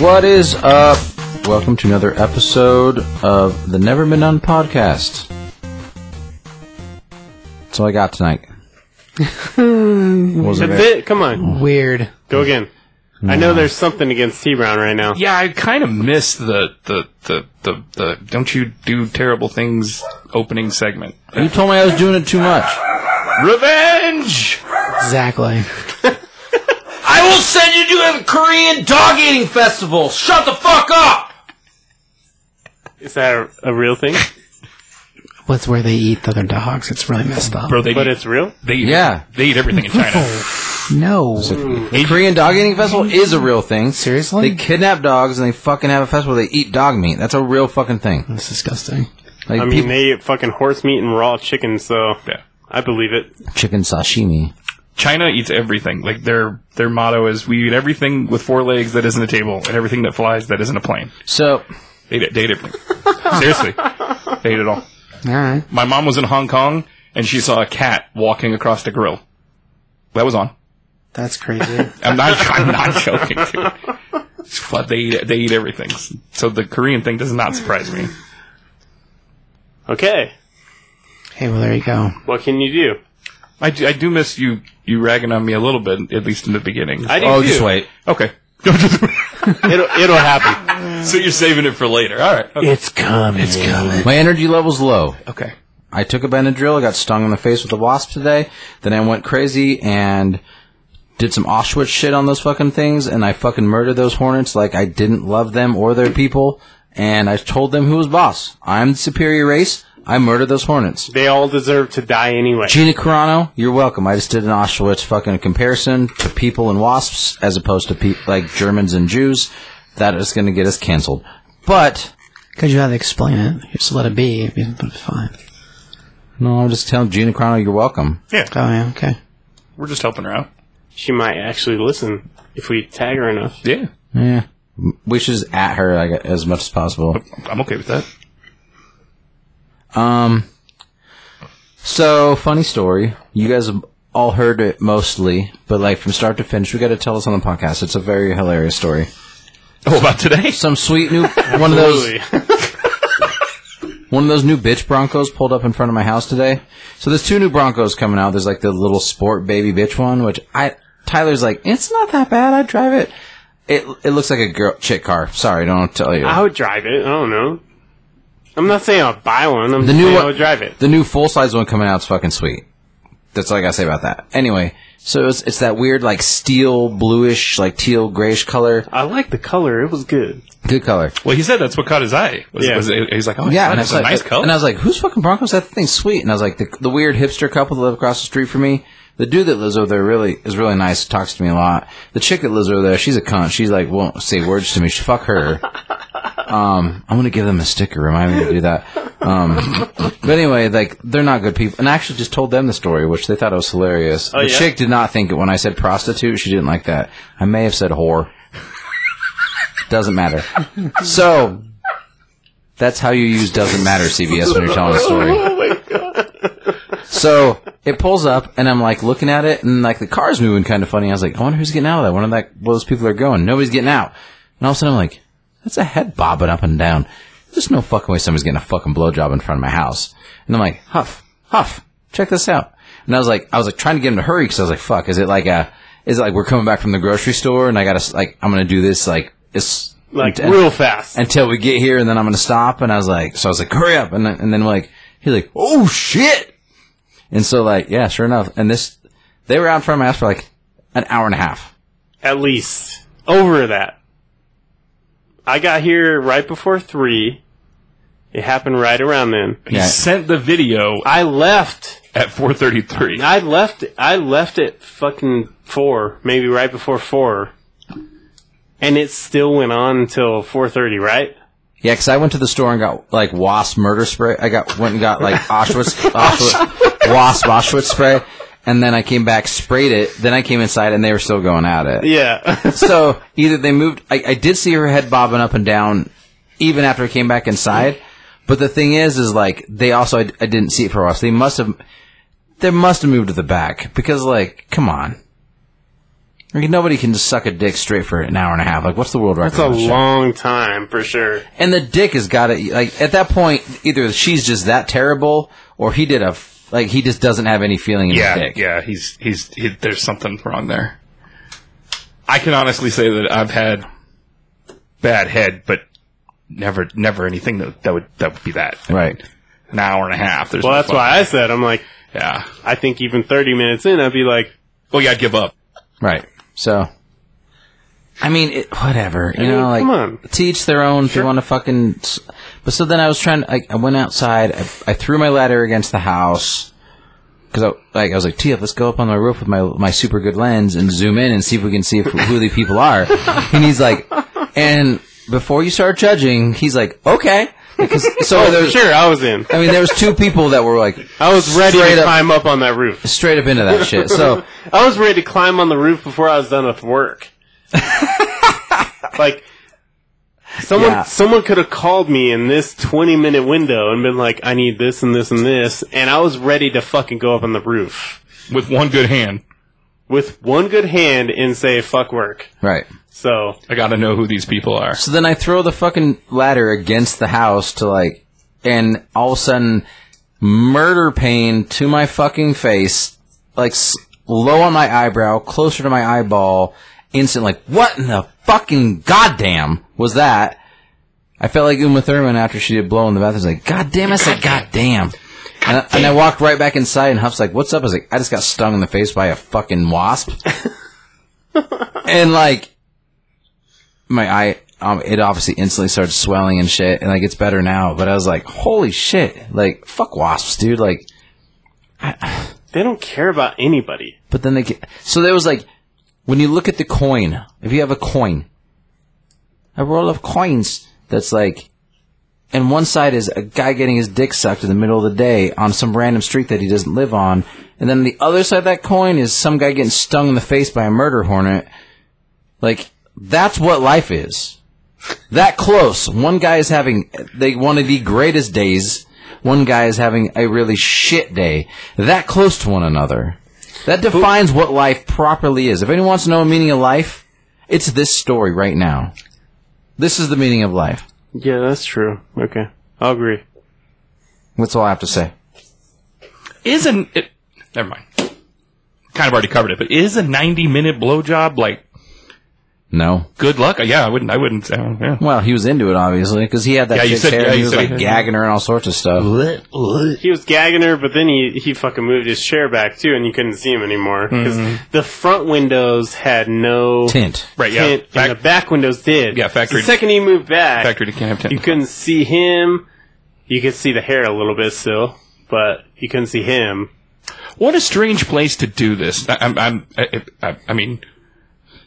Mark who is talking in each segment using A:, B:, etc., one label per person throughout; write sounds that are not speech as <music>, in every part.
A: What is up? Welcome to another episode of the Never Been Done podcast. That's all I got tonight. Wasn't
B: That's
A: very-
B: it. Come on,
C: Weird.
B: go again. I know there's something against T Brown right now.
D: Yeah, I kind of missed the the, the the the don't you do terrible things opening segment.
A: You told me I was doing it too much.
D: Revenge!
C: Exactly.
A: I will send you to a Korean dog eating festival. Shut the fuck up.
B: Is that a, a
A: <laughs>
B: real thing?
C: What's where they eat the other dogs? It's really messed up.
D: Bro, they
B: But
D: eat,
B: it's real.
D: they eat,
A: Yeah.
D: they eat everything
B: <laughs>
D: in China.
C: No.
A: The Korean dog eating festival is a real thing.
C: Seriously?
A: They kidnap dogs and they fucking have a festival. Where they eat dog meat. That's a real fucking thing.
C: That's disgusting.
A: Like
B: I mean,
A: people,
B: they eat fucking horse meat and raw chicken, so
D: yeah.
B: I believe it.
A: chicken sashimi.
D: China eats everything. Like their their motto is we eat everything with four legs that isn't a table and everything that flies that isn't a plane.
A: So
D: They eat, they eat everything. Seriously. They eat it all.
C: All right.
D: My mom was in Hong Kong and she saw a cat walking across the grill. That was on.
C: That's crazy.
D: I'm not. I'm not joking. Dude. It's what they eat, they eat everything. So the Korean thing does not surprise me.
B: Okay,
C: hey, well, there you go.
B: what can you do?
D: I do, I do miss you you ragging on me a little bit at least in the beginning.
B: I do
A: oh,
B: too.
A: just wait.
D: okay.
B: It'll it'll happen.
D: so you're saving it for later. All right. Okay.
A: My energy level's low.
D: okay.
A: I took a Benadryl. I got stung in the face with a wasp today. Then I went crazy and did some Auschwitz shit on those fucking things. And I fucking murdered those hornets like I didn't love them or their people. And I told them who was boss. I'm the superior race. I murdered those hornets.
B: They all deserve to die anyway.
A: Gina Carano, you're welcome. I just did an Auschwitz fucking comparison to people and wasps as opposed to pe- like Germans and Jews. That is going to get us canceled. But
C: Because you had to explain it. You just let it be. It'd be fine.
A: no, I'm just telling Gina Carano, you're welcome.
C: Oh, yeah. Okay.
D: We're just helping her out.
B: She might actually listen if we tag her enough.
D: Yeah.
A: Yeah. We should just at her like, as much as possible.
D: I'm okay with that.
A: So, funny story. You guys have all heard it mostly, but like from start to finish, we got to tell us on the podcast. It's a very hilarious story.
D: Oh, about today?
A: Some sweet new one of those
B: Absolutely.
A: one of those new bitch Broncos pulled up in front of my house today. So there's two new Broncos coming out. There's like the little sport baby bitch one, which I Tyler's like, it's not that bad. I drive it. It it looks like a girl chick car. Sorry, don't wanna tell you.
B: <laughs> I would drive it. I don't know. I'm not saying I'll buy one. I'm
A: The
B: just
A: new
B: saying
A: one-
B: I would drive it.
A: The new full size one coming out's fucking sweet. That's all I gotta say about that. Anyway, so it's, it's that weird like steel bluish, like teal grayish color.
B: I like the color. It was good.
A: Good color.
D: Well, he said that's what caught his eye. Was,
B: Yeah.
D: was it, he's like, oh,
A: Yeah,
D: yeah,
A: and I
D: that's
A: was
D: a
A: like,
D: nice color.
A: and I was like, who's fucking Broncos? That thing's sweet. And I was like, the, the weird hipster couple that live across the street from me. The dude that lives over there really is really nice. Talks to me a lot. The chick that lives over there, she's a cunt. She's like won't say words to me. She- Fuck
D: <laughs>
A: her. Um, I'm gonna give them a sticker. Remind me to do that. Um, but anyway, like they're not good people. And I actually just told them the story, which they thought it was
D: Oh,
A: hilarious. the
B: yeah?
A: chick did not think it when I said prostitute. She didn't like that. I may have said
D: <laughs>
A: whore. Doesn't matter. So that's how you use doesn't matter CBS when you're telling a story. So it pulls up, and I'm like looking at it, and like the car's moving kind of funny. I was like, I wonder who's getting out of that. One of that well, those people are going. Nobody's getting out. And all of a sudden, I'm like, that's a head bobbing up and down. There's no fucking way somebody's getting a fucking blowjob in front of my house. And I'm like, Huff, Huff, check this out. And I was like, I was like trying to get him to hurry because I was like, fuck, is it like a, is it like we're coming back from the grocery store and I gotta s- like I'm gonna do this like it's
B: Like
A: and-
B: real fast.
A: until we get here, and then I'm gonna stop. And I was like, so I was like, hurry up, and then, and then like he's like, oh shit, and so like yeah, sure enough, and this they were out in front of my house for like an hour and a half.
B: At least. Over that. I got here right before three. It happened right around then.
D: he
A: Yeah.
D: sent the video
B: I left.
D: at 4.33.
B: I left. I left at fucking four, maybe right before four, and it still went on until four thirty. Right?
A: Yeah, because I went to the store and got like wasp murder spray. I got went and got like Auschwitz, Auschwitz wasp Auschwitz spray, and then I came back, sprayed it. Then I came inside, and they were still going at it.
B: Yeah. <laughs>
A: so either they moved. I, I did see her head bobbing up and down, even after I came back inside. But the thing is, is like they also I, I didn't see it for a while. So they must have, they must have moved to the back because like, come on, Like, nobody can just suck a dick straight for an hour and a half. Like, what's the world record?
B: That's a
A: on that shit?
B: long time for sure.
A: And the dick has got to like at that point either she's just that terrible or he did a f- like he just doesn't have any feeling in
D: Yeah,
A: his dick.
D: yeah, he's he's he, there's something wrong there. I can honestly say that I've had bad head, but never never anything that that would that would be that
A: Right.
D: an hour and a half. There's
B: Well,
D: no
B: that's
D: fuck-
B: why I said I'm like
D: Yeah.
B: I think even 30 minutes in I'd be like
D: Well, yeah, I'd give up.
A: Right. So I mean, it, whatever. You know, like
B: come on.
A: teach their own if you want to fucking s- But so then I was trying I, I went outside. I, I threw my ladder against the house cuz I like I was like, "Tia, let's go up on my roof with my my super good lens and zoom in and see if we can see if, who the people
B: <laughs>
A: are." and he's like and before you start judging, he's like, "Okay." Because so
B: <laughs> oh
A: there's
B: sure I was in.
A: I mean, there was two people that were like
B: I was ready
A: Straight
B: to
A: up.
B: climb up on that roof.
A: straight up into that shit.
B: <laughs>
A: So
B: I was ready to climb on the roof before I was done with <laughs> work. like someone
A: Yeah.
B: someone could have called me in this 20 minute window and been like I need this and this and this and I was ready to fucking go up on the roof
D: with one good hand.
B: with one good hand and say fuck work.
A: right.
B: So
D: I got to know who these people are.
A: So then I throw the fucking ladder against the house to like, and all of a sudden, murder pain to my fucking face, like s- low on my eyebrow, closer to my eyeball, instant like, what in the fucking goddamn was that? I felt like Uma Thurman after she did blow in the bathroom. I was like, God damn, I said, God damn. And I, and I walked right back inside, and Huff's like, What's up? I was like, I just got stung in the face by a fucking <laughs> wasp. and like, my eye um, it obviously instantly started swelling and shit and like it's better now but i was like holy shit like fuck wasps dude like
B: they don't care about anybody.
A: but then they get so there was like when you look at the coin if you have a coin a roll of coins that's like and one side is a guy getting his dick sucked in the middle of the day on some random street that he doesn't live on and then the other side of that coin is some guy getting stung in the face by a murder hornet like that's what life is that close one guy is having they one of the greatest days one guy is having a really shit day that close to one another that defines what life properly is if anyone wants to know a meaning of life it's this story right now this is the meaning of life
B: Yeah, that's true. Okay. I'll agree.
A: that's all i have to say
D: Isn't it? Never mind. Kind of already covered it, but is a 90 minute blowjob like
A: no
D: good luck? Yeah, I wouldn't. I wouldn't. Uh, yeah.
A: well he was into it obviously because he had that
D: Yeah, you
A: chick's
D: said-
A: hair
D: yeah,
A: and he
D: you
A: was
D: said
A: like
D: he-
A: gagging her and all sorts of stuff
B: He was gagging her, but then he, he fucking moved his chair back too, and you couldn't see him anymore because the front windows had no
A: tint
D: Right. Yeah.
B: tint,
D: Fac-
B: and the back windows did.
D: Yeah, factory-
B: The second he moved back,
D: factory to can't have
B: you
D: tent.
B: couldn't see him. You could see the hair a little bit still, but you couldn't see him.
D: What a strange place to do this. I, I'm. I'm I, I, I mean,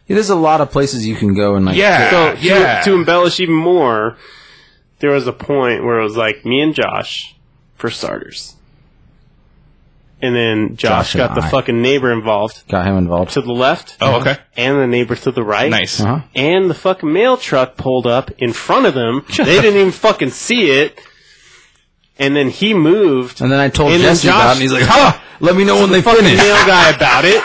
A: Yeah, there's a lot of places you can go and like
D: yeah.
B: So to-
D: Ah, yeah.
B: to, embellish even more, there was a point where it was like me and Josh for starters, and then Josh,
A: Josh and
B: got the
A: I.
B: fucking neighbor involved
A: got him involved
B: to the left
D: oh, okay.
B: and the neighbor to the right.
D: Nice.
A: uh-huh
B: and the fucking mail truck pulled up in front of
D: <laughs>
B: them. they didn't even fucking see it. And then he moved.
A: And then I told
B: And then
A: Jesse
B: Josh-
A: about it, and he's like, huh, let me know when they finish.
B: mail guy about it.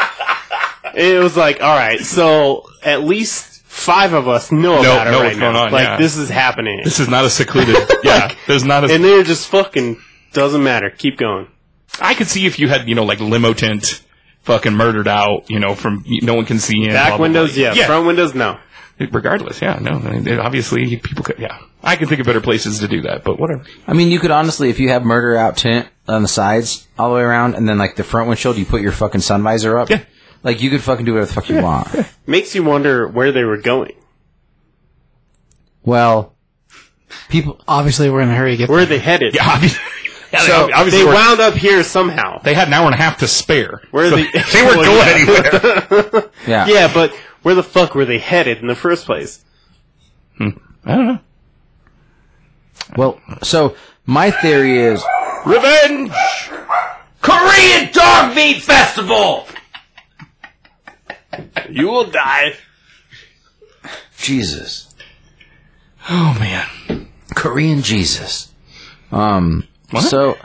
B: It was like, all right, so at least five of us know about it
D: know
B: right
D: what's going
B: now.
D: on,
B: like
D: yeah.
B: this is happening,
D: This is not a secluded. <laughs> yeah. There's not a.
B: and they're just fucking doesn't matter. Keep going.
D: I could see if you had you know like limo tint, fucking murdered out. You know, from no one can see in
B: Back
D: blah, blah,
B: windows,
D: blah.
B: yeah. Front windows, no.
D: regardless yeah no I mean, it- obviously you- people could yeah i can think of better places to do that but whatever
A: I mean, you could honestly, if you have murder out tint on the sides all the way around, and then like the front windshield, you put your fucking sun visor up.
D: Yeah.
A: Like you could fucking do whatever the
D: <laughs>
A: fuck you want.
B: Makes you wonder where they were going.
A: Well, people.
C: Obviously, we're in a hurry to get
B: Where are they headed?
D: <laughs> yeah obviously, yeah,
B: So
D: they, obviously
B: they
D: were-
B: wound up here somehow.
D: they had an hour and a half to spare
B: <laughs> Where
D: so
B: they-
D: <laughs> they weren't
B: Well,
D: going
B: yeah.
D: anywhere
A: Yeah.
B: Yeah, but where the fuck were they headed in the first place?
D: i don't know
A: Well, so my theory is
D: revenge korean dog meat festival
B: You will die.
A: Jesus,
D: oh man
A: Korean Jesus. Um. So.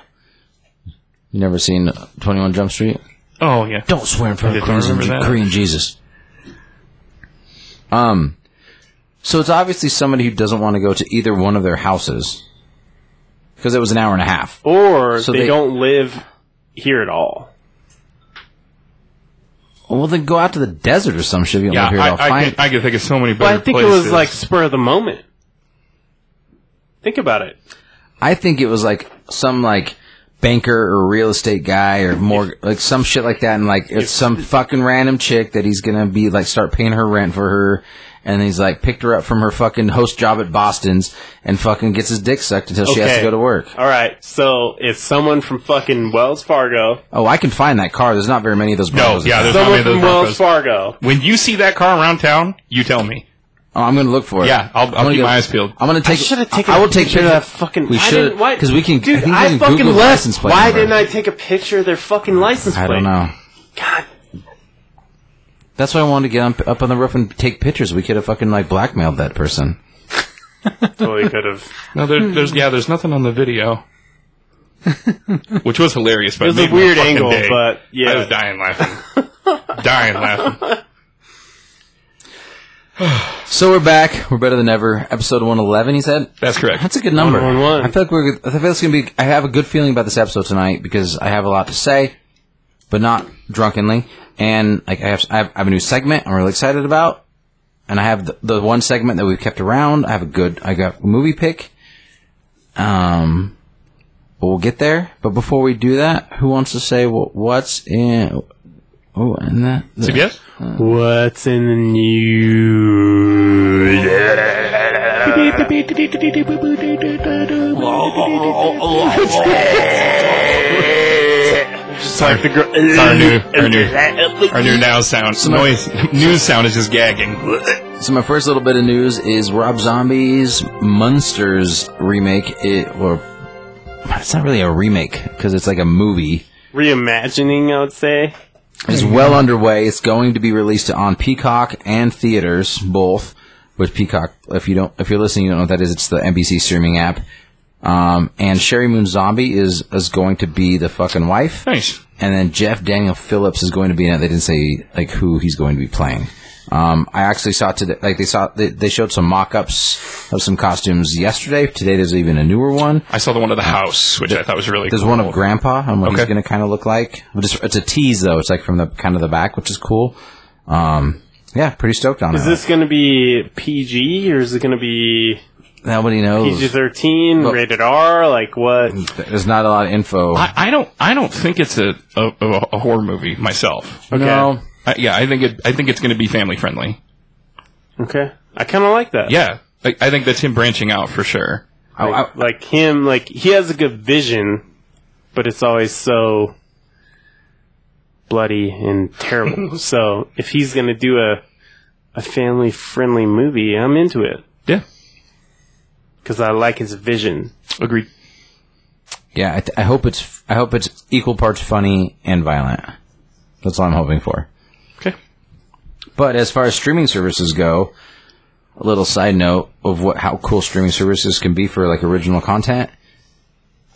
A: You never seen Twenty One Jump Street?
D: oh yeah
A: Don't swear in front of
D: I don't
A: Korean,
D: remember that.
A: Korean Jesus. Um, so it's obviously somebody who doesn't want to go to either one of their houses because it was an hour and a half.
B: Or
A: So
B: they,
A: they-
B: don't live here at all.
A: Well, then go out to the desert or some shit. If you don't
D: Yeah,
A: live here at all.
D: I, I,
A: Find-
D: can, I can think of so many better
B: Well, I think it
D: places.
B: was like spur of the moment. Think about it.
A: I think it was like some like banker or real estate guy or more like some shit like that and like it's some fucking random chick that he's gonna be like start paying her rent for her and he's like picked her up from her fucking host job at boston's and fucking gets his dick sucked until she has to
B: Okay.
A: go to work
B: All right, so it's someone from fucking Wells Fargo.
A: oh i can find that car there's not very many of those
D: No,
A: Broncos.
D: yeah, there's not many
B: Someone
D: of those
B: from Wells
D: Broncos.
B: Fargo.
D: When you see that car around town, you tell me.
A: oh, i'm gonna look for it
D: Yeah, I'll- I'll
A: I'm gonna
D: keep my eyes peeled.
A: i'm gonna take
B: should have taken
A: i
B: a
A: will take
B: picture
A: care
B: of
A: of
B: that fucking.
A: we
B: I
A: should
B: didn't- why-
A: because we can
B: Dude,
A: think we
B: I
A: can
B: fucking
A: Google the
B: left.
A: license plate
B: Why
A: number.
B: didn't I take a picture of their fucking license plate?
A: i don't know
B: God,
A: that's why i wanted to get up, up on the roof and take pictures we could have fucking like blackmailed that person
B: totally could have.
D: No, there,
B: Hmm.
D: there's yeah, there's nothing on the video. <laughs> Which was hilarious, but
B: <laughs> It was a
D: made my
B: weird
D: fucking
B: angle,
D: day.
B: but yeah.
D: I was dying
B: <laughs>
D: laughing, dying laughing.
A: So we're back. We're better than ever. Episode 111, he said.
D: That's correct.
A: That's a good number.
B: 111.
A: I feel like we're. I feel it's gonna be. I have a good feeling about this episode tonight because I have a lot to say, but not drunkenly. And like I have, I have, I have a new segment I'm really excited about, and I have the, the one segment that we've kept around. I have a good. I got a movie pick. Um, but we'll get there. But before we do that, who wants to say what, what's in? Oh, and that.
D: CBS.
B: What's in the news? Just like the girl.
D: It's our new, our
B: <laughs>
D: new, our new now sound. Noise, news sound is just gagging.
A: So my first little bit of news is Rob Zombie's Munsters remake. It or it's not really a remake because it's like a movie.
B: reimagining, I would say.
A: It's well underway. It's going to be released on Peacock and theaters both. Which Peacock, if you don't, if you're listening, you don't know what that is. It's the NBC streaming app. Um, and Sherry Moon Zombie is is going to be the fucking wife,
D: Nice.
A: and then Jeff Daniel Phillips is going to be in it. They didn't say like who he's going to be playing. Um, I actually saw today, like they saw they, they showed some mock-ups of some costumes yesterday. Today there's even a newer one.
D: I saw the one of the house, which I thought was really.
A: There's
D: cool.
A: one of Grandpa on what he's
D: Okay.
A: going to kind of look like. But It's, it's a tease though. It's like from the kind of the back, which is cool. Um, yeah, pretty stoked on
B: Is
A: that.
B: this going to be PG or is it going to be
A: Nobody knows.
B: PG 13, rated R? Like what?
D: Mm.
A: There's not a lot of info.
D: I, I don't. I don't think it's a a, a, a horror movie myself.
A: No,
D: I, yeah, I think it. I think it's going to be family friendly.
B: Okay. I kind of like that.
D: Yeah, I, I think that's him branching out for sure.
A: I, I,
B: Like him, like he has a good vision, but it's always so bloody and
D: <laughs>
B: terrible. so if he's going to do a a family friendly movie, I'm into it
D: Yeah,
B: because I like his vision.
D: agreed.
A: yeah. I, th- I hope it's I hope it's equal parts funny and violent. That's all I'm hoping for.
D: Okay.
A: But as far as streaming services go, a little side note of what how cool streaming services can be for like original content.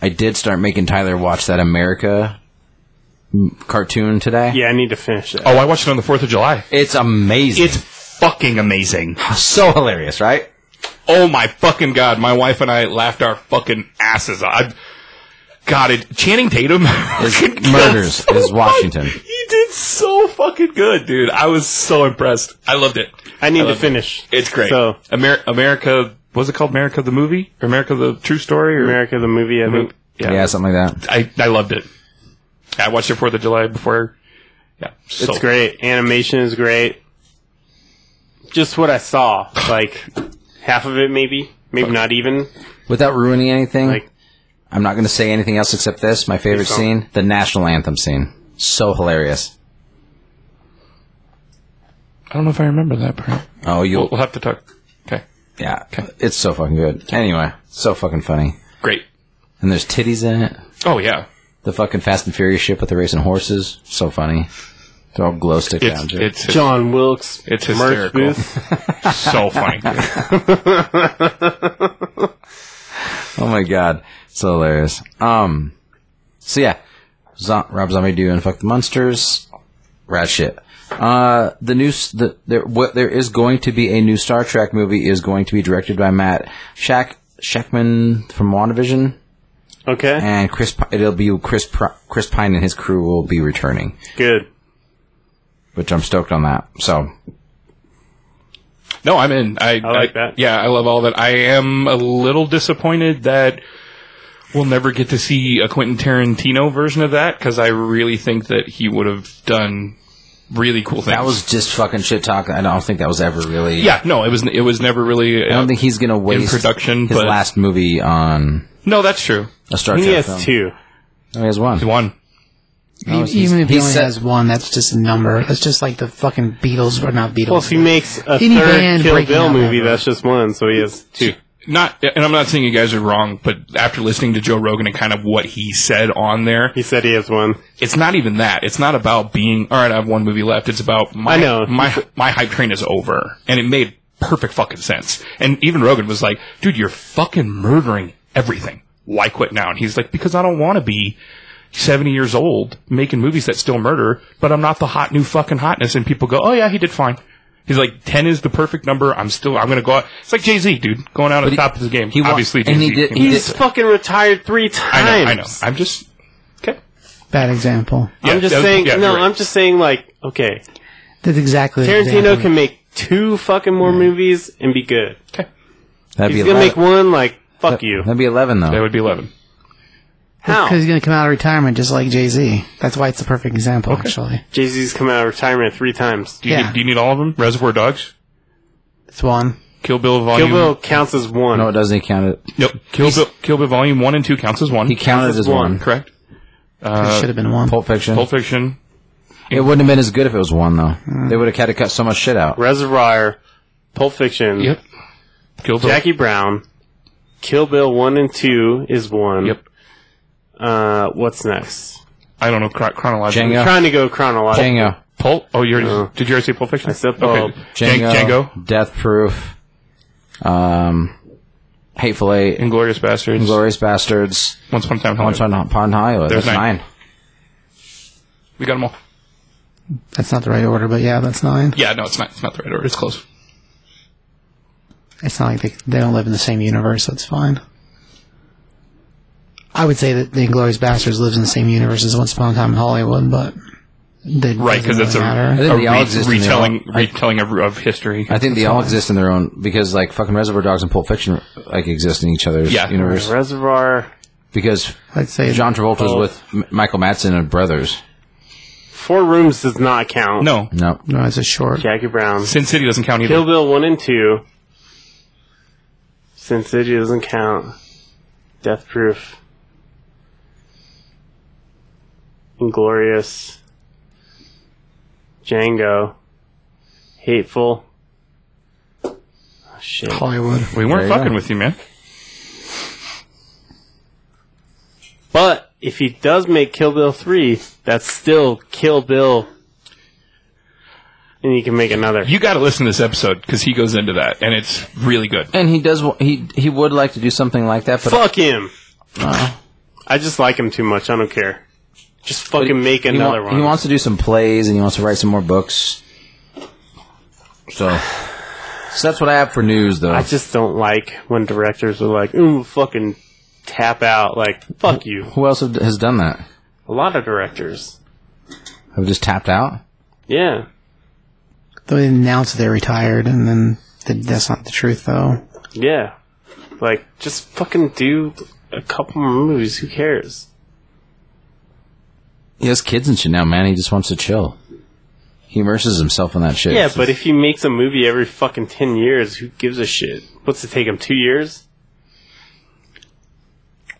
A: I did start making Tyler watch that America m- cartoon today.
B: Yeah, I need to finish that.
D: Oh, I watched it on the Fourth of July.
A: It's amazing.
D: It's fucking amazing.
A: so hilarious, right?
D: Oh my fucking god! My wife and I laughed our fucking asses off. I, God, it Channing Tatum <laughs>
A: Is
D: fucking killed
A: murders
D: so
A: is
D: much.
A: Washington.
D: He did so fucking good, dude. I was so impressed. I loved it.
B: I need to
D: love it.
B: finish.
D: It's great.
B: So
D: Amer- America, was it called America the movie? Or America the true story? Or
B: America the movie,
D: Mm-hmm.
B: I think.
A: Yeah. something like that.
D: I, I loved it. I watched it Fourth of July before. Yeah, so
B: It's great. Animation is great. Just what I
D: <sighs>
B: saw, like half of it, maybe, maybe not even.
A: Without ruining anything,
B: Like-
A: I'm not going to say anything else except this. My favorite
B: Please don't.
A: scene, the national anthem scene. So hilarious.
D: I don't know if I remember that part.
A: Oh,
D: We'll,
A: you'll
D: we'll have to talk. Okay,
A: yeah. It's so fucking good. Anyway, so fucking funny.
D: great.
A: And there's titties in it.
D: Oh yeah,
A: The fucking Fast and Furious ship with the racing horses. So funny. They're all glow stick
D: it's
A: down.
D: it's, it's
B: John Wilkes,
D: It's
B: Merch
D: hysterical.
B: Booth.
A: <laughs>
D: so funny.
A: oh my god, so hilarious. Um, so yeah, Zo- Rob Zombie doing fuck the monsters, rat shit. Uh, the new s- the, there what there is going to be a new Star Trek movie is going to be directed by Matt Shack Shackman from WandaVision
B: Okay.
A: and Chris. P- It'll be Chris Pr- Chris Pine and his crew will be returning,
B: Good.
A: which I'm stoked on that. So
D: No, I'm in. I, I
B: like that.
D: Yeah, I love all that. I am a little disappointed that we'll never get to see a Quentin Tarantino version of that because I really think that he would have done really cool things.
A: that was just fucking shit talk. I don't think that was ever really.
D: yeah, no, it was it was never really.
A: I
D: Uh,
A: don't think he's gonna waste
D: production,
A: his
D: but-
A: last movie on
D: no, that's true.
A: a Star
B: He
A: Trek
B: has
A: film.
B: two.
A: No, he has one.
D: One.
A: No,
C: E-
A: he's-
C: Even if he
A: he's
C: only
A: set-
C: has one, that's just a number. That's just like the fucking Beatles, or not Beatles.
B: Well, if he makes a
C: Any
B: third
C: band
B: Kill
C: breaking
B: Bill
C: up
B: movie,
C: ever.
B: that's just one, so he has two.
D: Not, and I'm not saying you guys are wrong, but after listening to Joe Rogan and kind of what he said on there,
B: He said he has one.
D: it's not even that. It's not about being all right. I have one movie left. It's about my
B: I know.
D: my my hype train is over, and it made perfect fucking sense. And even Rogan was like, "Dude, you're fucking murdering everything. Why quit now?" And he's like, "Because I don't want to be." 70 years old making movies that still murder, but I'm not the hot new fucking hotness. And people go, oh yeah, he did fine. He's like, 10 is the perfect number. I'm still, I'm going to go out. It's like Jay Z, dude, going out at the top of his game.
A: he wa-
D: Obviously, Jay
A: and he
D: Z.
A: did- he
B: He's
A: did-
B: fucking retired three
D: I
B: times.
D: know, I know. I'm just, okay.
C: Bad example.
B: I'm
D: Yeah,
B: just
D: yeah,
B: saying.
D: yeah,
B: no,
D: you're right.
B: I'm just saying. Like, okay,
C: That's exactly the
B: Tarantino
C: example.
B: can make two fucking more movies and be good.
A: That'd
B: He's
A: be 11.
B: gonna make one. Like, fuck you.
A: That'd be eleven though.
D: That would be 11.
B: How?
C: Because he's going to come out of retirement just like Jay Z. That's why it's the perfect example, actually.
B: Jay Z's come out of retirement three times.
D: Do you,
C: Yeah.
D: need, do you need all of them? Reservoir Dogs,
C: It's one.
D: Kill Bill
B: Kill
D: Volume.
B: Bill counts as one.
A: no, it doesn't. He counted.
D: Nope. Kill Bill, Kill Bill Volume One and Two counts as one.
A: He counted
B: This
A: as
B: is
A: one.
B: one.
D: correct.
C: it should have been one.
A: Pulp Fiction.
D: Pulp Fiction.
A: It wouldn't have been as good if it was one though. They would have had to cut so much shit out.
B: Reservoir, Pulp
A: Mm-hmm.
B: Fiction,
D: Kill Bill.
B: Jackie Brown, Kill Bill one and two is one.
D: Yep.
B: Uh, what's next?
D: I don't know chron-
A: Django.
D: chronologically.
A: Uh, Yeah.
B: Trying to go chronologically.
A: Django.
D: Pulp. Oh, you already, did you already say Pulp Fiction?
B: I said Pulp.
D: Jan-
A: Django.
D: Django.
A: Death Proof. Um, Hateful Eight.
D: Inglorious Bastards.
A: Glorious Bastards.
D: Once upon a time. in
A: Once
D: Hollywood.
A: on Upon Hollywood.
D: There's
A: That's nine.
D: nine. We got them all.
C: That's not the right order, but yeah, that's nine.
D: Yeah, no, it's not. It's not the right order. It's close.
C: It's not like they, they don't live in the same universe, so it's fine. I would say that the Inglorious Bastards lives in the same universe as Once Upon a Time in Hollywood, but that
D: Right, because
C: doesn't
D: it's a,
C: really matter.
A: think
D: a
A: they all
D: re-
A: exist in the
D: retelling,
A: world. I-
D: retelling of, of history.
A: I think they all exist in their own because like fucking Reservoir Dogs and Pulp Fiction like exist in each other's
D: Yeah.
A: universe
B: Reservoir,
A: because
C: I'd say
A: John Travolta was with M- Michael Madsen and Brothers.
B: Four Rooms does not count.
D: no,
A: No,
C: no, it's a short.
B: Jackie Brown,
D: Sin City doesn't count either.
B: Kill Bill one and two, Sin City doesn't count. Death Proof, Inglorious, Django, Hateful. Oh, shit.
C: Hollywood.
D: we weren't
A: There you
D: fucking
A: go.
D: with you, man.
B: But if he does make Kill Bill 3, that's still Kill Bill. And you can make another.
D: You got to listen to this episode because he goes into that, and it's really good.
A: and he does. wa- He he would like to do something like that, but
B: Fuck him! I just like him too much. I don't care. Just fucking make
A: he,
B: another
A: wa-
B: one.
A: he wants to do some plays and he wants to write some more books. So, so that's what I have for news, though.
B: I just don't like when directors are like, ooh, fucking tap out. Like, fuck you.
A: Who else have, has done that?
B: A lot of directors.
A: Have just tapped out?
B: Yeah.
C: They announced that they retired, and then th that's not the truth, though.
B: Yeah. Like, just fucking do a couple more movies. Who cares?
A: He has kids and shit now, man. He just wants to chill. He immerses himself in that shit.
B: Yeah, but if he makes a movie every fucking 10 years, who gives a shit? What's it take him? Two years?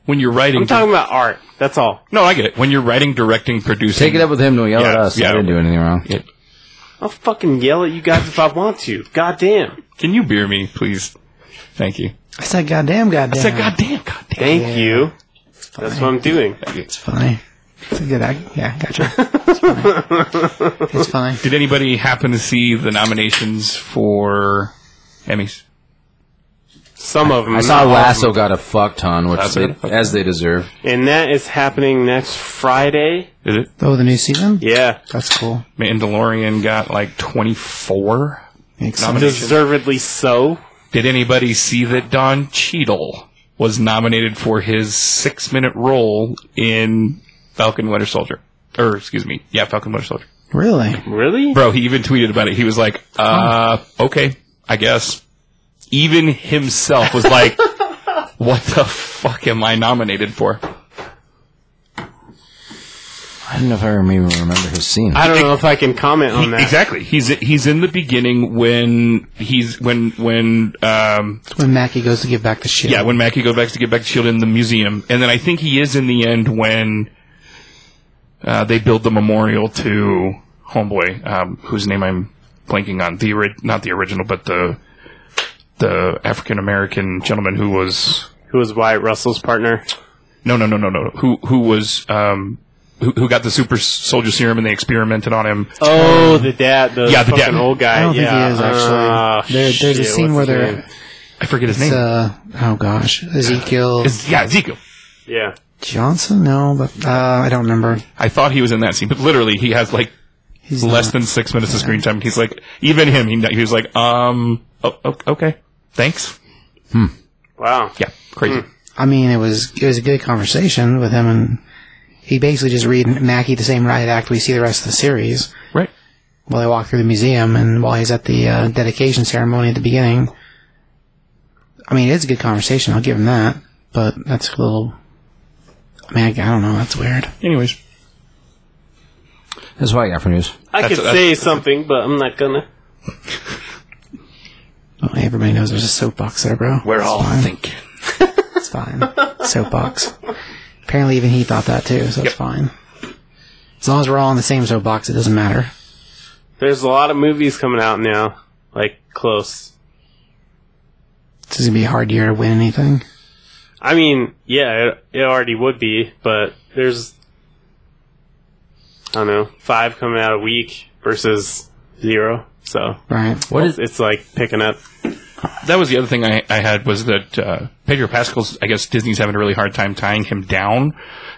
D: When you're writing,
B: I'm talking about art. That's all.
D: no, I get it. When you're writing, directing, producing,
A: take it up with him. Don't yell
D: Yeah,
A: at us.
D: yeah.
A: I didn't do anything wrong.
D: Yeah.
B: I'll fucking yell at you guys if I want to. God damn.
D: Can you beer me, please? Thank you.
C: I said, goddamn, goddamn.
D: It's like, goddamn, goddamn.
B: Thank you. That's what I'm doing.
C: It's funny. It's a good act. Yeah, gotcha. It's funny. It's funny.
D: Did anybody happen to see the nominations for Emmys?
B: Some of them.
A: I saw Lasso got a fuck ton, which
D: Lasso
A: they,
D: got a fuck
A: as they deserve.
B: and that is happening next Friday.
D: Is it?
C: Oh, the new season?
B: Yeah,
C: That's cool.
D: Mandalorian got like 24.
C: Makes
D: Nomination.
C: sense.
B: deservedly so.
D: Did anybody see that Don Cheadle was nominated for his six minute role in Falcon Winter Soldier? Or, excuse me, yeah, Falcon Winter Soldier.
C: Really?
B: Really?
D: Bro, he even tweeted about it. He was like, uh, okay, I guess. Even himself was like, <laughs> what the fuck am I nominated for?
A: I don't know if I rem- even remember his scene.
B: I don't know if I can comment on that.
D: Exactly. He's he's in the beginning when he's when when um
C: It's when Mackie goes to give back the shit.
D: yeah when Mackie goes back to get back to Shield E in the museum, and then I think he is in the end when uh, they build the memorial to Homeboy, um, whose name I'm blanking on the ori- not the original, but the the African American gentleman who was
B: Who was Wyatt Russell's partner?
D: No, no, no, no, no. Who who was um who, who got the super soldier serum and they experimented on him?
B: Oh, the dad, the
D: Yeah, the
B: fucking
D: dad.
B: old guy.
C: I don't
B: yeah.
C: think he is
B: Ah,
C: actually. there, there's a
B: shit,
C: scene where
B: what's his
C: they're
B: name?
D: I forget his
C: it's,
D: name.
C: uh, oh gosh, Ezekiel
D: It's- yeah, Ezekiel.
B: Yeah.
C: Johnson? No, but uh, I don't remember.
D: I thought he was in that scene, but literally he has like
C: He's
D: less
C: not-
D: than six minutes of screen time. And he's like, even him, he, he was like, um, oh, oh, okay, thanks.
B: Wow.
D: Yeah, crazy.
C: I mean, it was it was a good conversation with him, and he basically just read Mackie the same riot act we see the rest of the series
D: Right.
C: while they walk through the museum and while he's at the uh, dedication ceremony at the beginning. I mean, it's a good conversation. I'll give him that, but that's a little. I mean, I, I don't know. That's weird.
D: Anyways,
A: That's what I got for news.
B: I
D: That's-
B: could
D: that's-
B: say something, but I'm not gonna.
C: Oh, everybody knows there's a soapbox there, bro. We're all
D: thinking.
C: It's fine. Soapbox. Apparently, even he thought that too, so it's fine. As long as we're all on the same soapbox, it doesn't matter.
B: There's a lot of movies coming out now, like close.
C: This is gonna be a hard year to win anything.
B: I mean, yeah, it, it already would be, but there's, I don't know, five coming out a week versus zero. So
C: Right.
A: What is?
B: it's like picking up.
D: that was the other thing I, I had was that uh, Pedro Pascal's. I guess Disney's having a really hard time tying him down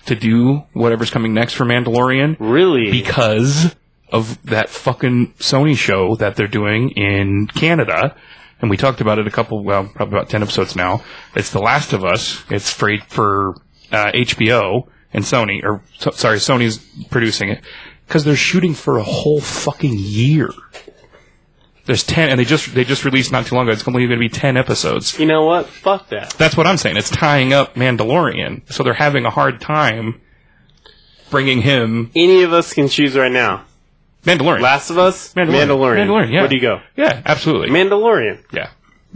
D: to do whatever's coming next for Mandalorian.
B: Really?
D: because of that fucking Sony show that they're doing in Canada. And we talked about it a couple, well, probably about 10 episodes now. It's The Last of Us. It's free for uh, HBO and Sony, or so, sorry, Sony's producing it because they're shooting for a whole fucking year. There's 10, and they just, they just released not too long ago. It's only going to be 10 episodes.
B: you know what? Fuck that.
D: That's what I'm saying. It's tying up Mandalorian. So they're having a hard time bringing him
B: Any of us can choose right now.
D: Mandalorian.
B: Last of Us, Mandalorian.
D: Mandalorian. Mandalorian, yeah.
B: Where do you go?
D: Yeah, absolutely.
B: Mandalorian.
D: yeah.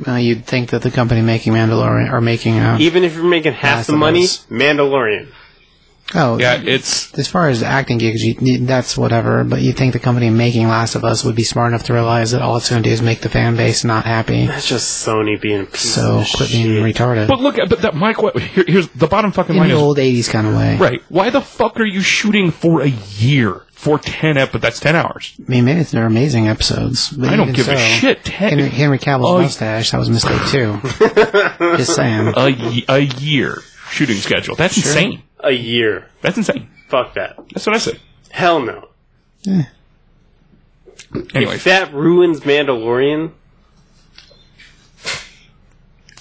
C: Well, you'd think that the company making Mandalorian or making uh,
B: Even if you're making half
C: Last
B: the
C: of
B: money,
C: Us.
B: Mandalorian.
C: oh
D: Yeah, it's
C: As far as acting gigs, you, that's whatever. But you think the company making Last of Us would be smart enough to realize that all it's going to do is make the fan base not happy.
B: That's just Sony being a piece
C: So
B: of
C: quit
B: shit.
C: being retarded.
D: But look at but that Mike what here, here's the bottom fucking
C: In
D: line
C: the
D: is
C: old '80s kind of way.
D: right. Why the fuck are you shooting for a year? For 10 ep, but that's 10 hours.
C: I mean, maybe it's- they're amazing episodes. But
D: I don't
C: even
D: give a
C: so-
D: shit. 10
C: Henry, Henry Cavill's
D: Oh, y-
C: mustache. That was a mistake too.
D: <laughs>
C: Just saying.
D: a, ye- a year shooting schedule. That's insane.
B: a year.
D: That's insane.
B: Fuck that.
D: That's what I said.
B: Hell no.
D: Anyways,
B: That ruins Mandalorian.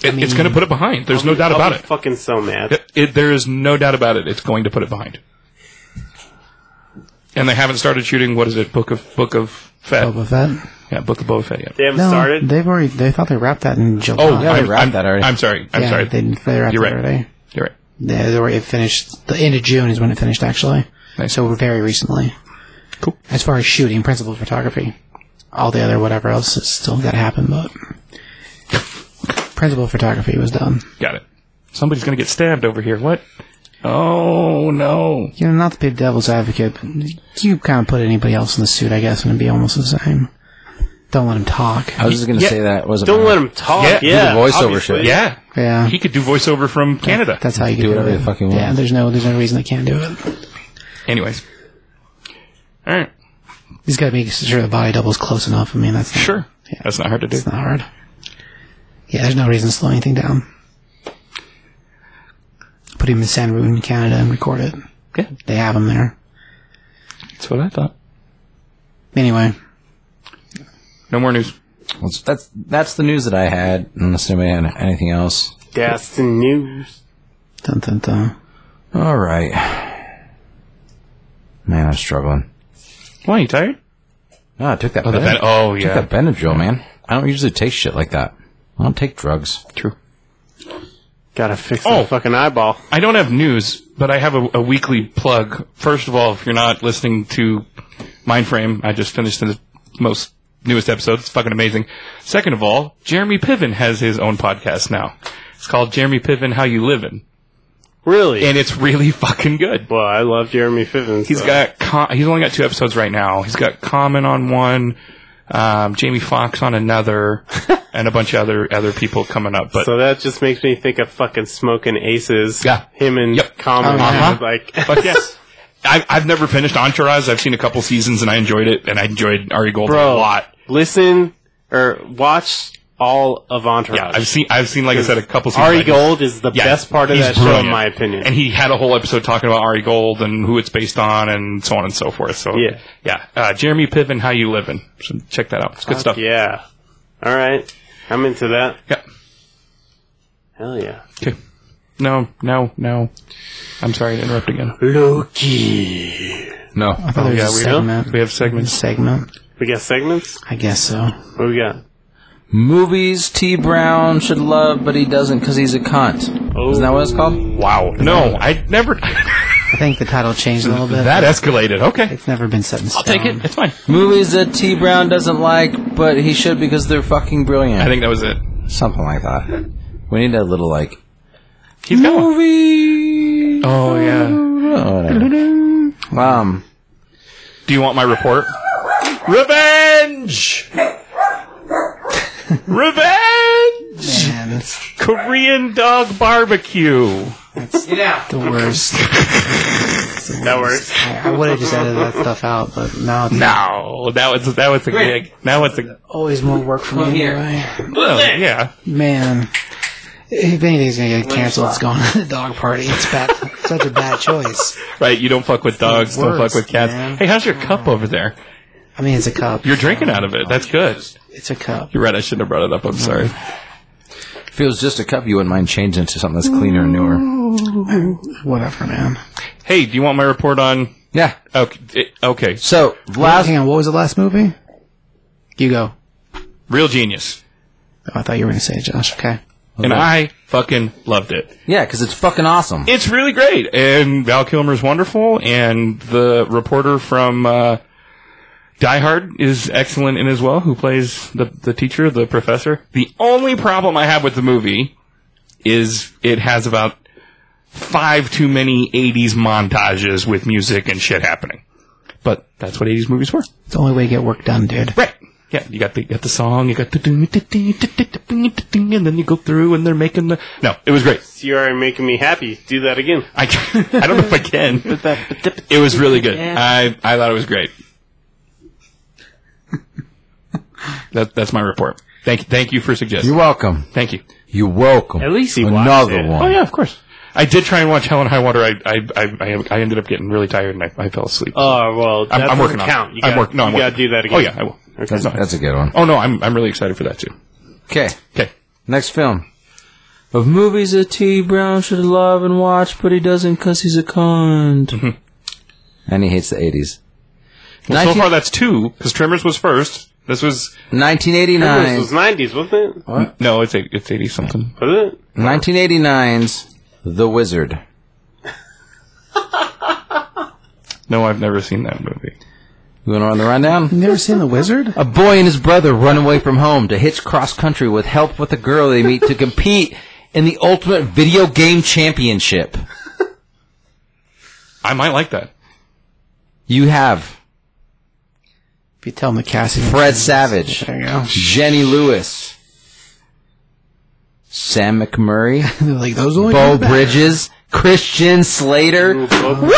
D: it, it's going to put it behind. There's no doubt
B: I'll
D: about
B: be
D: it.
B: Fucking so mad.
D: It- it- There is no doubt about it. It's going to put it behind. And they haven't started shooting. What is it? Book of Book of Fett.
C: Boba Fett.
D: Yeah, Book of Boba Fett. Yeah.
B: They haven't
C: No,
B: started.
C: they've already. They thought they wrapped that in July.
D: Oh,
A: they
D: I'm,
A: wrapped
D: I'm-
A: that already.
D: I'm sorry. I'm
C: yeah,
D: sorry.
C: They, didn't- they wrapped
D: You're
C: that
D: right.
C: already.
D: You're right.
C: Yeah, they were, it finished the end of June is when it finished actually.
D: Nice.
C: So very recently.
D: Cool.
C: As far as shooting, principal photography, all the other whatever else has still got to happen, but principal photography was done.
D: Got it. Somebody's gonna get stabbed over here. What? Oh no.
C: You know, not to be devil's advocate, but you kind of put anybody else in the suit, I guess, and it'd be almost the same. Don't let him talk.
A: I was just gonna
D: Yeah.
A: say that was.
B: Don't
A: about-
B: let him talk.
D: Yeah,
B: Yeah,
D: do
A: the voiceover
B: obviously.
A: shit.
D: Yeah.
C: Yeah,
D: He could do voiceover from Canada.
C: that's how you
A: do
C: get
A: whatever
C: it.
A: the fuck you want.
C: Yeah, there's no, there's no reason they can't do it.
D: Anyways. All right.
C: He's got to make sure the body double's close enough. I mean, that's not,
D: Sure. That's not hard to do.
C: It's not hard. Yeah, there's no reason to slow anything down. Put him in Sandroon, Canada, and record it.
D: Yeah,
C: They have him there.
D: that's what I thought.
C: Anyway,
D: No more news.
A: Well, that's that's the news that I had. Unless anybody had anything else.
B: That's the news.
C: dun dun dun.
A: All right. Man, I'm struggling.
D: Why you tired?
A: No, I took that.
D: the
A: Benad-
D: Ben- oh, yeah.
A: took that Benadryl, man. I don't usually take shit like that. I don't take drugs.
D: True.
B: Gotta fix
D: Oh.
B: that fucking eyeball.
D: I don't have news, but I have a, a weekly plug. First of all, if you're not listening to Mindframe, I just finished the most newest episode. It's fucking amazing. Second of all, Jeremy Piven has his own podcast now. It's called Jeremy Piven How You Livin',
B: Really?
D: and it's really <laughs> fucking good.
B: well, I love Jeremy Piven.
D: He's
B: so-
D: got com- he's only got two episodes right now. He's got Common on one, um, Jamie Foxx on another, <laughs> and a bunch of other other people coming up. But
B: So that just makes me think of fucking smoking aces.
D: Yeah.
B: Him and
D: Yep.
B: Common.
C: Oh, yeah.
B: dude, Like, <laughs>
D: But yes. I, I've never finished Entourage. I've seen a couple seasons and I enjoyed it, and I enjoyed Ari Goldman
B: bro,
D: a lot.
B: listen or watch all of Entourage.
D: Yeah, I've seen. I've seen, like I said, a couple seasons. I
B: Ari
D: just-
B: Gold is the
D: Yeah,
B: best part of
D: he's
B: that show,
D: brilliant.
B: in my opinion.
D: And he had a whole episode talking about Ari Gold and who it's based on, and so on and so forth. So
B: Yeah.
D: yeah. Uh, Jeremy Piven, How You Livin'? So check that out. It's good stuff.
B: yeah. All right. I'm into that.
D: Yeah.
B: Hell yeah.
D: Okay. No, no, no. I'm sorry to interrupt again.
B: Loki.
A: No.
C: I thought there was
D: Oh, yeah,
C: a
D: we-
C: segment.
D: We have segments.
C: segment.
B: We got segments?
C: I guess so.
B: What we got?
A: Movies T. Brown should love, but he doesn't because he's a cunt.
B: Oh.
A: Isn't that what it's called?
D: Wow. No, I never. <laughs>
C: I think the title changed a little bit.
D: that escalated. Okay.
C: it's never been set in stone.
D: I'll take it. It's fine.
A: Movies that T. Brown doesn't like, but he should because they're fucking brilliant.
D: I think that was it.
A: Something like that. We need a little like
D: He's got one.
A: movie.
D: Oh yeah.
A: Oh, whatever.
D: Oh.
A: Um,
D: Do you want my report? Revenge! Revenge!
C: Man, that's
D: Korean dog barbecue.
C: the worst.
B: That works.
C: I, I would have just edited that stuff out, but now it's
D: No, that was that was a gig. Now it's a
C: always more work for me anyway.
D: well, yeah.
C: Man, if anything's gonna get canceled, it's going to the dog party. It's
A: <laughs>
C: bad. such a bad choice.
D: Right, you don't fuck with dogs, don't fuck
C: worst,
D: with cats.
C: man.
D: Hey, how's your cup over there?
C: I mean, it's a cup.
D: You're drinking out of it. That's good.
C: It's a cup.
D: You're right. I shouldn't have brought it up. I'm sorry.
A: if it was just a cup, you wouldn't mind changing it to something that's cleaner and newer.
C: Whatever, man.
D: Hey, do you want my report on?
A: Yeah.
D: Okay, it- okay.
A: So last
C: Hang on, what was the last movie? You go.
D: Real genius,
C: Oh, I thought you were gonna say it, Josh. Okay.
D: and I fucking loved it.
A: Yeah, because it's fucking awesome.
D: It's really great, and Val Kilmer's wonderful, and the reporter from uh, Die Hard is excellent in as well, who plays the the teacher, the professor. The only problem I have with the movie is it has about five too many '80s montages with music and shit happening. But that's what '80s movies were.
C: It's the only way to get work done, dude.
D: Right. Yeah, you got the you got the song, you got the ding, ding, ding, ding, ding, ding, ding, and then you go through and they're making the No, it was great.
B: You are making me happy. Do that again.
D: I, <laughs> I don't know if I can.
B: Oh,
D: It was really good. I, I thought it was great. That, that's my report. Thank thank you for suggesting.
A: You're welcome.
D: Thank you.
A: You're welcome.
B: At least he watched
A: another
B: it.
A: one.
D: Oh yeah, of course. I did try and watch Hell and High Water. I I, I, I- I ended up getting really tired and I, I fell asleep.
B: Oh, well, that
D: I'm, I'm
B: doesn't
D: working on. it.
B: count. You
D: I'm
B: gotta,
D: working. No, I'm
B: you gotta
D: working.
B: do that again.
D: Oh yeah, I will.
A: That's, that's a good one.
D: Oh no, I'm I'm really excited for that too.
A: Okay,
D: Okay.
A: next film. Of movies that T. Brown should love and watch, but he doesn't because he's a
B: <laughs>
A: cunt. and he hates the 80s.
D: So
A: 19-
D: far that's two because Tremors was first. This was
A: 1989.
B: This was 90s, wasn't it?
D: no, it's eight, it's eighty something.
B: Was it?
A: 1989's The Wizard.
D: No, I've never seen that movie.
A: You want to run the rundown?
C: You never seen The Wizard?
A: A boy and his brother run away from home to hitch cross country with help with a girl they meet to compete in the Ultimate Video Game Championship.
D: I might like that.
A: You have
C: If you tell him the casting.
A: Fred Savage,
C: There you go. <laughs>
A: Jenny Lewis, Sam McMurray,
C: They're like those only.
A: Bo Bridges, Christian Slater,
B: Ooh, both-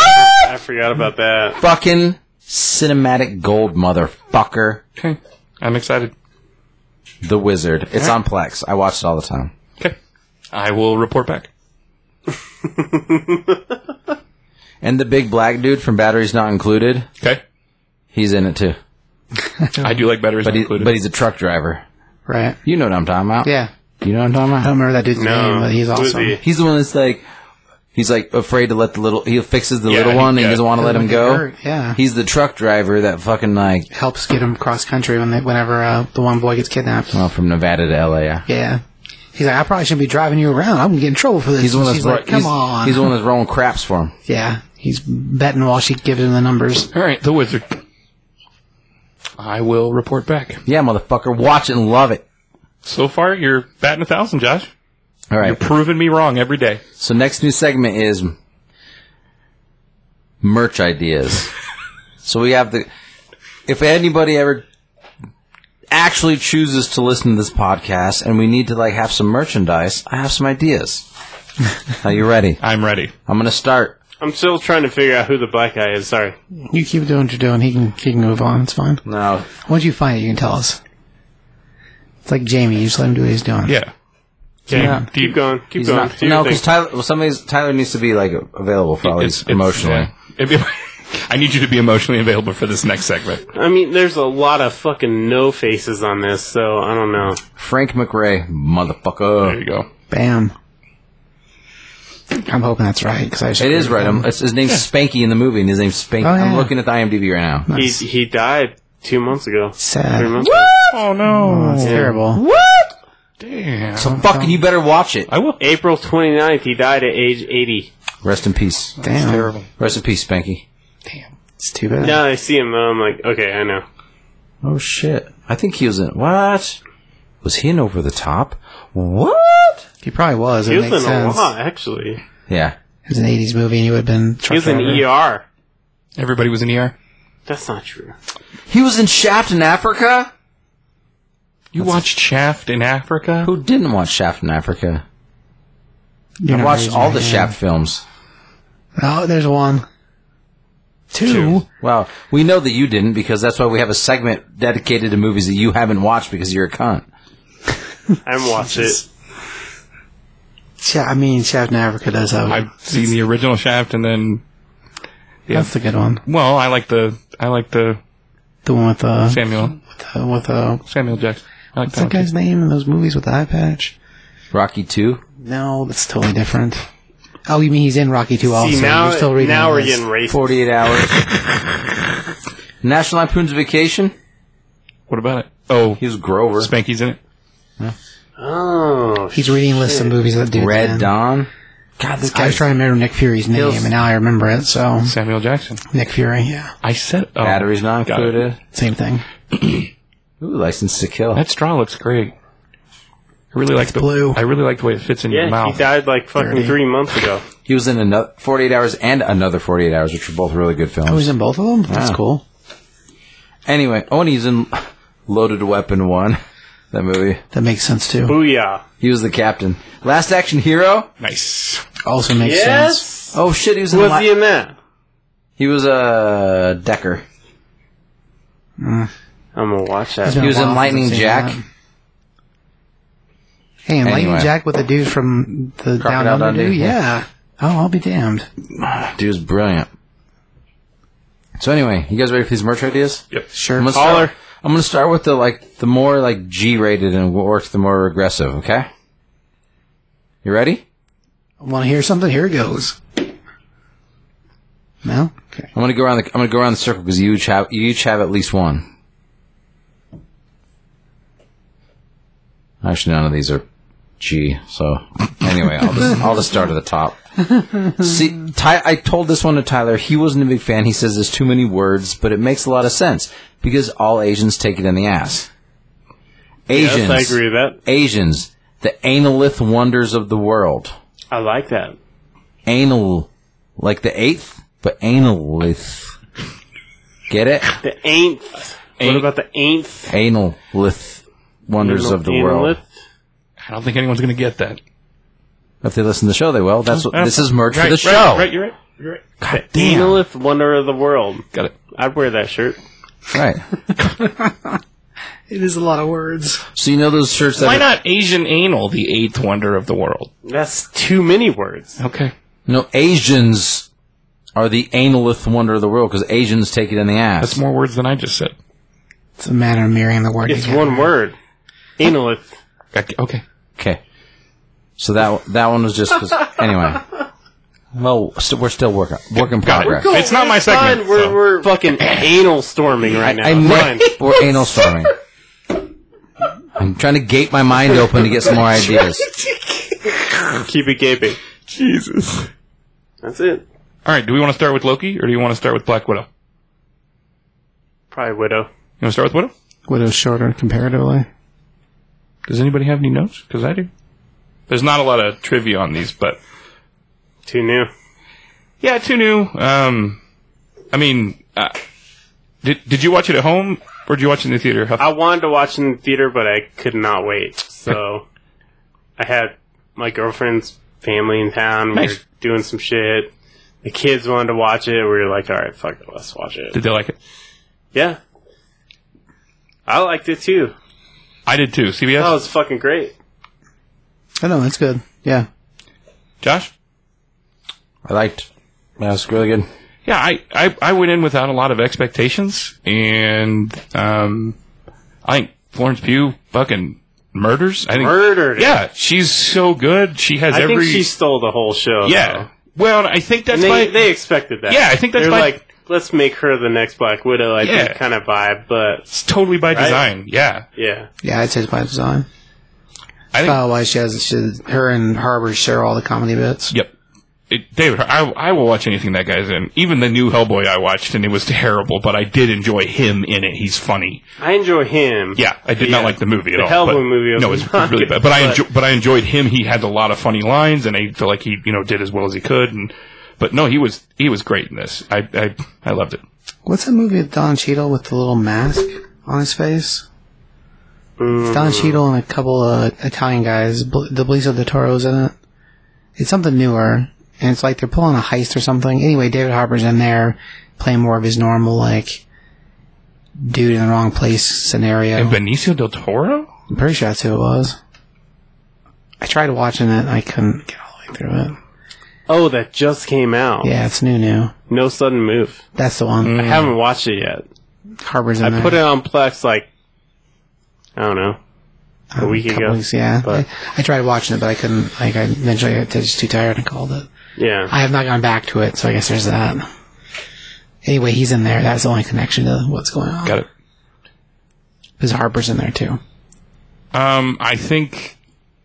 B: I forgot about that.
A: fucking cinematic gold motherfucker.
D: Okay. I'm excited.
A: The Wizard. It's on Plex. I watch it all the time.
D: Okay. I will report back.
A: And the big black dude from Batteries Not Included,
D: Okay.
A: he's in it too.
D: I do like batteries
A: But,
D: not
A: he,
D: included.
A: but he's a truck driver.
C: Right.
A: You know what I'm talking about.
C: Yeah.
A: You know what I'm talking about?
C: I don't remember that dude's name, but he's
B: Um, Who is
C: awesome.
B: he?
A: He's the one that's like, he's like afraid to let the little. He fixes the
D: Yeah,
A: little
D: he-
A: one. and
D: yeah.
A: He doesn't want to let him
C: Doesn't
A: go.
C: wanna get hurt, yeah.
A: he's the truck driver that fucking like.
C: Helps get him cross country when they, whenever uh, the one boy gets kidnapped.
A: Well, from Nevada to L.A. Yeah.
C: Yeah. He's like, I probably shouldn't be driving you around. I'm gonna get in trouble for this.
A: He's the one that's
C: She's like, come
A: he's,
C: on.
A: He's the one that's rolling craps for him.
C: yeah. He's betting while she gives him the numbers.
D: All right, the wizard. I will report back.
A: Yeah, motherfucker, watch it and love it.
D: So far, you're batting a thousand, Josh.
A: All
D: You're
A: right.
D: proving me wrong every day.
A: So next new segment is merch ideas. so we have the if anybody ever actually chooses to listen to this podcast and we need to like have some merchandise, I have some ideas. Are you ready?
D: I'm ready.
A: I'm gonna start.
B: I'm still trying to figure out who the black guy is. Sorry.
C: You keep doing what you're doing. He can he can move on. It's fine.
A: No.
C: Once you find it, you can tell us. It's like Jamie. You just let him do what he's doing.
D: Yeah.
B: Okay,
A: Yeah.
B: keep going. Keep
A: He's
B: going.
A: not,
B: Do your
A: no,
B: thing.
A: because Tyler, well, somebody's, Tyler needs to be like available for all
D: It's-
A: these
D: it's-
A: emotionally.
D: yeah. It'd be- <laughs> I need you to be emotionally available for this next segment.
B: I mean, there's a lot of fucking no faces on this, so I don't know.
A: Frank McRae, motherfucker.
D: There you go.
C: Bam. I'm hoping that's right because I. should
A: It is
C: agree
A: right.
C: with
A: I'm,
C: him.
A: it's, his name's Spanky in the movie, and his name's Spanky.
C: Oh,
A: I'm
C: yeah.
A: looking at the IMDb right now.
B: He
C: Nice.
B: he died two months ago.
C: Sad.
B: Three months
D: Oh no!
C: That's terrible.
D: Damn.
A: So fucking, you better watch it.
D: I will.
B: ago. April 29th, he died at age 80.
A: Rest in peace.
C: Damn.
A: Rest in peace, Spanky.
C: Damn. It's too bad.
B: Now I see him, though, I'm like, okay, I know.
A: Oh shit! I think he was in what? Was he in Over the Top? What?
C: He probably was.
B: He
C: it
B: was in
C: makes sense.
B: a lot, actually.
A: Yeah.
C: It was an '80s movie, and he would have been.
B: He was in ER.
D: Everybody was in ER.
B: That's not true.
A: He was in Shaft in Africa.
D: You watched Shaft in Africa?
A: Who didn't watch Shaft in Africa?
C: You're
A: I
C: not
A: watched
C: raising
A: all
C: your
A: the
C: hand.
A: Shaft films.
C: Oh, there's one. Two.
A: Well, we know that you didn't because that's why we have a segment dedicated to movies that you haven't watched because you're a cunt.
B: I haven't watched it.
C: Sha- I mean, Shaft in Africa does have.
D: I've seen the original Shaft, and then
C: That's the good one.
D: well, I like the I like the
C: The one with uh,
D: Samuel
C: the, with uh,
D: Samuel Jackson. I like
C: what's that
D: that. one.
C: guy's name in those movies with the eye patch?
A: Rocky Two.
C: No, that's totally different. Oh, you mean he's in Rocky Two also?
B: See, now,
C: You're still reading
B: now
C: all
B: we're
C: this.
B: getting racist.
A: 48 hours. <laughs> National Lampoon's Vacation.
D: What about it? Oh,
A: He was Grover.
D: Spanky's in it.
B: Oh,
C: He's reading lists of movies that do
A: Red
C: that.
A: Dawn. God, this
C: I was
A: guy's
C: trying to remember Nick Fury's name,
A: Hills-
C: and now I remember it. So
D: Samuel Jackson.
C: Nick Fury, yeah,
D: I said oh,
A: batteries not
D: got it.
A: included.
C: same thing.
A: Ooh, License to Kill.
D: That straw looks great. I really like the
C: blue.
D: I really like the way it fits in your
B: yeah,
D: mouth.
B: he died like fucking
C: Dirty.
B: three months ago.
A: He was in another 48 Hours and another 48 Hours, which were both really good films.
C: Oh, he's in both of them. That's
A: Yeah.
C: cool.
A: anyway, oh, and he's in Loaded Weapon One. <laughs> That movie.
C: That makes sense too.
B: Booyah.
A: He was the captain. Last Action Hero.
D: Nice.
C: Also makes sense.
B: Yes?
A: Oh shit, he was in.
B: Was
A: Li-
B: he in that?
A: he was a uh, Decker.
B: I'm gonna watch that.
C: He's been
A: He was
C: a
A: in
C: while since
A: Lightning
C: I've seen
A: Jack.
C: that. Hey, and
A: Anyway.
C: Lightning Jack with the dude from the Down
A: Crocodile
C: Under dude?
A: Dundee, yeah.
C: Yeah. Oh, I'll be damned.
A: Dude was brilliant. So anyway, you guys ready for these merch ideas?
D: Yep.
C: Sure.
A: I'm gonna,
B: Holler.
A: start, I'm gonna start with the like the more like G rated and works the more regressive. Okay, you ready?
C: Want to hear something? Here it goes. No? Okay.
A: I'm gonna go around the I'm gonna go around the circle because you each have you each have at least one. Actually, none of these are G. So anyway, I'll just I'll just start at the top. See, Ty, I told this one to Tyler. He wasn't a big fan. He says there's too many words, but it makes a lot of sense because all Asians take it in the ass. Asians,
B: Yes, I agree with that.
A: Asians, the analith wonders of the world.
B: I like that.
A: Anal, like the eighth, but analith. Get it?
B: The ain'th. What
D: Ain't-
B: about the ain'th?
A: Analith wonders of the world.
B: Ain'th?
D: I don't think anyone's gonna get that.
A: If they listen to the show, they will. That's what this is merch for
D: Right,
A: the
D: right,
A: show.
D: Right, you're right. You're right.
A: God damn.
B: Analith Wonder of the World.
D: Got it.
B: I'd wear that shirt.
A: Right.
E: It is a lot of words.
A: So you know those shirts that
D: Why
A: are-
D: not Asian anal, the eighth wonder of the world?
B: That's too many words.
D: Okay.
A: No, Asians are the analith wonder of the world because Asians take it in the ass.
D: That's more words than I just said.
C: It's a matter of mirroring the word.
B: It's
C: together.
B: one word. Analyth.
D: Okay.
A: okay. So that that one was just 'cause- anyway. Well, st- we're still working working
D: Got it.
A: progress.
D: It's not my segment.
B: Fine, we're,
D: so.
B: we're <laughs> fucking anal storming right now.
A: I
B: Fine.
A: meant we're anal storming. I'm trying to gape my mind open to get some <laughs> more ideas.
B: Keep it gaping.
D: Jesus. All
B: That's it.
D: right. Do we want to start with Loki or do you want to start with Black Widow? You
B: Probably widow.
D: want to start with Widow?
C: Widow's shorter comparatively.
D: Does anybody have any notes? Because I do. There's not a lot of trivia on these, but
B: Too new.
D: yeah, too new. Um, I mean, uh, did did you watch it at home or did you watch it in the theater? How-
B: I wanted to watch it in the theater, but I could not wait. So I had my girlfriend's family in town. We
D: Nice.
B: were doing some shit. The kids wanted to watch it. We were like, all right, fuck it, let's watch it.
D: did they like it?
B: Yeah. I liked it too.
D: I did too. CBS.
B: That was fucking great.
C: I know that's good. Yeah,
D: Josh.
A: I liked. That was really good.
D: yeah, I, I, I went in without a lot of expectations, and um, I think Florence Pugh fucking murders. I think
B: Murdered. it.
D: Yeah, she's so good. She has
B: I
D: every.
B: think she stole the whole show.
D: yeah.
B: though.
D: Well, I think
B: And
D: that's
B: they,
D: why.
B: they expected that.
D: Yeah, I think that's
B: They're
D: why-
B: like, let's make her the next Black Widow. I
D: Yeah.
B: think kind of vibe, but
D: it's totally by design. Yeah.
B: yeah,
C: yeah, I'd say it's by design.
D: I think.
C: Oh, why she has she, her and Harbor share all the comedy bits.
D: yep. It, David, I, I will watch anything that guy's in. Even the new Hellboy I watched, and it was terrible, but I did enjoy him in it. He's funny.
B: I enjoy him.
D: Yeah, I did
B: Yeah.
D: not like the movie at
B: The
D: all.
B: Hellboy
D: but-
B: movie was
D: No, it's
B: not
D: really
B: good,
D: bad. But I
B: but-
D: enjoy, but I enjoyed him. He had a lot of funny lines, and I feel like he you know did as well as he could. And but no, he was he was great in this. I I, I loved it.
C: What's that movie with Don Cheadle with the little mask on his face? It's Don
B: Mm.
C: Cheadle and a couple of Italian guys. Bl- the Bliso de Toro's in it. It's something newer, and it's like they're pulling a heist or something. Anyway, David Harper's in there playing more of his normal like dude in the wrong place scenario.
D: And Benicio del Toro.
C: I'm pretty sure that's who it was. I tried watching it, and I couldn't get all the way through it.
B: Oh, that just came out.
C: Yeah, it's new, new.
B: No sudden move.
C: That's the one.
B: I haven't watched it yet.
C: Harper's in
B: Mm. I
C: there.
B: put it on Plex like I don't know a week
C: Oh, couple
B: ago.
C: weeks, yeah.
B: but-
C: I, I tried watching it, but I couldn't. Like, I eventually got just too tired and called it.
B: Yeah,
C: I have not gone back to it, so I guess there's that. Anyway, he's in there. That's the only connection to what's going on.
D: Got it.
C: Because Harper's in there too.
D: Um, I think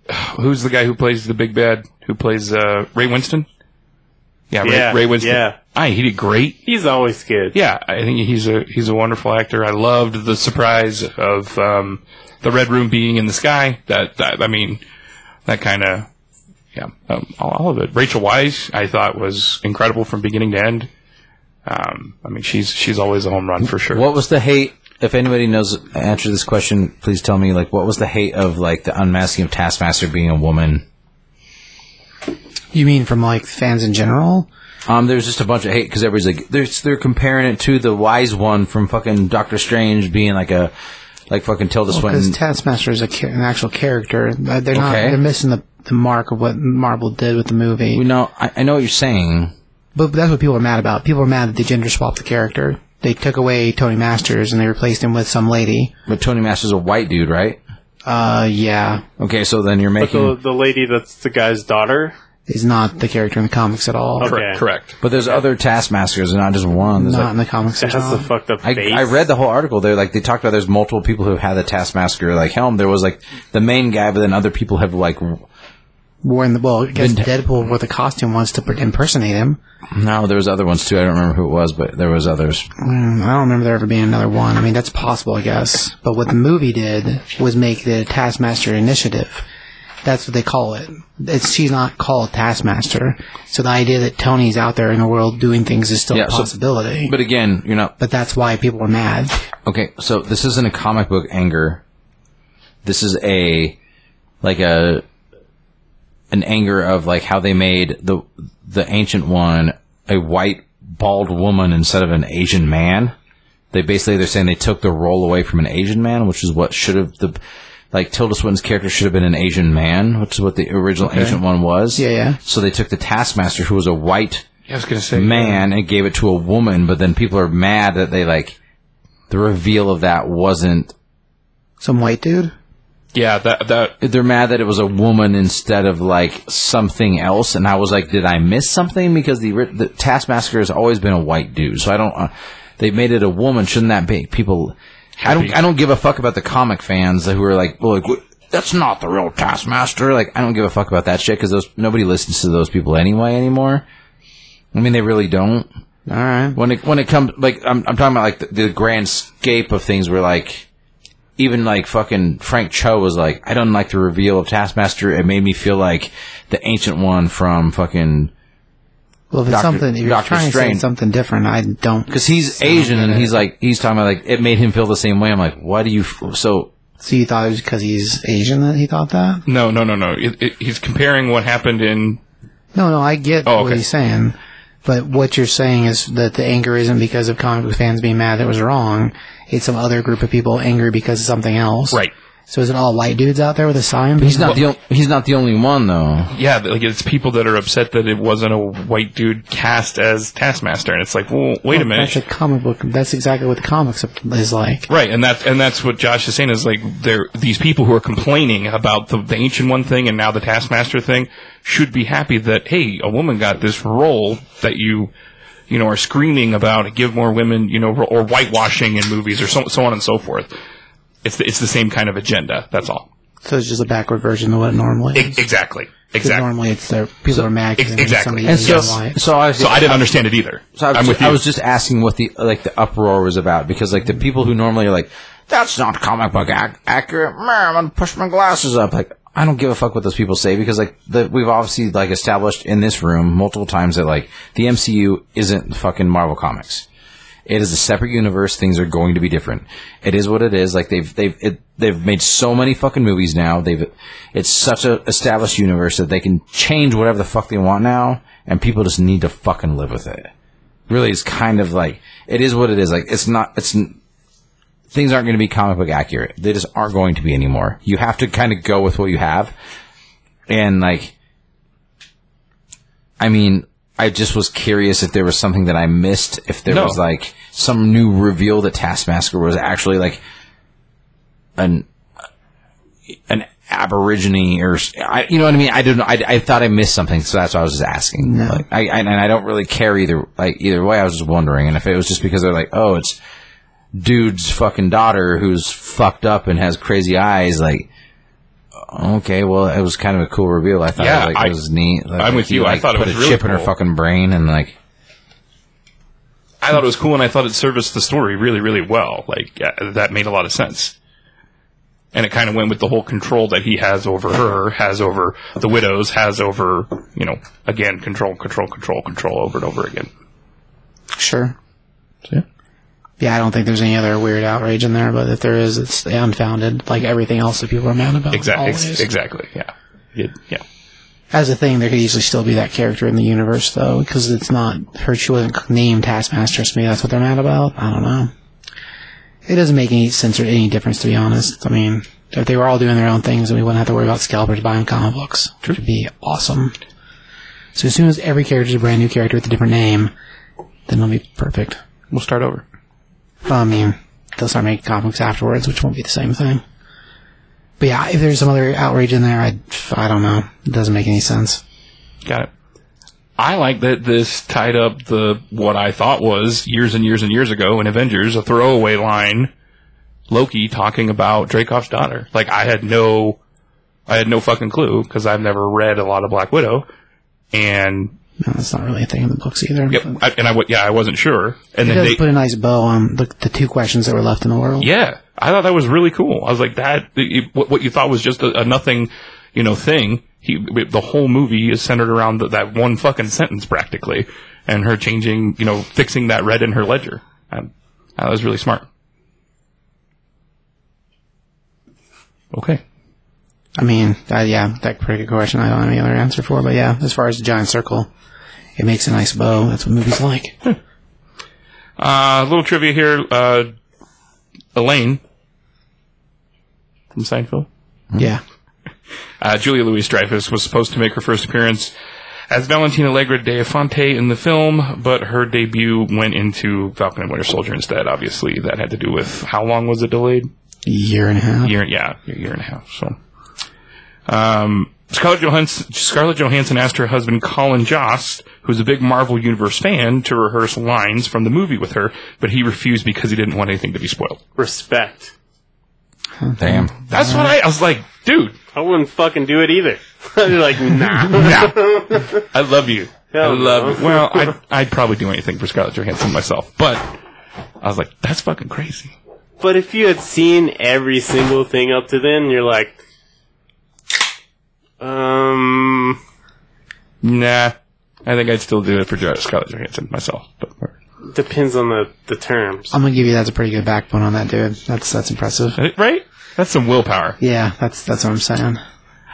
D: <sighs> who's the guy who plays the big bad? Who plays uh, Ray Winston? Yeah,
B: Yeah,
D: Ray, Ray Winston.
B: yeah.
D: I he did great.
B: he's always good.
D: Yeah, I think he's a he's a wonderful actor. I loved the surprise of um, the red room being in the sky. That, that I mean, that kind of yeah, um, all, all of it. Rachel Weisz, I thought was incredible from beginning to end. Um, I mean, she's she's always a home run for sure.
A: What was the hate? If anybody knows answer this question, please tell me. Like, what was the hate of like the unmasking of Taskmaster being a woman?
C: You mean from like fans in general?
A: Um, there's just a bunch of hate because everybody's like, they're, they're comparing it to the wise one from fucking Doctor Strange being like a, like fucking Tilda
C: Because
A: Swinton.
C: Taskmaster is a cha- an actual character. Uh, They're not.
A: Okay.
C: They're missing the, the mark of what Marvel did with the movie.
A: you know, I, I know what you're saying.
C: But that's what people are mad about. People are mad that they gender swapped the character. They took away Tony Masters and they replaced him with some lady.
A: But Tony Masters a white dude, right?
C: Uh, yeah,
A: Okay, so then you're
B: But
A: making.
B: the
A: But,
B: the lady that's the guy's daughter.
C: is not the character in the comics at all.
B: Okay.
D: correct? Correct.
A: there's other Taskmasters, and not just one. There's
C: Not
A: like,
C: in the comics at
B: That's
C: all.
B: the fucked up
A: I,
B: face.
A: I read the whole article there. Like they talked about, there's multiple people who had the Taskmaster like helm. There was like the main guy, but then other people have like
C: War in the well, I guess
A: Been-
C: Deadpool wore the costume once to per- impersonate him.
A: no. There was other ones too. I don't remember who it was, but there was others.
C: Mm, I don't remember there ever being another one. I mean, that's possible, I guess. But what the movie did was make the Taskmaster initiative. That's what they call it. It's, she's not called Taskmaster. So the idea that Tony's out there in the world doing things is still
A: Yeah,
C: a
A: so-
C: possibility.
A: But again, you're not
C: but that's why people are mad.
A: Okay, so this isn't a comic book anger. This is a like a an anger of like how they made the the ancient one a white bald woman instead of an Asian man. They basically they're saying they took the role away from an Asian man, which is what should have the like Tilda Swinton's character should have been an Asian man, which is what the original Asian one was.
C: Yeah, yeah.
A: So they took the Taskmaster, who was a white
D: I was gonna say uh,
A: man, and gave it to a woman. But then people are mad that they like the reveal of that wasn't.
C: Some white dude.
D: Yeah, that that
A: They're mad that it was a woman instead of like something else. And I was like, did I miss something? Because the, ri- the Taskmaster has always been a white dude, so I don't. Uh, they made it a woman. Shouldn't that be people? I don't. I don't give a fuck about the comic fans who are like, well, like "Wh- that's not the real Taskmaster. Like, I don't give a fuck about that shit because those nobody listens to those people anyway anymore. I mean, they really don't.
C: All right.
A: when it when it comes like I'm I'm talking about like the, the grand scape of things where like even like fucking Frank Cho was like I don't like the reveal of Taskmaster it made me feel like the ancient one from fucking
C: Well, if
A: Dr.
C: it's something, if you're
A: Dr.
C: trying to
A: Strange.
C: say something different, I don't.
A: because he's Asian and he's like he's talking about like it made him feel the same way I'm like why do you f-? so
C: So you thought it was because he's Asian that he thought that?
D: no no no no. It, it, he's comparing what happened in
C: No, no, I get
D: Oh,
C: what
D: okay.
C: he's saying, but what you're saying is that the anger isn't because of comic book fans being mad that it was wrong. It's some other group of people angry because of something else.
D: right.
C: So is it all white dudes out there with a sign?
A: he's not the on- he's not the only one though
D: Yeah, like it's people that are upset that it wasn't a white dude cast as Taskmaster, and it's like, well, wait a minute.
C: That's a comic book. That's exactly what the comics is like.
D: Right, and that's and that's what Josh is saying is like there these people who are complaining about the, the ancient one thing and now the taskmaster thing should be happy that hey a woman got this role that you you know are screaming about give more women you know or whitewashing in movies or so, so on and so forth. It's the, it's the same kind of agenda. That's all.
C: So it's just a backward version of what it normally
D: E-
C: is.
D: exactly.
C: 'Cause
D: Exactly.
C: Normally, it's their people are mad because
D: ex-
C: they made
D: exactly.
C: somebody
A: and
C: Asian
A: so
C: and white.
A: so I was
D: So I didn't understand it either.
A: So I was,
D: I'm with you.
A: I was just asking what the like the uproar was about because like the people who normally are like, that's not comic book ac- accurate. meh, I'm gonna push my glasses up. Like I don't give a fuck what those people say because like the, we've obviously like established in this room multiple times that like the MCU isn't fucking Marvel comics. It is a separate universe. Things are going to be different. It is what it is. Like they've they've it, they've made so many fucking movies now. They've it's such a established universe that they can change whatever the fuck they want now, and people just need to fucking live with it. Really, is kind of like it is what it is. Like it's not it's n- things aren't going to be comic book accurate. They just aren't going to be anymore. You have to kind of go with what you have, and like I mean, I just was curious if there was something that I missed, if there
D: No.
A: was like some new reveal that Taskmaster was actually like an an aborigine or s- I, you know what I mean. I don't know. I, I thought I missed something, so that's why I was just asking. Like, I, I and I don't really care either. Like either way, I was just wondering, and if it was just because they're like, oh, it's dude's fucking daughter who's fucked up and has crazy eyes, like. Okay, well, it was kind of a cool reveal. I thought
D: Yeah,
A: like,
D: I-
A: it was neat. Like,
D: I'm with
A: he,
D: you. I
A: like,
D: thought it
A: put
D: was
A: a
D: really
A: chip in her
D: cool.
A: fucking brain and like
D: I thought it was cool, and I thought it serviced the story really, really well. Like uh, that made a lot of sense, and it kind of went with the whole control that he has over her, has over the widows, has over you know again control, control, control, control over and over again.
C: Sure. Yeah, I don't think there's any other weird outrage in there, but if there is, it's unfounded, like everything else that people are mad about.
D: Exactly,
C: always.
D: exactly. Yeah, It- yeah.
C: As a thing, there could easily still be that character in the universe, though, because it's not her. She wasn't named Taskmaster, so maybe that's what they're mad about. I don't know. It doesn't make any sense or any difference, to be honest. I mean, if they were all doing their own things, then we wouldn't have to worry about scalpers buying comic books, which would be awesome. So as soon as every character is a brand new character with a different name, then it'll be perfect.
D: We'll start over.
C: Well, I mean, they'll start making comics afterwards, which won't be the same thing. But yeah, if there's some other outrage in there, I, I don't know. It doesn't make any sense.
D: Got it. I like that this tied up the what I thought was years and years and years ago in Avengers, a throwaway line, Loki talking about Dracov's daughter. Like I had no, I had no fucking clue because I've never read a lot of Black Widow, and
C: No, it's not really a thing in the books either.
D: yep,
C: But
D: I, and I wa- yeah I wasn't sure, and
C: It
D: then
C: does
D: they
C: put a nice bow on the, the two questions that were left in the world.
D: yeah I thought that was really cool. I was like that it- it- what what you thought was just a, a nothing, you know thing. He the whole movie is centered around th that one fucking sentence practically, and her changing you know fixing that red in her ledger. Um, that was really smart. Okay.
C: I mean, that, yeah, that pretty good question. I don't have any other answer for, but
D: Hmm.
C: yeah, as far as the giant circle, it makes a nice bow. That's what movies like.
D: Uh, a little trivia here. Uh, Elaine from Seinfeld.
C: Yeah.
D: Uh, Julia Louis Dreyfus was supposed to make her first appearance as Valentina Allegra de Fonte in the film, but her debut went into Falcon and Winter Soldier instead. Obviously, that had to do with how long was it delayed?
C: Year and a half.
D: year, yeah, a year and a half. So, um, Scarlett Johansson, Scarlett Johansson asked her husband Colin Jost, who's a big Marvel Universe fan, to rehearse lines from the movie with her, but he refused because he didn't want anything to be spoiled.
B: Respect.
A: Damn.
D: That's what I, I was like, dude,
B: I wouldn't fucking do it either. <laughs> I'd be like, nah.
D: nah, I love you. I
B: Hell
D: love.
B: no.
D: Well, I'd, I'd probably do anything for Scarlett Johansson myself, but I was like, that's fucking crazy.
B: But if you had seen every single thing up to then, you're like, um,
D: Nah, I think I'd still do it for Jo- Scarlett Johansson myself, but.
B: depends on the, the terms.
C: I'm gonna give you that's a pretty good backbone on that, dude. That's that's impressive.
D: Right? That's some willpower.
C: Yeah, that's that's what I'm saying.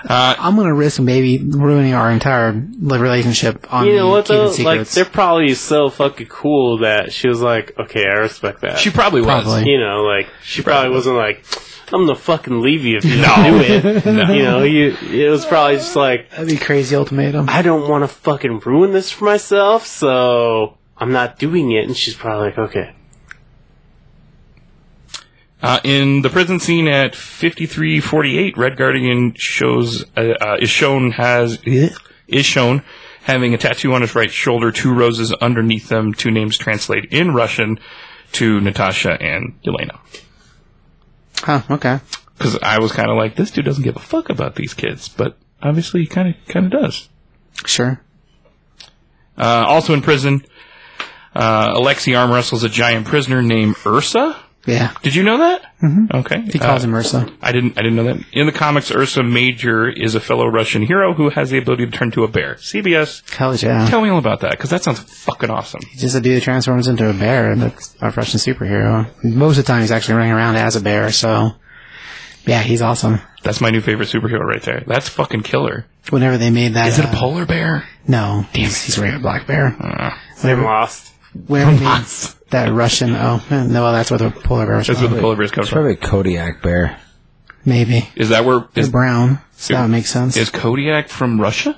D: Uh,
C: I'm gonna risk maybe ruining our entire li- relationship on
B: You know
C: the
B: what
C: keeping
B: though? Like,
C: secrets.
B: they're probably so fucking cool that she was like, okay, I respect that.
D: She probably was.
C: Probably.
B: you know, like she probably
D: Right.
B: wasn't like, "I'm gonna fucking leave you if you don't do it."
C: <laughs>
B: You know, you it was probably just like,
C: That'd be crazy ultimatum.
B: "I don't want to fucking ruin this for myself, so I'm not doing it." And she's probably like, "Okay,
D: Uh, in the prison scene at 5348, Red Guardian shows uh, uh, is shown has is shown having a tattoo on his right shoulder, two roses underneath them, two names translate in Russian to Natasha and Yelena.
C: Huh? Okay.
D: Because I was kind of like, this dude doesn't give a fuck about these kids, but obviously he kind of kind of does.
C: Sure.
D: Uh, also in prison, uh, Alexi arm wrestles a giant prisoner named Ursa.
C: Yeah.
D: Did you know that? Mm-hmm. Okay.
C: He
D: Uh,
C: calls him Ursa.
D: I didn't. I didn't know that. In the comics, Ursa Major is a fellow Russian hero who has the ability to turn to a bear. CBS,
C: Hell yeah.
D: tell me all about that because that sounds fucking awesome.
C: Just a dude that transforms into a bear. That's a Russian superhero. Most of the time, he's actually running around as a bear. So, yeah, he's awesome.
D: That's my new favorite superhero right there. That's fucking killer.
C: Whenever they made that,
D: Is it a Oh.
C: uh,
D: polar bear?
C: No, he's, he's a regular black bear.
D: Uh,
B: I'm lost."
C: Whenever
D: <laughs>
C: they made that Russian, oh man, no, well, that's where the polar bears.
D: That's
C: From.
D: where the polar bears come
A: It's
D: from.
A: probably a Kodiak bear.
C: Maybe
D: Is that where
C: they're
D: is,
C: brown. So that would make sense.
D: is Kodiak from Russia?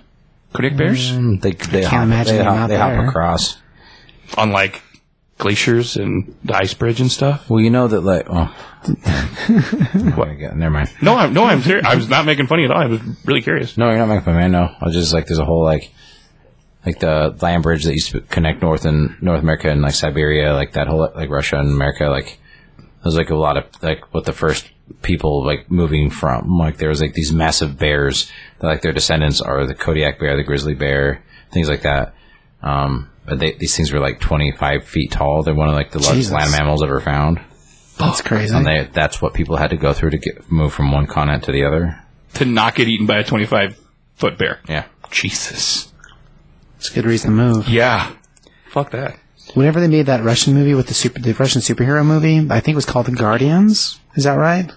D: Kodiak bears
A: Mm, They, they hop,
C: Hmm, imagine
A: they
C: them
A: hop,
C: out
A: they hop
C: there.
A: across.
D: on like glaciers and the ice bridge and stuff.
A: Well, you know that, like,
C: <laughs>
A: oh. what? Never mind.
D: No, I'm no, I'm serious. I was not making funny at all. I was really curious.
A: No, you're not making fun of me. I know. I was just like, there's a whole like, like the land bridge that used to connect North and North America and like Siberia, like that whole like Russia and America, like there's like a lot of like what the first people like moving from. Like there was like these massive bears that like their descendants are the Kodiak bear, the grizzly bear, things like that. Um, but they, these things were like 25 feet tall. They're one of like the largest
C: Jesus.
A: land mammals ever found.
C: That's crazy.
A: And they, that's what people had to go through to get move from one continent to the other.
D: To not get eaten by a 25 foot bear.
A: Yeah.
D: Jesus.
C: It's a good reason to move.
D: Yeah. Fuck that.
C: Whenever they made that Russian movie with the super, the Russian superhero movie, I think it was called The Guardians. Is that right?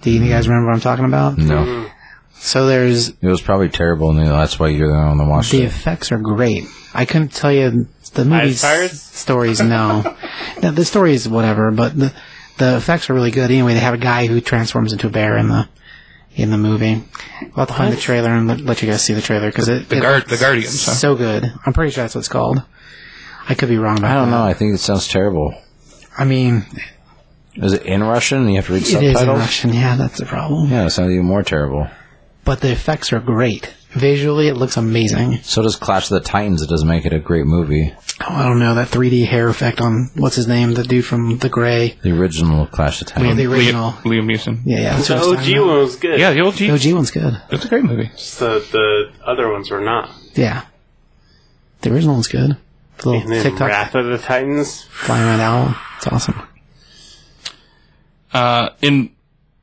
C: Do you guys remember what I'm talking about?
D: Mm.
A: No.
C: So there's
A: It was probably terrible, and that's why you're the one that watched
C: The
A: it.
C: effects are great. I couldn't tell you the movie's
B: pirates?
C: stories.
D: <laughs>
C: No, no, the story is whatever, but the the effects are really good. Anyway, they have a guy who transforms into a bear in the in the movie. I'll have to find the trailer and let, let you guys see the trailer because it
D: The,
C: it
D: guard,
C: looks
D: the Guardians. huh?
C: so good. I'm pretty sure that's what it's called. I could be wrong about
A: I don't
C: that.
A: know. I think it sounds terrible.
C: I mean,
A: Is it in Russian? and You have to read
C: it is in
A: subtitles.
C: Russian. Yeah, that's the problem.
A: yeah, it sounds even more terrible.
C: But the effects are great. Visually, it looks amazing.
A: So does Clash of the Titans. It doesn't make it a great movie.
C: Oh, I don't know that 3D hair effect on what's his name, the dude from The Gray,
A: The original Clash of the
C: or
A: Titans.
C: the original.
D: Liam, Liam Neeson.
C: Yeah, yeah. That's
B: The
C: what I was
B: OG
C: talking about.
B: one was good.
D: Yeah, the old G.
C: The OG one's good.
D: It's a great movie.
B: Just the the other ones were not.
C: Yeah. The original one's good. The
B: And
C: little
B: then
C: TikTok
B: Wrath of the Titans.
C: flying around owl. It's awesome.
D: Uh, in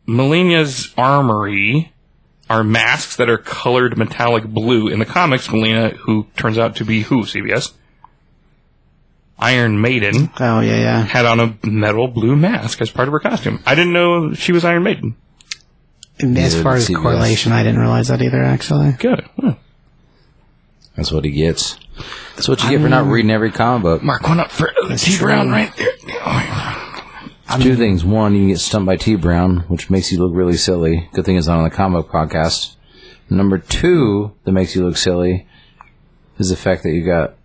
D: Melina's armory are masks that are colored metallic blue. In the comics, Melina, who turns out to be who, CBS? Iron Maiden,
C: Oh, yeah, yeah.
D: had on a metal blue mask as part of her costume. I didn't know she was Iron Maiden.
C: And as
A: Neither
C: far
A: did
C: as
A: CBS.
C: correlation, I didn't realize that either, actually.
D: Good. Huh.
A: That's what he gets. That's what you get for not reading every comic book.
D: Mark one up for T
C: true.
D: Brown right there. Oh,
A: Two things. One, you can get stumped by T Brown, which makes you look really silly. Good thing it's not on the comic book podcast. Number two, that makes you look silly, is the fact that you got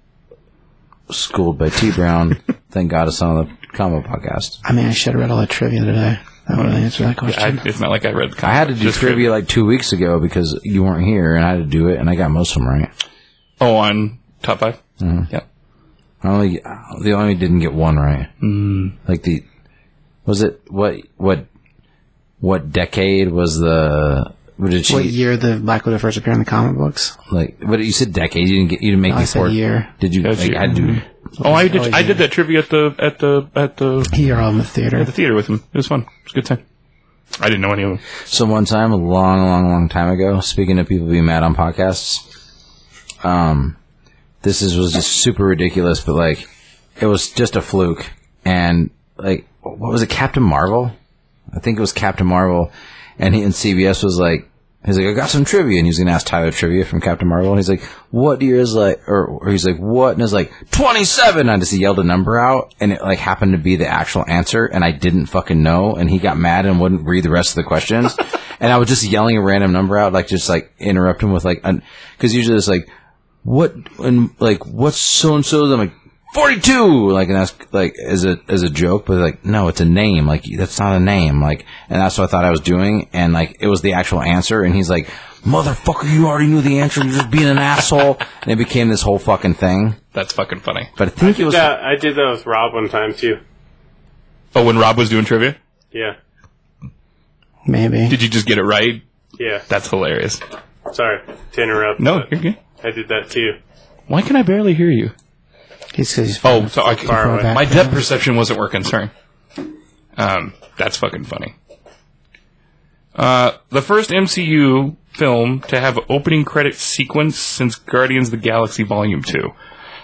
A: schooled by T Brown. Thank God it's not on the comic book podcast.
C: I mean, I should have read all that trivia today. That would have answered that
D: I,
C: question.
D: it's not like I read the
A: I had to do
D: Just
A: trivia like two weeks ago because you weren't here, and I had to do it, and I got most of them right.
D: Oh, on top 5
A: Hmm.
D: Yeah.
A: I only the only didn't get one right. Mm. Like the was it what what what decade was the what did she
C: what year the Black Widow first appeared in the comic books?
A: like? What you said decade? You didn't get you didn't make
C: No,
A: me
C: I said
A: four-
C: year.
A: Did you?
D: That's
A: Like,
D: year.
A: I do.
D: Oh, I did.
C: Oh,
D: I
C: yeah.
D: did that trivia at the at the at the
C: Year on the
D: at
C: theater.
D: the theater with him. It was fun. It was a good time. I didn't know any of them.
A: So one time, a long, long, long time ago, speaking of people being mad on podcasts, um, this is was just super ridiculous, but like, it was just a fluke, and like, what was it, Captain Marvel? I think it was Captain Marvel, and he and CBS was like, he's like, I got some trivia, and he was gonna ask Tyler trivia from Captain Marvel, and he's like, what year is like, or, or he's like, what, and I was like, twenty seven. I just yelled a number out, and it like happened to be the actual answer, and I didn't fucking know, and he got mad and wouldn't read the rest of the questions, and I was just yelling a random number out, like just like interrupt him with like, because usually it's like, what and like what's so and so? I'm like forty two, like and that's like as a as a joke, but like no, it's a name. Like that's not a name. Like and that's what I thought I was doing, and like it was the actual answer. And he's like, motherfucker, you already knew the answer. You're just being an asshole. And it became this whole fucking thing.
D: That's fucking funny.
A: But I think it was
B: Yeah, I did that with Rob one time too.
D: Oh, when Rob was doing trivia,
B: Yeah,
C: Maybe.
D: did you just get it right?
B: yeah.
D: That's hilarious.
B: Sorry to interrupt.
D: No,
B: but
D: you're good.
B: I did that too.
D: Why can I barely hear you?
C: He's because he's
D: Oh, so I
B: Far
D: can,
B: away.
D: my depth perception wasn't working. Sorry. Um, that's fucking funny. Uh, the first MCU film to have opening credit sequence since Guardians of the Galaxy Volume Two.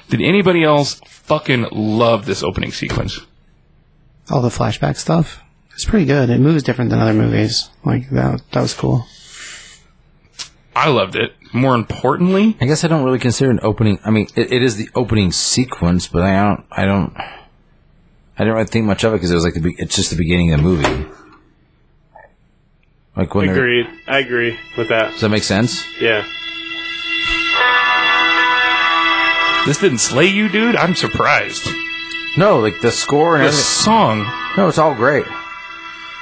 D: Did anybody else fucking love this opening sequence?
C: all the flashback stuff. It's pretty good. It moves different than other movies. Like that. That was cool.
D: I loved it. More importantly,
A: I guess I don't really consider an opening. I mean, it, it is the opening sequence, but I don't. I don't. I didn't really think much of it because it was like the. Be- it's just the beginning of the movie. Like when they're-
B: Agreed. I agree with that.
A: Does that make sense?
B: Yeah.
D: this didn't slay you, dude. I'm surprised.
A: No, like the score and
D: The
A: everything.
D: song,
A: No, it's all great.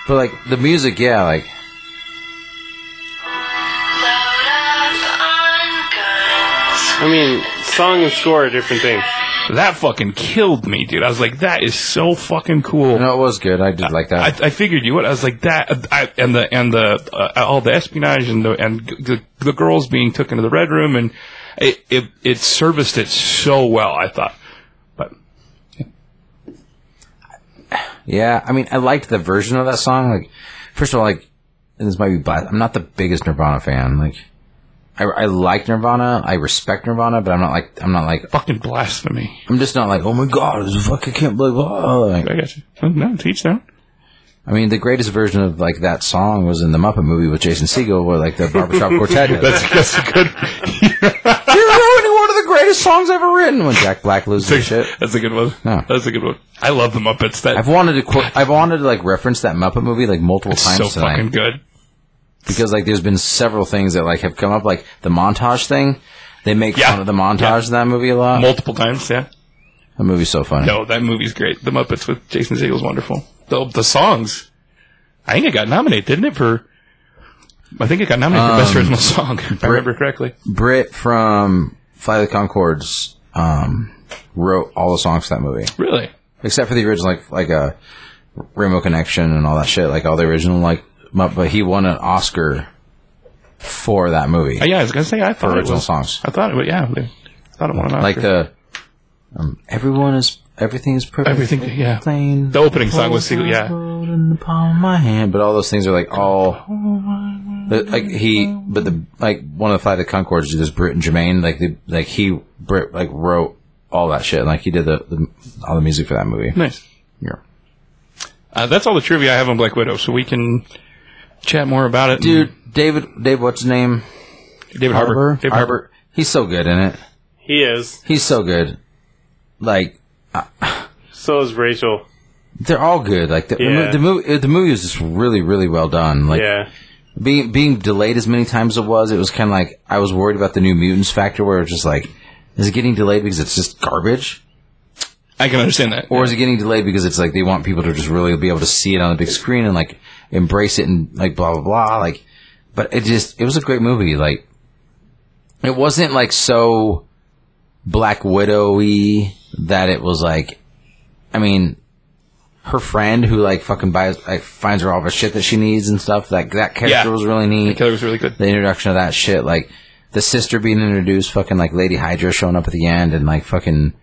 A: But like the music, yeah, like
E: Load up on guns.
B: I mean, song and score are different things.
D: that fucking killed me, dude. I was like, that is so fucking cool.
A: no, it was good. I did like
D: I,
A: that.
D: I figured you would. I was like that, I, and the and the uh, all the espionage and the and g- the, the girls being took into the red room, and it it, it serviced it so well. I thought, but
A: yeah, I mean, I liked the version of that song. Like, first of all, like and this might be biased. I'm not the biggest Nirvana fan. Like, I, I like Nirvana. I respect Nirvana, but I'm not like I'm not like
D: fucking blasphemy.
A: I'm just not like, oh my god, this fucking can't believe. Oh. Like,
D: I got you. No, teach them.
A: I mean, the greatest version of like that song was in the Muppet movie with Jason Segel, where like the barbershop quartet. Did.
D: That's that's <laughs> a good.
A: You're ruining one of the greatest songs ever written. When Jack Black loses his shit.
D: That's a good one.
A: No.
D: That's a good one. I love the Muppets. That
A: I've wanted to quote, I've wanted to like reference that Muppet movie like multiple
D: it's
A: times
D: so
A: tonight
D: fucking good.
A: because like there's been several things that like have come up like the montage thing. They make
D: Yeah.
A: fun of the montage
D: Yeah.
A: in that movie a lot.
D: Multiple times, yeah.
A: that movie's so funny.
D: No, that movie's great. The Muppets with Jason Segel is wonderful. The, the songs. I think it got nominated, didn't it, for. I think it got nominated for
A: Um,
D: Best Original Song, if I remember correctly.
A: Britt from Fly the Concords um, wrote all the songs for that movie.
D: Really?
A: except for the original, like like a Rainbow Connection and all that shit, like all the original, like. But, but he won an Oscar for that movie,
D: Uh, yeah, I was going to say, I thought it
A: original
D: was.
A: songs,
D: I thought it was, yeah. I thought it won an Oscar.
A: like uh, the um, everyone is everything is perfect.
D: Everything, yeah.
A: plain.
D: The opening song was Segel, yeah.
A: In the palm of my hand, but all those things are like all the- like he, but the like one of the five the Concords, this Brit and Jermaine, like the like he Brit like wrote all that shit, like he did the, the all the music for that movie.
D: Nice.
A: Yeah.
D: Uh, that's all the trivia I have on Black Widow, so we can chat more about it.
A: Dude, David, Dave, what's his name?
D: David Harbour. David Harbour.
A: He's so good in it.
B: He is.
A: He's so good. Like
B: So is Rachel.
A: they're all good. Like the, the mo-
B: Yeah.
A: the movie, the movie was just really, really well done. Like
B: Yeah.
A: being being delayed as many times as it was, it was kind of like I was worried about the New Mutants factor, where it was just like, is it getting delayed because it's just garbage,
D: I can understand that.
A: or is it getting delayed because it's like they want people to just really be able to see it on the big screen and like embrace it and like blah blah blah. Like, but it just it was a great movie. Like, it wasn't like so Black Widowy that it was like, I mean. Her friend who like fucking buys like finds her all the shit that she needs and stuff. Like that character
D: Yeah.
A: was really neat
D: Killer was really good.
A: the introduction of that shit, like the sister being introduced, fucking like Lady Hydra showing up at the end, and like fucking,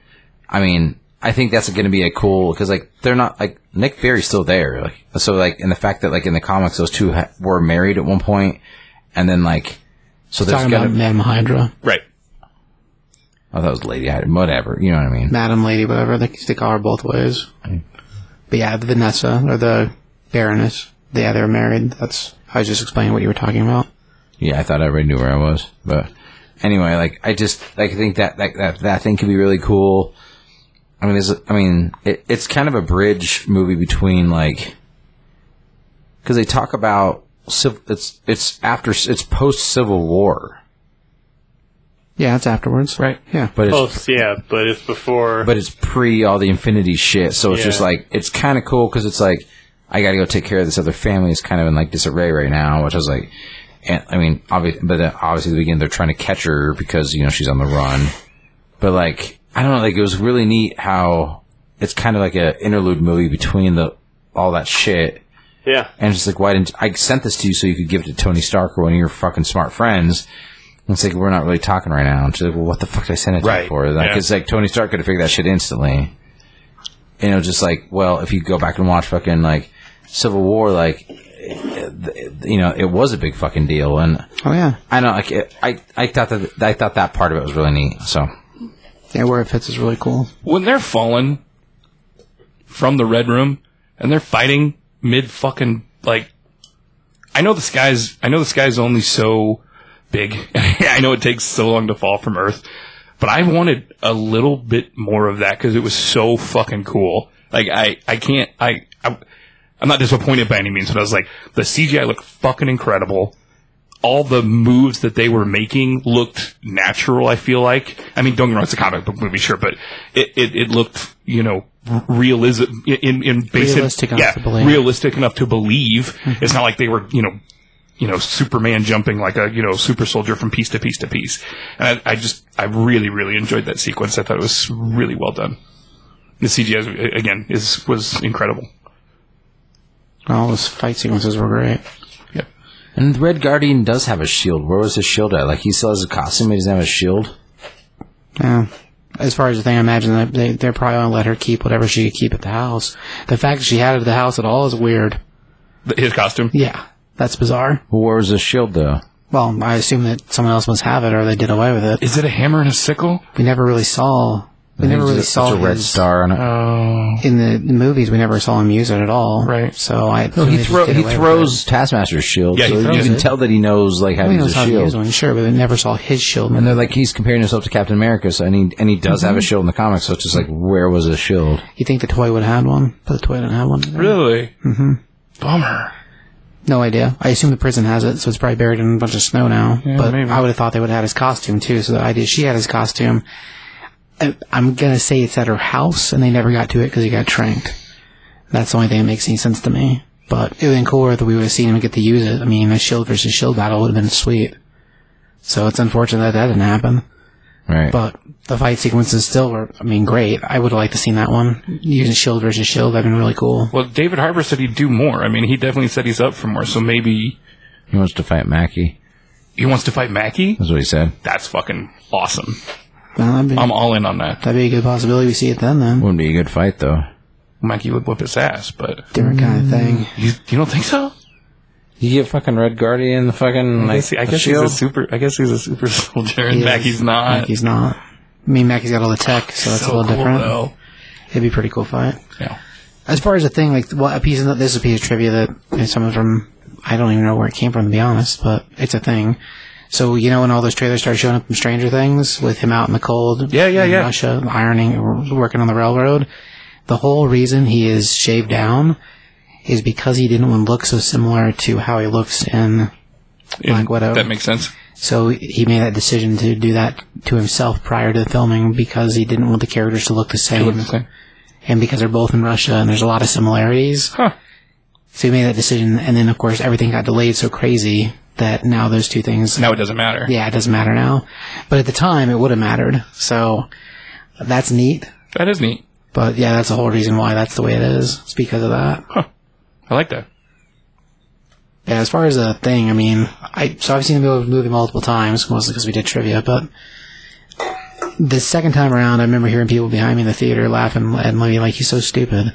A: I mean, I think that's going to be a cool because like they're not like Nick Fury's still there, like so like and the fact that like in the comics those two ha- were married at one point, and then like so there's
C: Talking
A: gonna
C: about Madam Hydra,
D: Right.
A: oh that was Lady Hydra, whatever, you know what I mean?
C: Madam Lady, whatever. They, they call her both ways. But yeah, the Vanessa or the Baroness. Yeah, they're married. That's I was just explaining what you were talking about.
A: Yeah, I thought I already knew where I was, but anyway, like I just like I think that like that that thing could be really cool. I mean, it's I mean, it, it's kind of a bridge movie between like because they talk about civ- it's it's after it's post Civil War,
C: Yeah, that's afterwards.
D: Right.
C: Yeah.
A: but it's
B: Oh, yeah, but it's before.
A: but it's pre all the Infinity shit, so it's
B: Yeah.
A: just like it's kind of cool because it's like I got to go take care of this other family is kind of in like disarray right now, which I was like, and I mean, obviously, but uh, obviously at the beginning they're trying to catch her because you know she's on the run, but like I don't know, like it was really neat how it's kind of like a interlude movie between the all that shit.
B: yeah.
A: And it's just like, why didn't I sent this to you so you could give it to Tony Stark or one of your fucking smart friends? And it's like, we're not really talking right now. And she's like, well, what the fuck did I send it to you
D: Right.
A: for? Like,
D: Yeah.
A: It's like Tony Stark could have figured that shit instantly. And it was just like, well, if you go back and watch fucking like Civil War, like, you know, it was a big fucking deal. And
C: Oh yeah.
A: I don't like, it, I, I thought that, I thought that part of it was really neat. So,
C: Yeah, where it fits is really cool.
D: When they're falling from the red room and they're fighting mid fucking like I know the sky's I know the sky's only so big. <laughs> I know it takes so long to fall from Earth, but I wanted a little bit more of that because it was so fucking cool. Like I I can't I, I I'm not disappointed by any means, but I was like the CGI looked fucking incredible. All the moves that they were making looked natural. I feel like I mean don't get me wrong, it's a comic book movie, sure, but it it, it looked you know realistic in in basic
C: Realistic enough
D: yeah,
C: to believe. Mm-hmm.
D: realistic enough to believe. It's not like they were, you know, you know, Superman jumping like a, you know, super soldier from piece to piece to piece. And I, I just, I really, really enjoyed that sequence. I thought it was really well done. The CGI, is- again, is was incredible.
C: All those fight sequences were great.
D: Yep.
A: and the Red Guardian does have a shield. Where was his shield at? Like, he still has a costume, he doesn't have a shield.
C: Yeah. As far as the thing, I imagine that they, they're probably going to let her keep whatever she could keep at the house. The fact that she had it at the house at all is weird.
D: The- His costume.
C: Yeah. That's bizarre.
A: Where was his shield, though?
C: Well, I assume that someone else must have it or they did away with it.
D: Is it a hammer and a sickle?
C: We never really saw. We never really
A: It's
C: saw
A: a red
C: his-
A: star on it.
D: Oh.
C: In the movies, we never saw him use it at all.
D: Right.
C: So I.
A: No, he,
C: they just
A: throw,
C: did
A: he
C: away with
A: throws Taskmaster's shield,
D: Yeah, he
A: so you
D: throws
A: can
D: it.
A: tell that he knows like how
C: it.
A: to
C: He
A: use
C: knows
A: a
C: how to use
A: shield.
C: one, sure, but they never saw his shield.
A: And they're like he's comparing himself to Captain America, so and he and he does have a shield in the comics, so it's just like where was his shield?
C: you think the toy would have had one, but the toy didn't have one.
D: Really? Mm-hmm. Bummer.
C: No idea. I assume the prison has it, so it's probably buried in a bunch of snow now. but
D: maybe.
C: I would have thought they would have had his costume too. So the idea she had his costume. I- I'm gonna say it's at her house, and they never got to it because he got tranked. That's the only thing that makes any sense to me. But it would have been cooler if we would have seen him get to use it. I mean, a shield versus shield battle would have been sweet. So it's unfortunate that that didn't happen.
A: Right.
C: But the fight sequences still were, I mean, great. I would have liked to seen that one. Using shield E versus shield, that'd been really cool.
D: Well, David Harbour said he'd do more. I mean, he definitely said he's up for more. So maybe
A: he wants to fight Mackie.
D: he wants to fight Mackie.
A: That's what he said.
D: That's fucking awesome.
C: Well, that'd, be,
D: I'm all in on that.
C: Um, that'd be a good possibility we see it then, then.
A: Wouldn't be a good fight though.
D: Mackie would whip his ass, but
C: different kind of thing.
D: You, you don't think so?
A: You get fucking Red Guardian the fucking
D: I guess, I guess he's a super. I guess he's a super <laughs> soldier, and
C: He
D: Mackie's
C: is.
D: not.
C: Mackey's not. I mean, Mackey's got all the tech, so that's
D: so
C: a little
D: cool,
C: different.
D: Though.
C: It'd be a pretty cool fight.
D: Yeah.
C: As far as the thing, like, well, a piece of this is a piece of trivia that you know, someone from I don't even know where it came from to be honest, but it's a thing. So you know when all those trailers started showing up from Stranger Things with him out in the cold,
D: Yeah, yeah,
C: in
D: yeah.
C: Russia ironing, or working on the railroad. The whole reason he is shaved down is because he didn't want to look so similar to how he looks in. Black Widow.
D: That makes sense.
C: So he made that decision to do that to himself prior to the filming because he didn't want the characters to look the same,
D: Okay.
C: and because they're both in Russia and there's a lot of similarities.
D: Huh.
C: So he made that decision, and then of course everything got delayed so crazy that now those two things
D: Now it doesn't matter.
C: yeah, it doesn't matter now. But at the time, it would have mattered. So that's neat.
D: That is neat.
C: But yeah, that's the whole reason why that's the way it is. It's because of that.
D: I like that.
C: Yeah, as far as the thing, I mean, I so I've seen the movie multiple times, mostly because we did trivia. But the second time around, I remember hearing people behind me in the theater laughing and me like, "He's so stupid."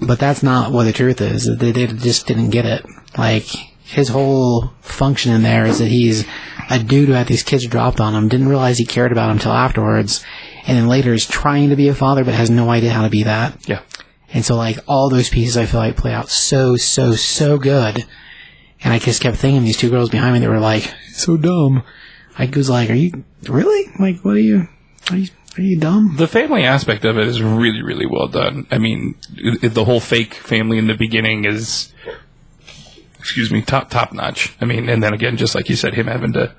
C: But that's not what the truth is. They, they just didn't get it. Like his whole function in there is that he's a dude who had these kids dropped on him, didn't realize he cared about them till afterwards, and then later is trying to be a father but has no idea how to be that.
D: Yeah.
C: And so like all those pieces I feel like play out so, so, so good. And I just kept thinking these two girls behind me that were like, so dumb. I was like, are you really? Like, what are you, are you, are you dumb?
D: The family aspect of it is really, really well done. I mean, i- i- the whole fake family in the beginning is, excuse me, top top notch. I mean, and then again, just like you said, him having to.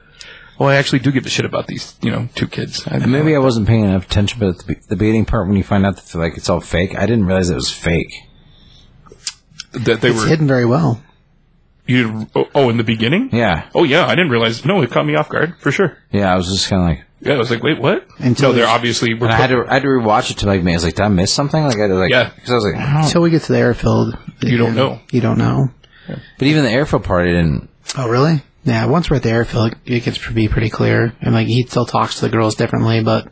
D: Well, I actually do give a shit about these, you know, two kids. I,
A: Maybe I wasn't paying enough attention, but at the, be- the beginning part when you find out that like it's all fake, I didn't realize it was fake.
D: that they
C: It's
D: were.
C: hidden very well.
D: You, oh, oh, in the beginning.
A: Yeah,
D: Oh yeah, I didn't realize. No, it caught me off guard for sure.
A: yeah. I was just kind of like,
D: Yeah, I was like, wait, what?
C: Until
D: no, they're
C: it's-
D: obviously. We're
A: and I had to, I had to rewatch it to like, man, I was like, did I miss something? Like, I had to, like,
D: Yeah.
A: because I was like, I don't-
C: Until we get to the airfield.
D: You don't
C: and
D: know.
C: You don't know.
A: but even the airfield part, I didn't.
C: Oh, really? Yeah, once we're at the airfield, it gets to be pretty clear. And like, he still talks to the girls differently, but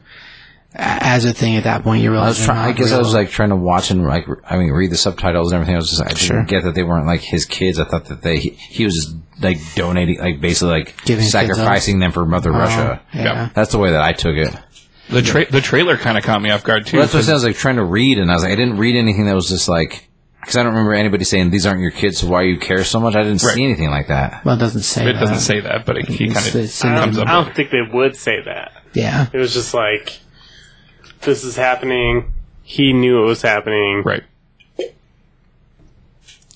C: a- as a thing at that point, you
A: I
C: realize.
A: was trying. I guess I was like trying to watch and like, re- I mean, read the subtitles and everything. I was just, I didn't
C: Sure.
A: get that they weren't like his kids. I thought that they, he, he was just like donating, like basically like
C: Giving his kids up.
A: sacrificing them for Mother Russia.
C: yeah.
A: That's the way that I took it.
D: The tra- the trailer kind of caught me off guard too.
A: Well, that's what I said. I
D: 'cause-
A: was like trying to read, and I was like, I didn't read anything that was just like, because I don't remember anybody saying these aren't your kids, so why you care so much. I didn't
D: Right.
A: see anything like that.
C: Well, it doesn't say
D: It
C: that.
D: doesn't say that, but it, he
C: It's-
D: kind of
C: it's in
D: comes
C: the-
B: I don't,
D: up. with
B: I
D: it.
B: don't think they would say that.
C: Yeah.
B: It was just like, this is happening. He knew it was happening.
D: Right.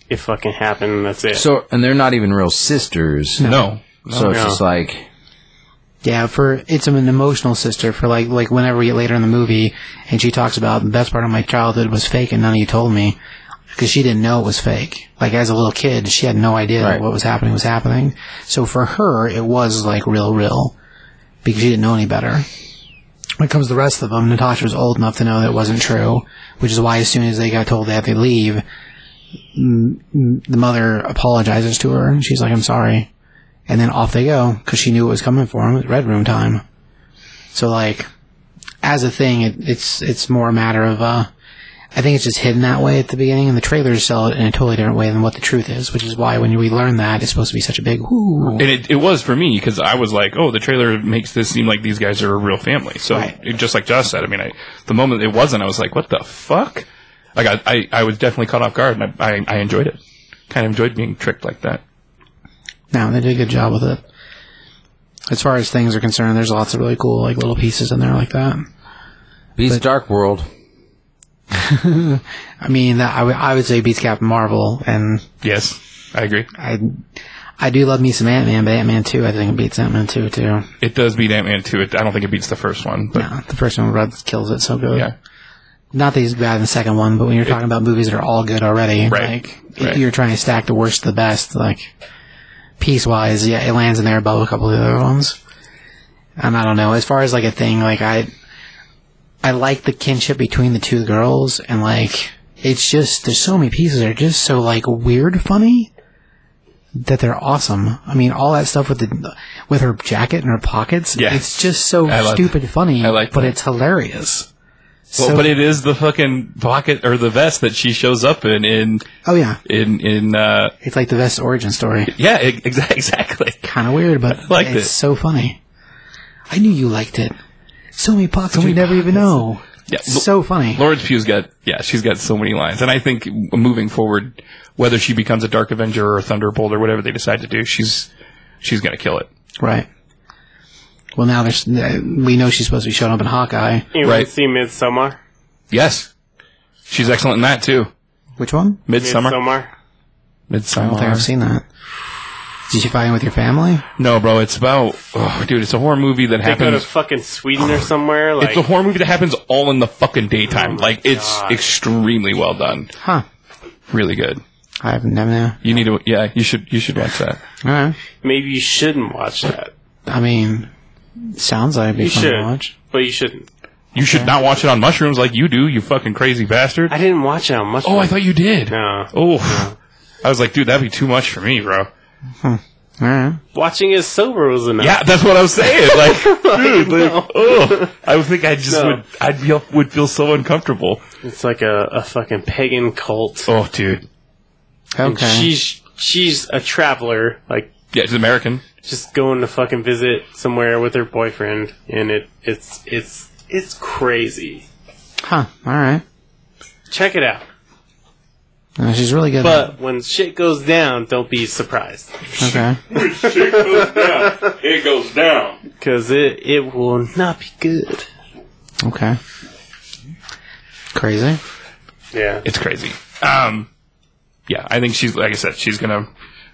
B: It fucking happened. And that's it.
A: So, and they're not even real sisters.
D: No.
A: So it's
B: No.
A: just like,
C: Yeah, for it's an emotional sister for like like whenever we get later in the movie and she talks about the best part of my childhood was fake and none of you told me because she didn't know it was fake. Like as a little kid, she had no idea that
A: Right.
C: what was happening was happening. So for her, it was like real, real because she didn't know any better. When it comes to the rest of them, Natasha was old enough to know that it wasn't true, which is why as soon as they got told they had to leave, m- m- the mother apologizes to her and she's like, "I'm sorry," and then off they go because she knew it was coming for them. Red Room time. So like, as a thing, it, it's it's more a matter of uh, I think it's just hidden that way at the beginning, and the trailers sell it in a totally different way than what the truth is, which is why when we learn that, it's supposed to be such a big ooh.
D: And it, it was for me because I was like, oh, the trailer makes this seem like these guys are a real family. So
C: Right.
D: it- just like Josh said, I mean, I, the moment it wasn't, I was like, what the fuck? Like I, I, I was definitely caught off guard, and I, I, I enjoyed it. Kind of enjoyed being tricked like that.
C: No, they did a good job with it. As far as things are concerned, there's lots of really cool like little pieces in there like that.
A: beats Dark World.
C: I mean, that, I would- I would say beats Captain Marvel, and
D: Yes, I agree.
C: I I do love me some Ant Man, but Ant Man two I think beats Ant Man two too.
D: It does beat Ant Man two. It, I don't think it beats the first one, but
C: Yeah, the first one Rudd kills it so good.
D: yeah,
C: Not that he's bad in the second one, but when you're talking about movies that are all good already,
D: Right.
C: like if
D: Right.
C: you're trying to stack the worst to the best, like piece wise, yeah, it lands in there above a couple of the other ones. And I don't know, as far as like a thing, like I I like the kinship between the two girls and like it's just there's so many pieces that are just so like weird funny that they're awesome. I mean, all that stuff with the with her jacket and her pockets,
D: Yeah.
C: it's just so
D: I like-
C: stupid funny,
D: I like
C: Mm, but
D: that.
C: it's hilarious.
D: well,
C: So-
D: but it is the fucking pocket or the vest that she shows up in in
C: Oh yeah,
D: in in. Uh,
C: It's like the best origin story.
D: yeah, ex- ex- <laughs> exactly.
C: Kind of weird, but
D: liked
C: it's
D: it.
C: so funny. I knew you liked it. So many pockets we never even know.
D: Yeah,
C: It's so funny.
D: Lawrence Pugh's got yeah, she's got so many lines, and I think m- moving forward, whether she becomes a Dark Avenger or a Thunderbolt or whatever they decide to do, she's she's gonna kill it.
C: Right. Well, now there's uh, we know she's supposed to be showing up in Hawkeye.
B: You
D: Right.
B: right. see Midsummer.
D: Yes. She's excellent in that too.
C: Which one?
D: Midsummer.
B: Midsummer.
C: I don't think
D: Midsummer.
C: I've seen that. Is she fighting with your family?
D: No, bro, it's about oh, dude, it's a horror movie that
B: They go to
D: happens
B: fucking Sweden or somewhere. Like,
D: It's a horror movie that happens all in the fucking daytime. like it's
B: Oh God.
D: extremely well done.
C: Huh.
D: Really good.
C: I haven't done that.
D: You need to yeah, you should you should watch that.
C: All right.
B: maybe you shouldn't watch that.
C: I mean, sounds like it'd be
B: You
C: fun
B: should,
C: to watch.
B: but you shouldn't.
D: You should not watch it on mushrooms like you do, you fucking crazy bastard.
B: I didn't watch it on much. uh,
D: oh, I thought you did.
B: no.
D: Oh. I was like, dude, that'd be too much for me, bro.
C: All right.
B: Watching it sober was enough.
D: Yeah, that's what I was <laughs> saying. Like, dude, <laughs> like, oh, I would think I just
B: No.
D: would, I'd be, would feel so uncomfortable.
B: It's like a, a fucking pagan cult.
D: Oh, dude,
B: And
C: Okay.
B: she's she's a traveler, like
D: yeah, she's American.
B: just going to fucking visit somewhere with her boyfriend, and it it's it's it's crazy.
C: huh. All right.
B: Check it out.
C: No, she's really good. at
B: But when shit goes down, don't be surprised
C: it. okay.
D: It goes down.
B: because it it will not be good.
C: Okay. Crazy.
B: Yeah.
D: It's crazy. Um, yeah, I think she's like I said, she's gonna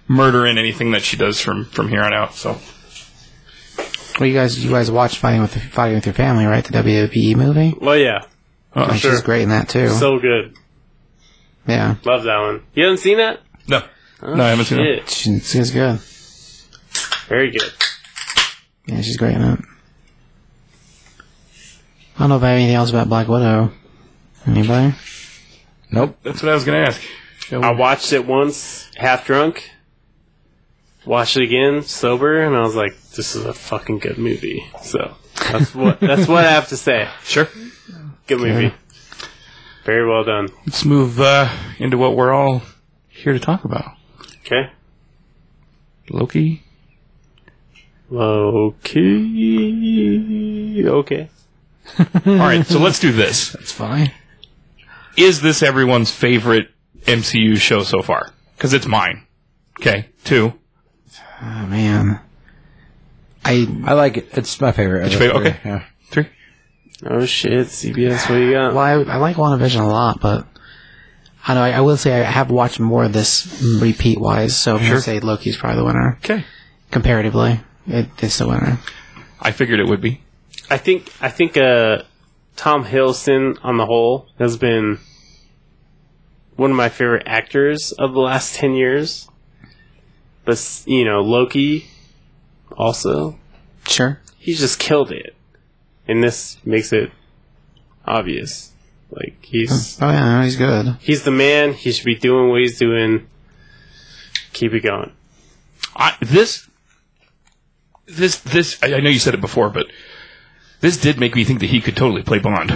D: murder in anything that she does from from here on out. So
C: Well, you guys, you guys watched fighting with fighting with your family, right? The WWE movie.
B: Well, yeah.
D: uh,
C: And She's great in that too.
B: So good.
C: yeah,
B: Love that one. You haven't seen that?
D: no, no, I haven't seen
B: Shit.
D: it.
C: she, she's good.
B: Very good.
C: Yeah, she's great in it. I don't know if I have anything else about Black Widow. Anybody?
A: Nope.
D: That's what I was gonna ask.
B: I watched it once, half drunk. Watched it again, sober, and I was like, "This is a fucking good movie." So that's <laughs> what that's what I have to say.
D: Sure.
B: Good movie. Very well done.
D: Let's move uh, into what we're all here to talk about.
B: Okay.
D: Loki. <laughs>
B: Loki. Okay.
D: all right, so let's do this.
C: It's funny.
D: is this everyone's favorite MCU show so far? Because it's mine. Okay, two.
C: Oh man, I
A: I like it. It's my favorite.
D: your favorite? Okay.
A: Yeah.
D: Three.
B: Oh shit, CBS, what you got?
C: well, I, I like WandaVision a lot, but I know I, I will say I have watched more of this repeat wise. So I'm gonna say Loki's probably the winner
D: Okay.
C: comparatively. It, it's the winner.
D: I figured it would be.
B: I think I think uh, Tom Hiddleston on the whole has been one of my favorite actors of the last ten years. But s- you know Loki, also
C: Sure.
B: he just killed it, and this makes it obvious. Like
D: Hmm.
B: he's
C: Oh yeah, no, he's good.
B: he's the man. He should be doing what he's doing. Keep it going.
D: I, this, this, this. I, I know you said it before, but this did make me think that he could totally play Bond.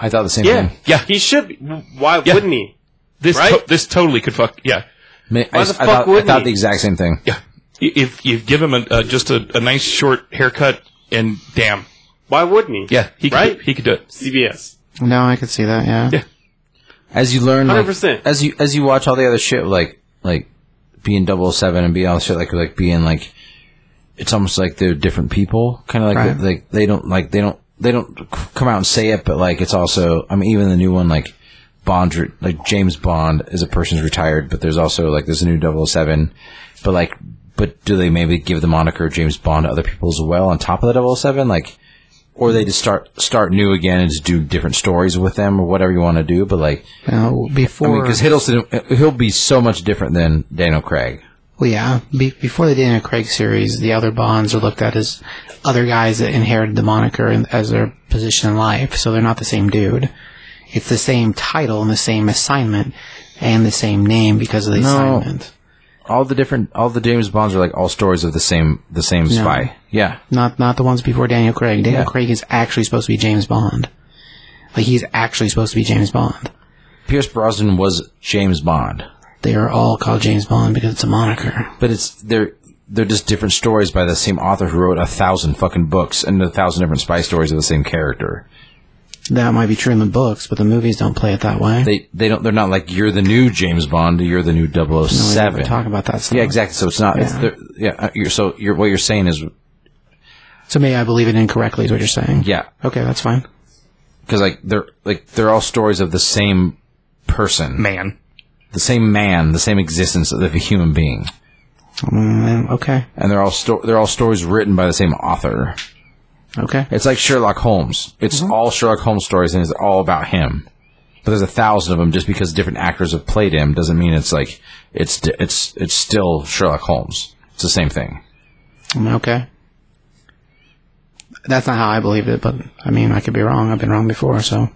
A: I thought the same
B: Yeah,
A: thing.
D: Yeah.
B: He should. Be. Why
D: Yeah.
B: wouldn't he?
D: This, to-
B: Right?
D: this totally could fuck. Yeah.
A: Ma- I,
B: Why
A: just-
B: the
A: I
B: fuck
A: thought, I
B: wouldn't
A: thought
B: he?
A: the exact same thing.
D: Yeah. I- If you give him a, a just a, a nice short haircut and damn,
B: Why wouldn't he?
D: yeah, he could,
B: Right?
D: he could do it.
B: CBS.
C: No, I could see that. Yeah.
D: Yeah.
A: As you learn, like,
B: 100%.
A: as you as you watch all the other shit, like like being 007 and being all the shit, like like being like, it's almost like they're different people. Kind of like
C: Right.
A: they- like they don't like they don't they don't c- come out and say it, but like it's also I mean even the new one like Bond re- like James Bond is a person's retired, but there's also like there's a new 007, but like but do they maybe give the moniker James Bond to other people as well on top of the 007? Like or they just start start new again and just do different stories with them or whatever you want to do. But like,
C: You know,
A: I
C: before
A: mean, because Hiddleston, he'll be so much different than Daniel Craig.
C: Well, yeah. Be- before the Daniel Craig series, the other Bonds are looked at as other guys that inherited the moniker and- as their position in life, so they're not the same dude. It's the same title and the same assignment and the same name because of the assignment.
A: All the different, all the James Bonds are like all stories of the same, the same spy. Yeah,
C: Not not the ones before Daniel Craig. Daniel
A: Yeah.
C: Craig is actually supposed to be James Bond. Like he's actually supposed to be James Bond.
A: Pierce Brosnan was James Bond,
C: They are all called James Bond because it's a moniker.
A: but it's they're they're just different stories by the same author who wrote a thousand fucking books and a thousand different spy stories of the same character.
C: That might be true in the books, but the movies don't play it that way.
A: They they don't they're not like you're the new James Bond, you're the new 007.
C: Talk about that stuff.
A: Yeah, exactly. So it's not. It's
C: Yeah.
A: the, yeah. uh, You're, so you're, what you're saying is
C: So maybe I believe it incorrectly is what you're saying.
A: Yeah,
C: Okay, that's fine.
A: because like they're like they're all stories of the same person,
D: man.
A: the same man, the same existence of a human being,
C: Mm, okay.
A: and they're all sto- they're all stories written by the same author.
C: Okay.
A: It's like Sherlock Holmes. It's
D: Mm-hmm.
A: all Sherlock Holmes stories, and it's all about him. But there's a thousand of them. Just because different actors have played him doesn't mean it's like it's it's it's still Sherlock Holmes. It's the same thing.
C: Mm, Okay. That's not how I believed it, but I mean, I could be wrong. I've been wrong before, so.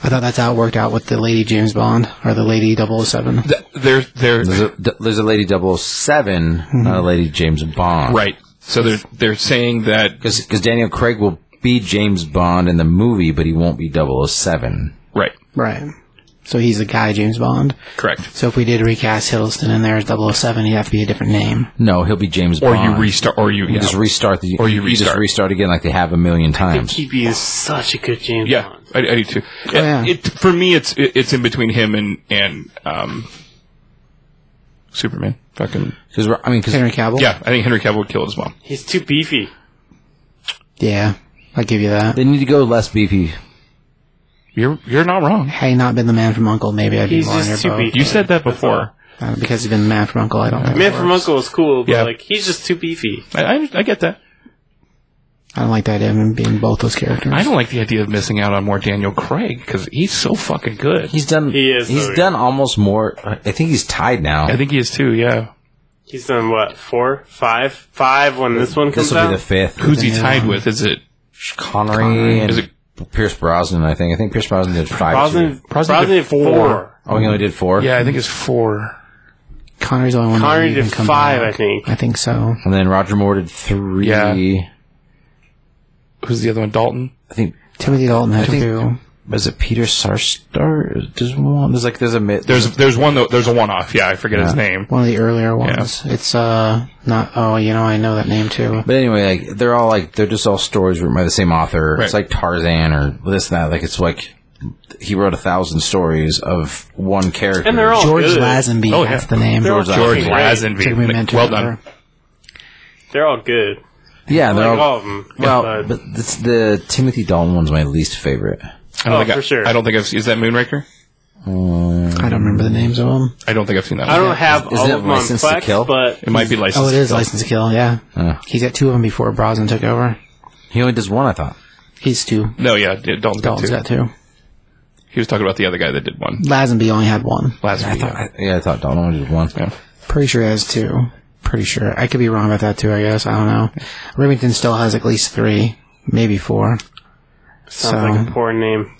C: I thought that's how it worked out with the Lady James Bond or the Lady 007.
D: Th- There, there,
A: There's a, there's a lady 7 not a lady James Bond.
D: Mm-hmm. right. So they're they're saying that
A: Because Daniel Craig will be James Bond in the movie, but he won't be 007.
D: right,
C: Right. So he's the guy James Bond.
D: correct.
C: So if we did recast Hiddleston in there as 007, he'd have to be a different name.
A: No, he'll be James
D: Or
A: Bond.
D: you restart, or you,
A: You
D: yeah.
A: just restart the.
D: Or you
A: just
D: restart.
A: restart again like they have a million times.
B: He'd be such a good James
D: Yeah, Oh,
B: Bond.
D: I, I do too.
C: yeah.
D: It, it- for me, it's it, it's in between him and and um, Superman. Fucking
A: Because I mean, 'cause
C: Henry Cavill?
D: yeah, I think Henry Cavill would kill his mom.
B: He's too beefy.
C: Yeah. I'll give you that.
A: they need to go less beefy.
D: You're you're not wrong.
C: Had he not been the man from Uncle, maybe I'd be
B: He's
C: more on
B: just
C: your
B: too
C: boat.
B: beefy.
D: You said that
B: That's
D: before.
C: Uh, because he's been the man from Uncle, I don't think.
B: Man from Uncle is cool, but
D: Yeah.
B: like he's just too beefy.
D: I, I I get that.
C: I don't like that idea of him being both those characters.
D: I don't like the idea of missing out on more Daniel Craig because he's so fucking good.
A: He's done.
B: He is,
A: He's
B: though, yeah.
A: done almost more. I think he's tied now.
D: I think he is too. Yeah.
B: He's done what four, five, five when this one
A: This
B: comes
A: will be
B: out.
A: the fifth.
D: Who's he tied with? Is it
A: Connery, and
D: Is it-
A: Pierce Brosnan? I think. I think Pierce Brosnan did five.
B: Brosnan,
A: too.
D: Brosnan
B: Brosnan
D: did
B: did four.
D: four.
A: Oh, he only did four.
D: Yeah, I think it's four.
C: Connery's the only one. that
B: Connery
C: even
B: did
C: come
B: five,
C: back.
B: I think.
C: I think so.
A: And then Roger Moore did three.
D: Yeah. Who's the other one? Dalton.
A: I think
C: Timothy Dalton had two.
A: was it Peter Sarsgaard? There's one. There's like there's a mid.
D: There's there's one though. There's a one off. Yeah, I forget his name.
C: One of the earlier ones. It's uh not. Oh, you know, I know that name too.
A: but anyway, like they're all like they're just all stories written by the same author. It's
D: Right.
A: like Tarzan or this and that. Like it's like he wrote a thousand stories of one character.
B: And they're all
C: George
B: good.
C: Lazenby.
D: Oh, yeah.
C: That's the name.
B: They're all
A: George
D: George
B: fucking great.
C: Took me a minute
D: Lazenby.
C: to
D: Well done.
C: remember.
B: They're all good.
A: yeah,
B: Like oh,
A: they're all.
B: all of them.
A: well,
B: But-
A: but it's the Timothy Dalton one's my least favorite.
D: I don't
B: Oh,
D: think I,
B: for sure.
D: I don't think I've is that Moonraker.
C: I don't remember the names of them.
D: I don't think I've seen that.
B: I
D: one.
B: don't have
A: Is- is
B: all
A: it
B: of them on
A: License to
B: Plex,
A: Kill?
B: but
D: It might be licensed.
C: Oh, it is License to Kill. Yeah,
A: Uh.
C: he's got two of them before Brosnan took over.
A: He only does one, I thought.
C: He's two.
D: No, yeah, yeah Dalton's got
C: Dalton's
D: two.
C: got two.
D: He was talking about the other guy that did one.
C: Lazenby only had one.
D: Lazenby.
A: I thought, I, yeah, I thought Dalton only did one.
D: yeah.
C: Pretty sure he has two. Pretty sure. I could be wrong about that too. I guess I don't know. Remington still has at least three, maybe four,
B: sounds like a poor name.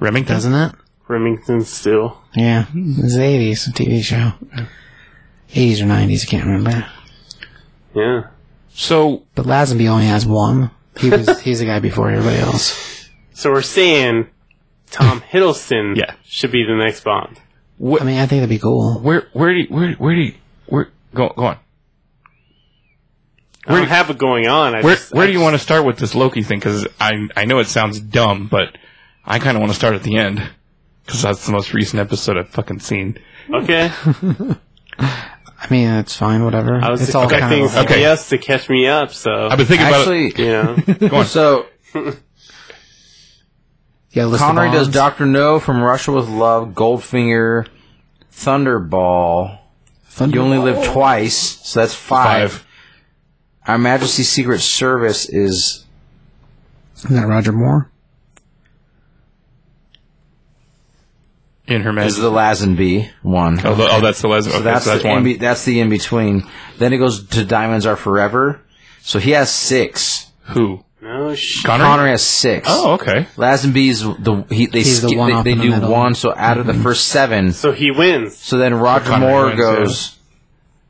D: Remington.
C: doesn't it?
B: Remington Steele.
C: Yeah, it's the eighties TV show. Eighties or nineties, I can't remember.
B: Yeah.
D: So
C: But Lazenby only has one. He was he's the guy before everybody else.
B: So we're saying Tom Hiddleston
D: Yeah.
B: should be the next Bond.
C: I mean, I think that'd be cool.
D: where where do you, where where do you, where go go on?
B: I don't have it going on. I
D: Where
B: just,
D: where do you want to start with this Loki thing? Because I I know it sounds dumb, but I kind of want to start at the end because that's the most recent episode I've fucking seen.
B: Okay.
C: I mean, it's fine, whatever.
B: I was
C: it's all kind
B: expecting
C: of
D: okay.
B: CBS to catch me up, so
D: I've been thinking
A: Actually,
B: you know.
A: so
C: yeah. List
A: Connery
C: of
A: does
C: Bonds.
A: Doctor No from Russia with Love, Goldfinger, Thunderball.
C: Thunder-
A: You only live twice, so that's
D: about it.
A: five.
D: five.
A: Our Majesty's Secret Service is
C: Isn't that Roger Moore?
D: in her
A: is
D: majesty.
A: the Lazenby one.
D: Oh, the- oh, that's the Lazenby.
A: so that's
D: that's
A: the
D: one.
A: in be- that's the in between. Then it goes to Diamonds Are Forever. So he has six.
D: Who?
B: No sh-
D: Connor.
A: Connery has six.
D: Oh, okay.
A: Lazenby's the he, they
C: He's the
A: skip-
C: one
A: they,
C: off
A: they
C: in the
A: do
C: middle. Mm-hmm.
A: one. So out of the first seven,
B: So he wins.
A: so then Roger
D: Connery
A: Moore
D: wins,
A: goes.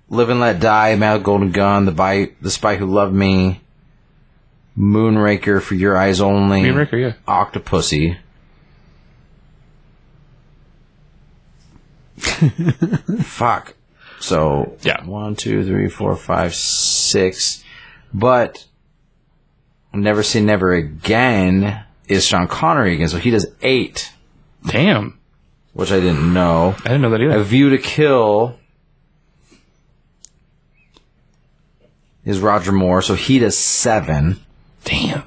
A: Live and Let Die, Mad Golden Gun, The By The Spy Who Loved Me, Moonraker for Your Eyes Only,
D: Moonraker. Yeah.
A: Octopussy. Fuck. So
D: Yeah.
A: one, two, three, four, five, six. But Never Say Never Again is Sean Connery again, so he does eight,
D: Damn.
A: which I didn't know.
D: I didn't know that
A: A
D: either.
A: View to Kill is Roger Moore, so he does seven.
D: Damn.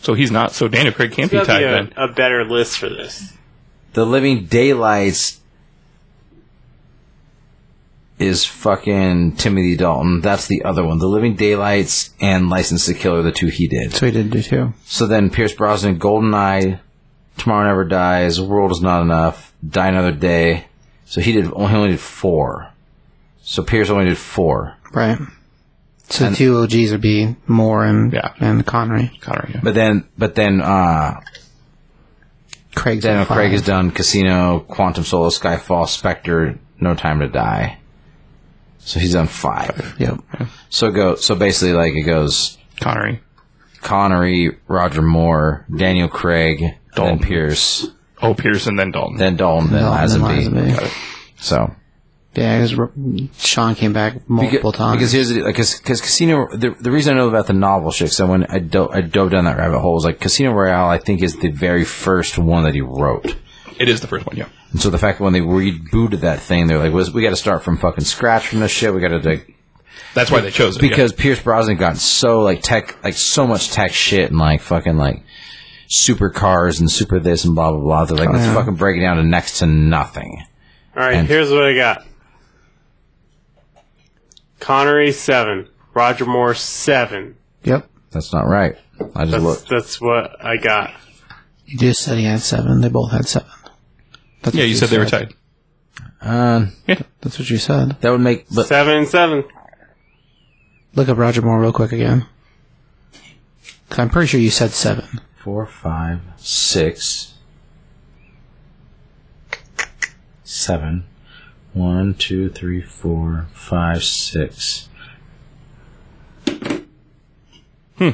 D: So he's not. So Daniel Craig can't be
B: There's
D: tied
B: gotta
D: then.
B: be a, a better list for this.
A: The Living Daylights is fucking Timothy Dalton. That's the other one. The Living Daylights and License to Kill are the two he did.
C: So he did do two.
A: So then Pierce Brosnan, Goldeneye, Tomorrow Never Dies, World Is Not Enough, Die Another Day. So he did. He only did four. So Pierce only did four.
C: Right. So the two OGs would be Moore and
D: Yeah.
C: and Connery.
D: Connery, yeah.
A: But then, but then uh,
C: Craig's
A: Daniel
C: at five.
A: Craig has done Casino, Quantum Solo, Skyfall, Spectre, No Time to Die. So he's done five.
C: Yep.
A: So go. So basically, like it goes
D: Connery.
A: Connery, Roger Moore, Daniel Craig, Dalton
D: Dalton.
A: Pierce,
D: Oh, Pearson, then Dalton.
A: then Dalton, then
C: Dalton and
A: Lazenby.
C: Lazenby.
A: So
C: Yeah, because Sean came back
A: Because-
C: multiple times.
A: Because here's the, like, cause, 'cause Casino. The, the reason I know about the novel shit, so when I do, I dove down that rabbit hole, was like Casino Royale. I think is the very first one that he wrote.
D: It is the first one, yeah.
A: And so the fact that when they rebooted that thing, they're like, "Was- "We got to start from fucking scratch from this shit. We got to like
D: That's why they chose it. yeah.
A: because Pierce Brosnan got so like tech, like so much tech shit and like fucking like super cars and super this and blah blah blah. They're like, let's fucking break it down to next to nothing.
B: All right,
A: And-
B: here's what I got. Connery seven, Roger Moore seven.
C: yep.
A: That's not right. I just
B: That's
A: looked.
B: that's what I got.
C: You just said he had seven. They both had seven. That's
D: yeah,
C: what
D: you said they were tied.
A: Uh,
C: That's what you said.
A: that would make. But
B: seven seven.
C: Look up Roger Moore real quick again. Because I'm pretty sure you said
D: <laughs>
C: seven.
A: four, five, six, seven, one, two, three, four, five, six. Hmm.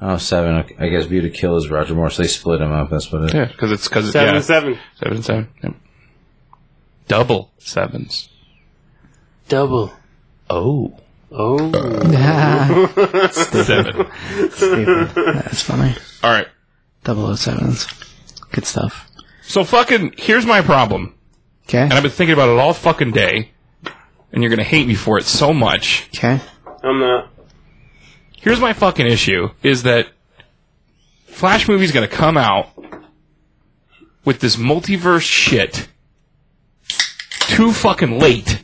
A: Oh, seven. Okay. I guess View to Kill is Roger Moore, so they split him up. That's what it
D: Yeah, because it's because
B: Seven
D: yeah,
B: seven.
D: seven and seven. Yep. Double sevens.
B: Double.
D: Oh,
B: Oh.
D: <laughs> seven.
C: That's funny.
D: All right.
C: Double O sevens. Good stuff.
D: So fucking here's my problem,
C: Okay.
D: and I've been thinking about it all fucking day, and you're gonna hate me for it so much.
C: Okay.
B: I'm not.
D: here's my fucking issue is that Flash movie's gonna come out with this multiverse shit too fucking late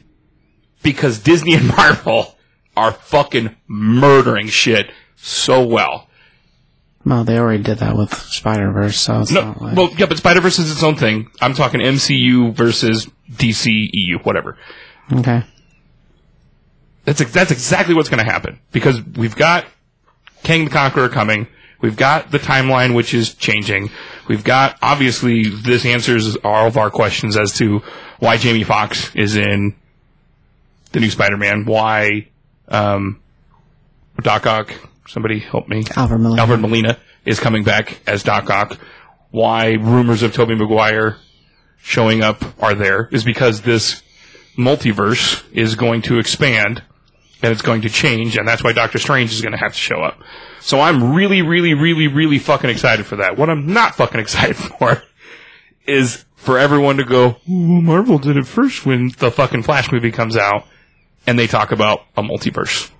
D: because Disney <laughs> and Marvel are fucking murdering shit so well.
C: Well, they already did that with Spider Verse, so it's
D: No,
C: not like
D: well, yeah, but Spider Verse is its own thing. I'm talking MCU versus DCEU, whatever.
C: okay.
D: That's ex- that's exactly what's going to happen because we've got King the Conqueror coming. We've got the timeline which is changing. We've got obviously this answers all of our questions as to why Jamie Fox is in the new Spider-Man. Why um, Doc Ock? Somebody help me.
C: Albert Miller.
D: Alfred Molina is coming back as Doc Ock. Why rumors of Toby Maguire showing up are there is because this multiverse is going to expand and it's going to change, and that's why Doctor Strange is going to have to show up. So I'm really, really, really, really fucking excited for that. What I'm not fucking excited <laughs> for is for everyone to go, "Ooh, Marvel did it first when the fucking Flash movie comes out, and they talk about a multiverse.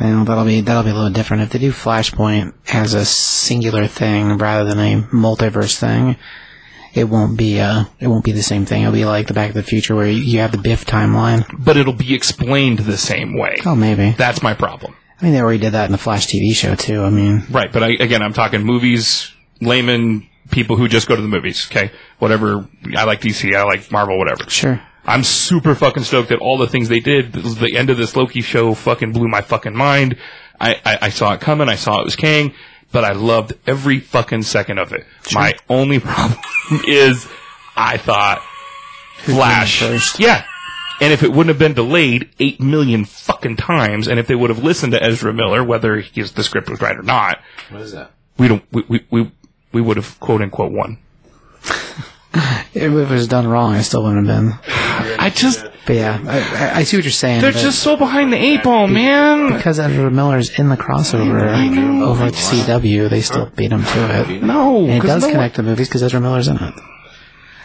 C: Well, that'll be that'll be a little different if they do Flashpoint as a singular thing rather than a multiverse thing. It won't be uh it won't be the same thing. It'll be like the Back to the Future where you have the Biff timeline.
D: But it'll be explained the same way.
C: Oh, maybe.
D: That's my problem.
C: I mean, they already did that in the Flash TV show too. I mean,
D: Right, but I, again, I'm talking movies, layman people who just go to the movies. Okay, whatever. I like DC. I like Marvel. Whatever.
C: sure.
D: I'm super fucking stoked that all the things they did. The end of this Loki show fucking blew my fucking mind. I, I, I saw it coming. I saw it was Kang, but I loved every fucking second of it. My only <laughs> problem is I thought Flash.
C: first?
D: Yeah. And if it wouldn't have been delayed eight million fucking times, and if they would have listened to Ezra Miller, whether his, the script was right or not,
A: what is that?
D: we don't we we we, we would have quote unquote won.
C: If it was done wrong, I still wouldn't have been.
D: I just
C: But yeah, I, I, I see what you're saying.
D: they're
C: but
D: just so behind the eight ball, man.
C: because Ezra Miller's in the crossover over at CW, they still beat him to it.
D: No,
C: And it
D: 'cause
C: does
D: no one-
C: connect the movies because Ezra Miller's in it.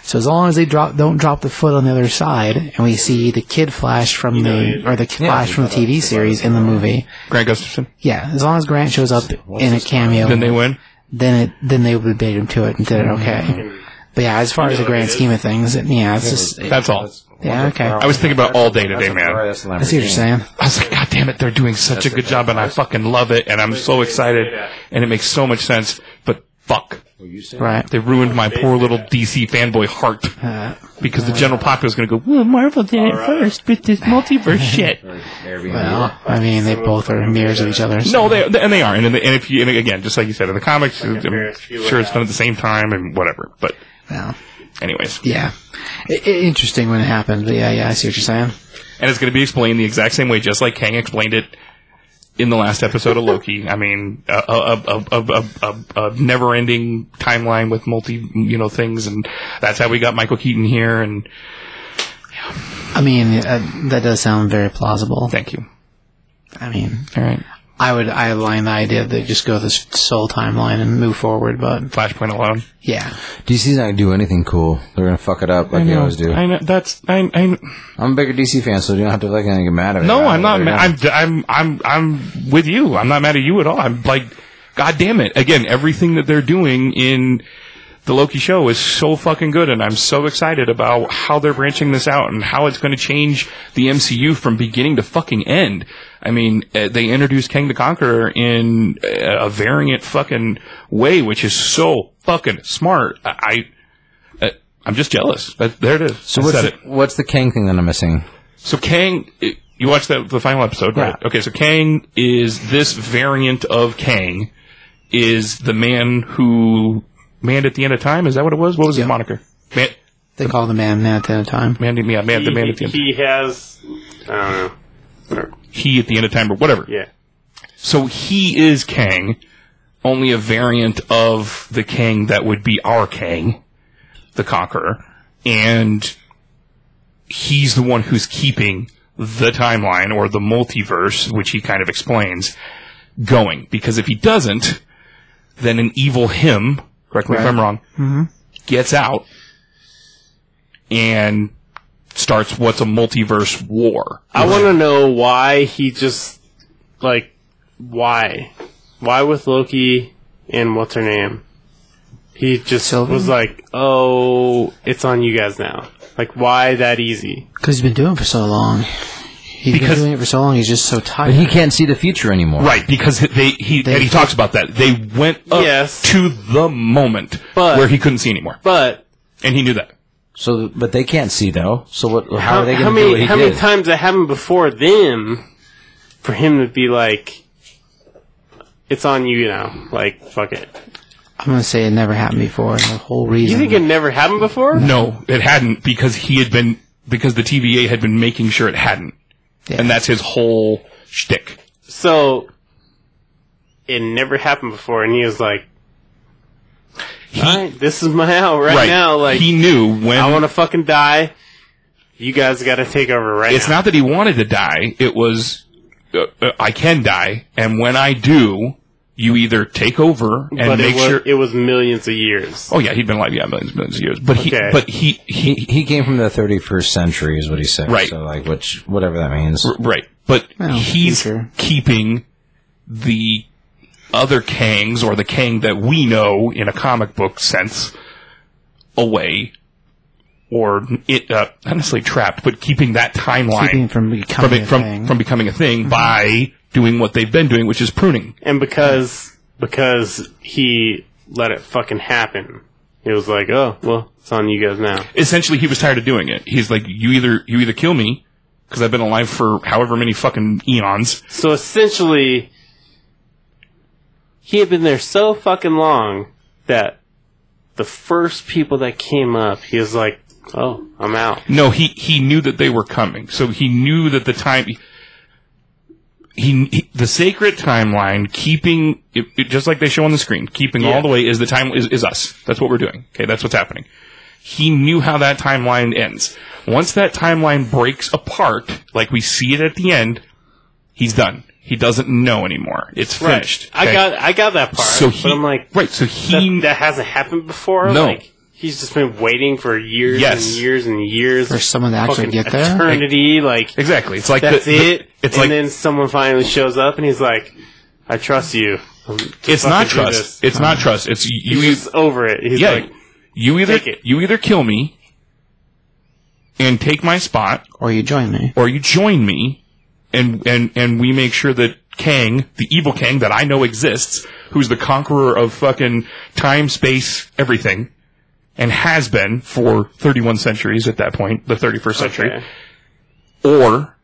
C: So as long as they drop, don't drop the foot on the other side, and we see the kid flash from the or the kid flash from the TV series in the movie.
D: Grant Gustafson.
C: Yeah, as long as Grant shows up in a cameo,
D: Then they win.
C: then it then they would bait him to it and did it okay. But Mm-hmm. yeah, as far as the grand scheme of things, it, yeah, it's just it-
D: That's all.
C: yeah, okay.
D: I
C: I
D: was thinking about all day today, man.
C: see what you're saying.
D: I was like, God damn it, they're doing such a good job, and I fucking love it, and I'm so excited, and it makes so much sense. But fuck,
C: Right.
D: they ruined my poor little DC fanboy heart
C: Uh,
D: because the general populace is going to go, well, Marvel did it first with this multiverse shit.
C: well, I mean, they both are mirrors of each other. so-
D: No, they, they- and they are, and, in the, and if you, and again, just like you said in the comics, I'm
B: various few
D: sure it's done at the same time and whatever. But
C: Well,
D: anyways,
C: yeah. I I- interesting when it happened, but yeah, yeah, I see what you're saying.
D: and it's going to be explained the exact same way, just like Kang explained it in the last episode of Loki. I mean, a, a, a, a, a, a, a never-ending timeline with multi, you know, things, and that's how we got Michael Keaton here. And
C: I mean, uh, that does sound very plausible.
D: thank you.
C: I mean,
D: All right,
C: I would I align the idea that just go this soul timeline and move forward, but
D: Flashpoint alone.
C: yeah,
A: DC's not gonna do anything cool. They're gonna fuck it up like they always do.
D: I know. That's. I. I
A: I'm a bigger DC fan, so you don't have to like get mad at me.
D: no,
A: about
D: I'm
A: it.
D: not.
A: They're
D: Ma-
A: gonna-
D: I'm. I'm. I'm. I'm with you. I'm not mad at you at all. I'm like, God damn it! Again, everything that they're doing in the Loki show is so fucking good, and I'm so excited about how they're branching this out and how it's going to change the MCU from beginning to fucking end. I mean, uh, they introduced King the Conqueror in uh, a variant fucking way, which is so fucking smart. I. I uh, I'm just jealous. That, there it is.
A: So
D: I
A: what's
D: said
A: the,
D: it.
A: what's the Kang thing that I'm missing?
D: So Kang, you watched that the final episode, right?
A: Yeah.
D: Okay, so Kang is this variant of Kang is the man who manned at the end of time. Is that what it was? What was his moniker? Man,
C: they call the man man at the time.
D: man, yeah, man, the man at the end.
B: he has. I don't know.
D: He at the end of time, or whatever.
B: Yeah.
D: So he is Kang, only a variant of the Kang that would be our Kang, the Conqueror, and he's the one who's keeping the timeline or the multiverse, which he kind of explains, going. Because if he doesn't, then an evil him, correct me if I'm wrong, gets out and starts what's a multiverse war.
B: I want to know why he just like why why with Loki and what's her name? He just
C: Sylvan?
B: was like, "Oh, it's on you guys now." Like, why that easy?
C: Because he's been doing it for so long. He's
D: Because-
C: been doing it for so long. He's just so tired.
A: But he can't see the future anymore.
D: Right, because they he and he talks about that. They went up
B: Yes.
D: to the moment
B: But-
D: where he couldn't see anymore,
B: But
D: and he knew that.
A: So, but they can't see though. So what? How, are they
B: how,
A: gonna do what
B: many
A: he
B: how
A: did?
B: many times that happened before them for him to be like, "It's on you now." Like, fuck it.
C: I'm gonna say it never happened before. and The whole reason.
B: You think it never happened before?
D: No, it hadn't because he had been because the TVA had been making sure it hadn't,
C: Yeah.
D: and that's his whole shtick.
B: So it never happened before, and he was like, "All right, this is my <laughs> hour right, now. Like,
D: he knew when
B: I want to fucking die. You guys got to take over right
D: It's
B: now."
D: not that he wanted to die. It was uh, uh, I can die, and when I do, you either take over and
B: but
D: make
B: it was,
D: sure.
B: it was millions of years.
D: oh yeah, he'd been alive yeah millions, millions of years, but he
B: Okay.
D: but he he
A: He, he came from the 31st century, is what he said.
D: Right.
A: So, like, which whatever that means.
D: R- Right. But
C: Well,
D: he's
C: future.
D: keeping the other Kangs or the Kang that we know in a comic book sense away or it uh, not necessarily trapped, but keeping that timeline
C: keeping from becoming
D: from it-
C: a
D: from,
C: thing. Mm-hmm.
D: from becoming a thing by doing what they've been doing, which is pruning.
B: And because because he let it fucking happen, it was like, "Oh, well, it's on you guys now."
D: Essentially, he was tired of doing it. He's like, you either you either kill me because I've been alive for however many fucking eons,
B: So essentially, he had been there so fucking long that the first people that came up, he was like, "Oh, I'm out."
D: No, he he knew that they were coming, so he knew that the time. He, he- the sacred timeline, keeping it, it- just like they show on the screen, keeping
B: Yeah.
D: all the way is the time is, is us. That's what we're doing. Okay, that's what's happening. He knew how that timeline ends. Once that timeline breaks apart, like we see it at the end, he's done. He doesn't know anymore. It's finished.
B: I
D: okay?
B: got I got that part.
D: so he
B: but I'm like,
D: right. So he
B: that, that hasn't happened before.
D: No.
B: Like, He's just been waiting for years
D: Yes.
B: and years and years.
C: For someone to actually
B: fucking
C: get there?
B: Eternity, like,
D: Exactly. It's like
B: that's
D: the- the-
B: it.
D: It's
B: and
D: like
B: then someone finally shows up and he's like, I trust you.
D: it's not
B: do this.
D: trust. It's not trust. It's you.
B: He's
D: you
B: just over it. He's
D: yeah.
B: like,
D: you either
B: take it.
D: you either kill me and take my spot,
C: Or you join me.
D: or you join me and and and we make sure that Kang, the evil Kang that I know exists, who's the conqueror of fucking time, space, everything, and has been for 31 centuries at that point, the 31st century,
B: okay.
D: or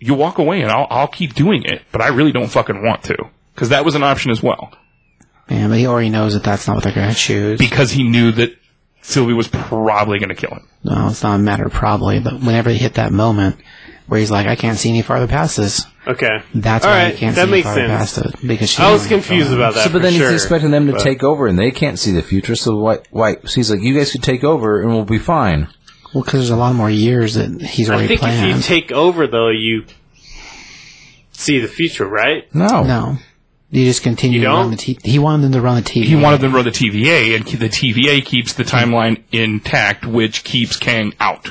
D: you walk away and I'll I'll keep doing it, but I really don't fucking want to because that was an option as well
C: Yeah, but he already knows that that's not what they're going to choose.
D: because he knew that Sylvie was probably going to kill him.
C: no, it's not a matter of probably, but whenever he hit that moment where he's like, I can't see any farther past this,
B: okay.
C: that's
B: All
C: why
B: right,
C: he can't
B: that
C: see
B: makes
C: any farther
B: sense.
C: past it. Because she
B: I was
C: didn't really
B: confused
C: follow him.
B: about that.
A: So, but then
B: for
A: he's
B: sure.
A: expecting them to
B: but-
A: take over, and they can't see the future. So why? Why? So he's like, you guys could take over, and we'll be fine.
C: Well, because there's a lot more years that he's
B: I
C: already
B: think
C: planned.
B: if you take over, though, you see the future, right?
D: Oh.
A: No,
C: no. You just continue
B: You
C: to run
B: don't?
C: the TV. He wanted them to run the TV.
D: He wanted them to run the TVA, and ke- the TVA keeps the timeline intact, which keeps Kang out.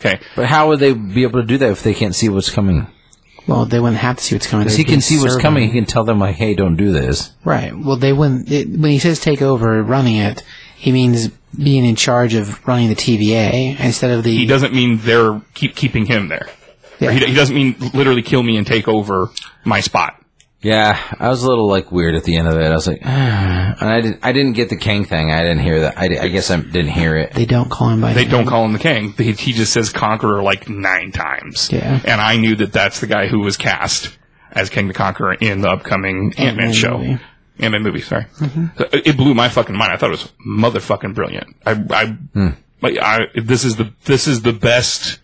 D: Okay,
A: but how would they be able to do that if they can't see what's coming?
C: Well, they wouldn't have to see what's coming.
A: Because he
C: They'd be
A: can see what's
C: serving.
A: coming, he can tell them like, "Hey, don't do this."
C: Right. Well, they wouldn't. It, when he says take over running it, he means being in charge of running the TVA instead of the.
D: he doesn't mean they're keep keeping him there. Or he,
C: Yeah.
D: he doesn't mean literally kill me and take over my spot.
A: Yeah, I was a little like weird at the end of it. I was like, <sighs> and I didn't, I didn't get the Kang thing. I didn't hear that. I, di- I guess I didn't hear it.
C: They don't call him by.
D: They
C: name.
D: don't call him the Kang. He, he just says Conqueror like nine times.
C: Yeah.
D: and I knew that that's the guy who was cast as King the Conqueror in the upcoming Ant Man
C: Ant-Man
D: show.
C: movie. Mm-hmm.
D: Ant Man movie, sorry. So it- It blew my fucking mind. I thought it was motherfucking brilliant. I, I, like, I, this is the this is the best,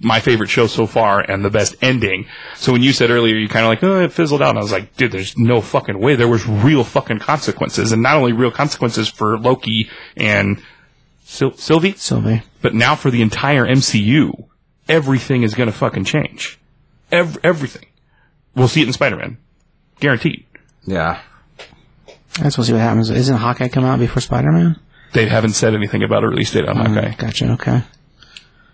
D: my favorite show so far, and the best ending. So when you said earlier, you kind of like, oh, it fizzled out, and I was like, dude, there's no fucking way. There was real fucking consequences, and not only real consequences for Loki and Syl- Sylvie,
C: Sylvie.
D: but now for the entire MCU, everything is going to fucking change. Ev- everything. We'll see it in Spider Man. Guaranteed.
A: Yeah,
C: That's we'll see what happens. Isn't Hawkeye come out before Spider Man?
D: They haven't said anything about a release date on Hawkeye.
C: Gotcha. Okay.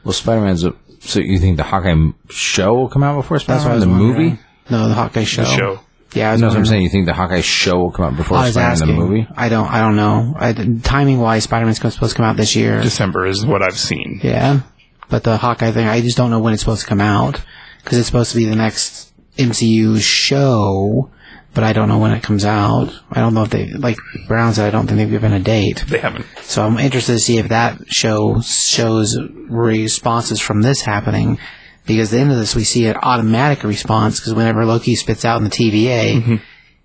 A: Well, Spider Man's. So you think the Hawkeye m- show will come out before Spider
C: That's what I
A: Man?
C: was
A: The
C: wondering.
A: movie?
C: No, the Hawkeye show.
D: Show.
C: Yeah, I
A: That's what I'm
C: was wondering.
A: saying. You think the Hawkeye show will come out before
C: I was
A: Spider Man
C: asking.
A: the movie?
C: I don't. I don't know. I, timing wise, Spider Man's supposed to come out this year.
D: December is what I've seen.
C: Yeah, but the Hawkeye thing, I just don't know when it's supposed to come out because it's supposed to be the next MCU show, but I don't know when it comes out. I don't know if they like Brown said. I don't think they've given a date,
D: They haven't.
C: so I'm interested to see if that show shows responses from this happening. Because the end of this, we see an automatic response. Because whenever Loki spits out in the TVA,
B: Mm-hmm.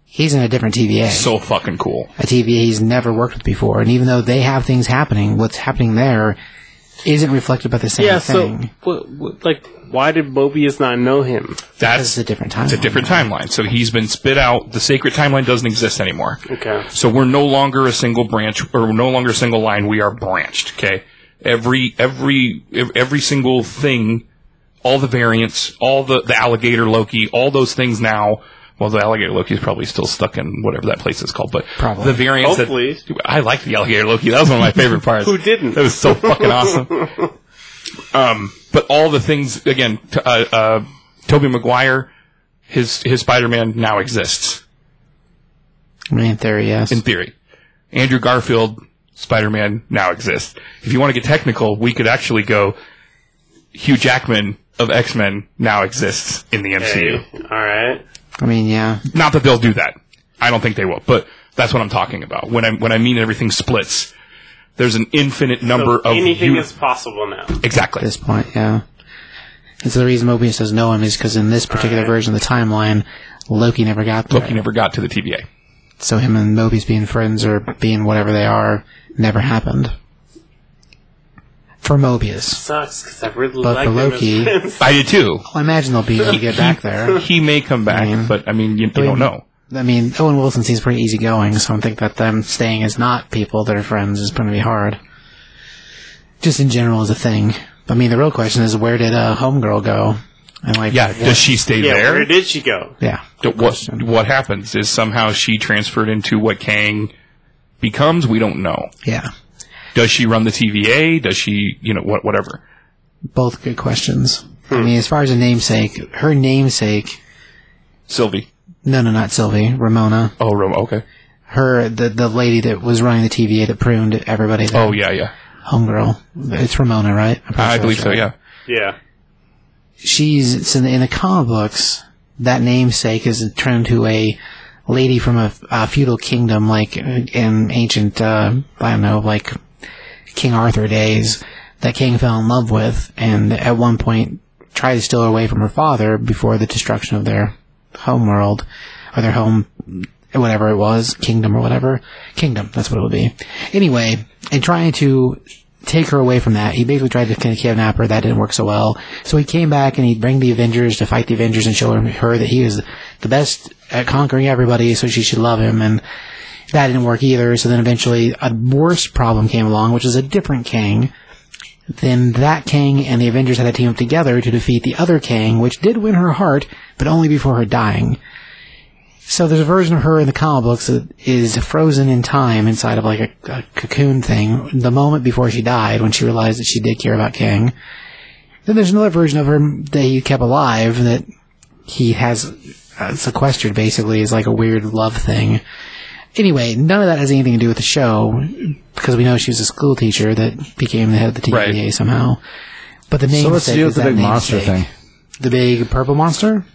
C: he's in a different TVA
D: So fucking cool.
C: a TVA he's never worked with before. And even though they have things happening, what's happening there isn't reflected by the same
B: Yeah, so,
C: thing.
B: what, what, like, why did Mobius not know him?
C: This
D: That's
C: is a different time.
D: it's a different timeline. So he's been spit out. The sacred timeline doesn't exist anymore.
B: Okay.
D: So we're no longer a single branch, or we're no longer a single line. We are branched. Okay. Every every ev- every single thing, all the variants, all the the alligator Loki, all those things now. Well, the alligator Loki is probably still stuck in whatever that place is called, but
C: Probably.
D: the variants. that-
B: Hopefully.
D: I like the alligator Loki. That was one of my favorite parts.
B: Who didn't?
D: That was so
B: <laughs>
D: fucking awesome. um, but all the things again. T- uh, uh, Toby Maguire, his his Spider Man now exists
C: I mean, in theory, yes.
D: in theory. Andrew Garfield, Spider Man now exists. If you want to get technical, we could actually go Hugh Jackman of X Men now exists in the MCU.
B: All right.
C: I mean, yeah.
D: Not that they'll do that. I don't think they will, but that's what I'm talking about. When I when I mean everything splits, there's an infinite number
B: So
D: of
B: anything
D: uni-
B: is possible now.
C: At
D: exactly.
C: this point, yeah. And so the reason Mobius doesn't know him is because in this particular version of the timeline, Loki never got there.
D: Loki never got to the TVA.
C: So him and Mobius being friends or being whatever they are never happened. For Mobius.
B: Sucks because I really
C: But
B: like
C: for
B: them <laughs>
C: Loki-
B: as friends.
D: I did too. Mm-hmm.
C: Well, I imagine they'll be when you get back there.
D: He may come back,
C: mean-
D: but I mean you, you don't know.
C: I mean, Owen Wilson seems pretty easygoing, so I think that them staying as not people that are friends is going to be hard. Just in general as a thing. I mean, the real question is where did uh, Homegirl go? And like,
D: Yeah, does she stay
B: Yeah,
D: there?
B: where did she go?
C: yeah,
D: Th- what what happens is somehow she transferred into what Kang becomes. We don't know.
C: yeah.
D: Does she run the TVA? Does she, you know, what, whatever?
C: Both good questions. I mean, as far as a namesake, her namesake.
D: Sylvie.
C: No, no, not Sylvie. Ramona.
D: Oh, Roma. Okay.
C: Her, the the lady that was running the TVA that pruned everybody. There.
D: Oh, yeah, yeah.
C: homegirl. It's Ramona, right? I'm pretty
D: I
C: sure
D: believe
C: that's
D: so.
C: right.
D: Yeah.
B: Yeah.
C: She's it's in the, in the comic books. That namesake is turned to a lady from a, a feudal kingdom, like uh, in ancient, uh, I don't know, like King Arthur days. That king fell in love with, and at one point tried to steal her away from her father before the destruction of their homeworld or their home whatever it was, kingdom or whatever. Kingdom, that's what it would be. Anyway, in trying to take her away from that, he basically tried to kind of kidnap her. That didn't work so well. So he came back and he'd bring the Avengers to fight the Avengers and show her, her that he was the best at conquering everybody, so she should love him. And that didn't work either. So then eventually a worse problem came along, which is a different king. Then that king and the Avengers had to team up together to defeat the other king, which did win her heart, but only before her dying. So there's a version of her in the comic books that is frozen in time inside of like a, a cocoon thing. The moment before she died, when she realized that she did care about King. Then there's another version of her that he kept alive that he has uh, sequestered. Basically, is like a weird love thing. Anyway, none of that has anything to do with the show because we know she was a school teacher that became the head of the TVA
D: Right.
C: somehow. But the name
A: So let's deal with the big monster thing.
C: the big purple monster.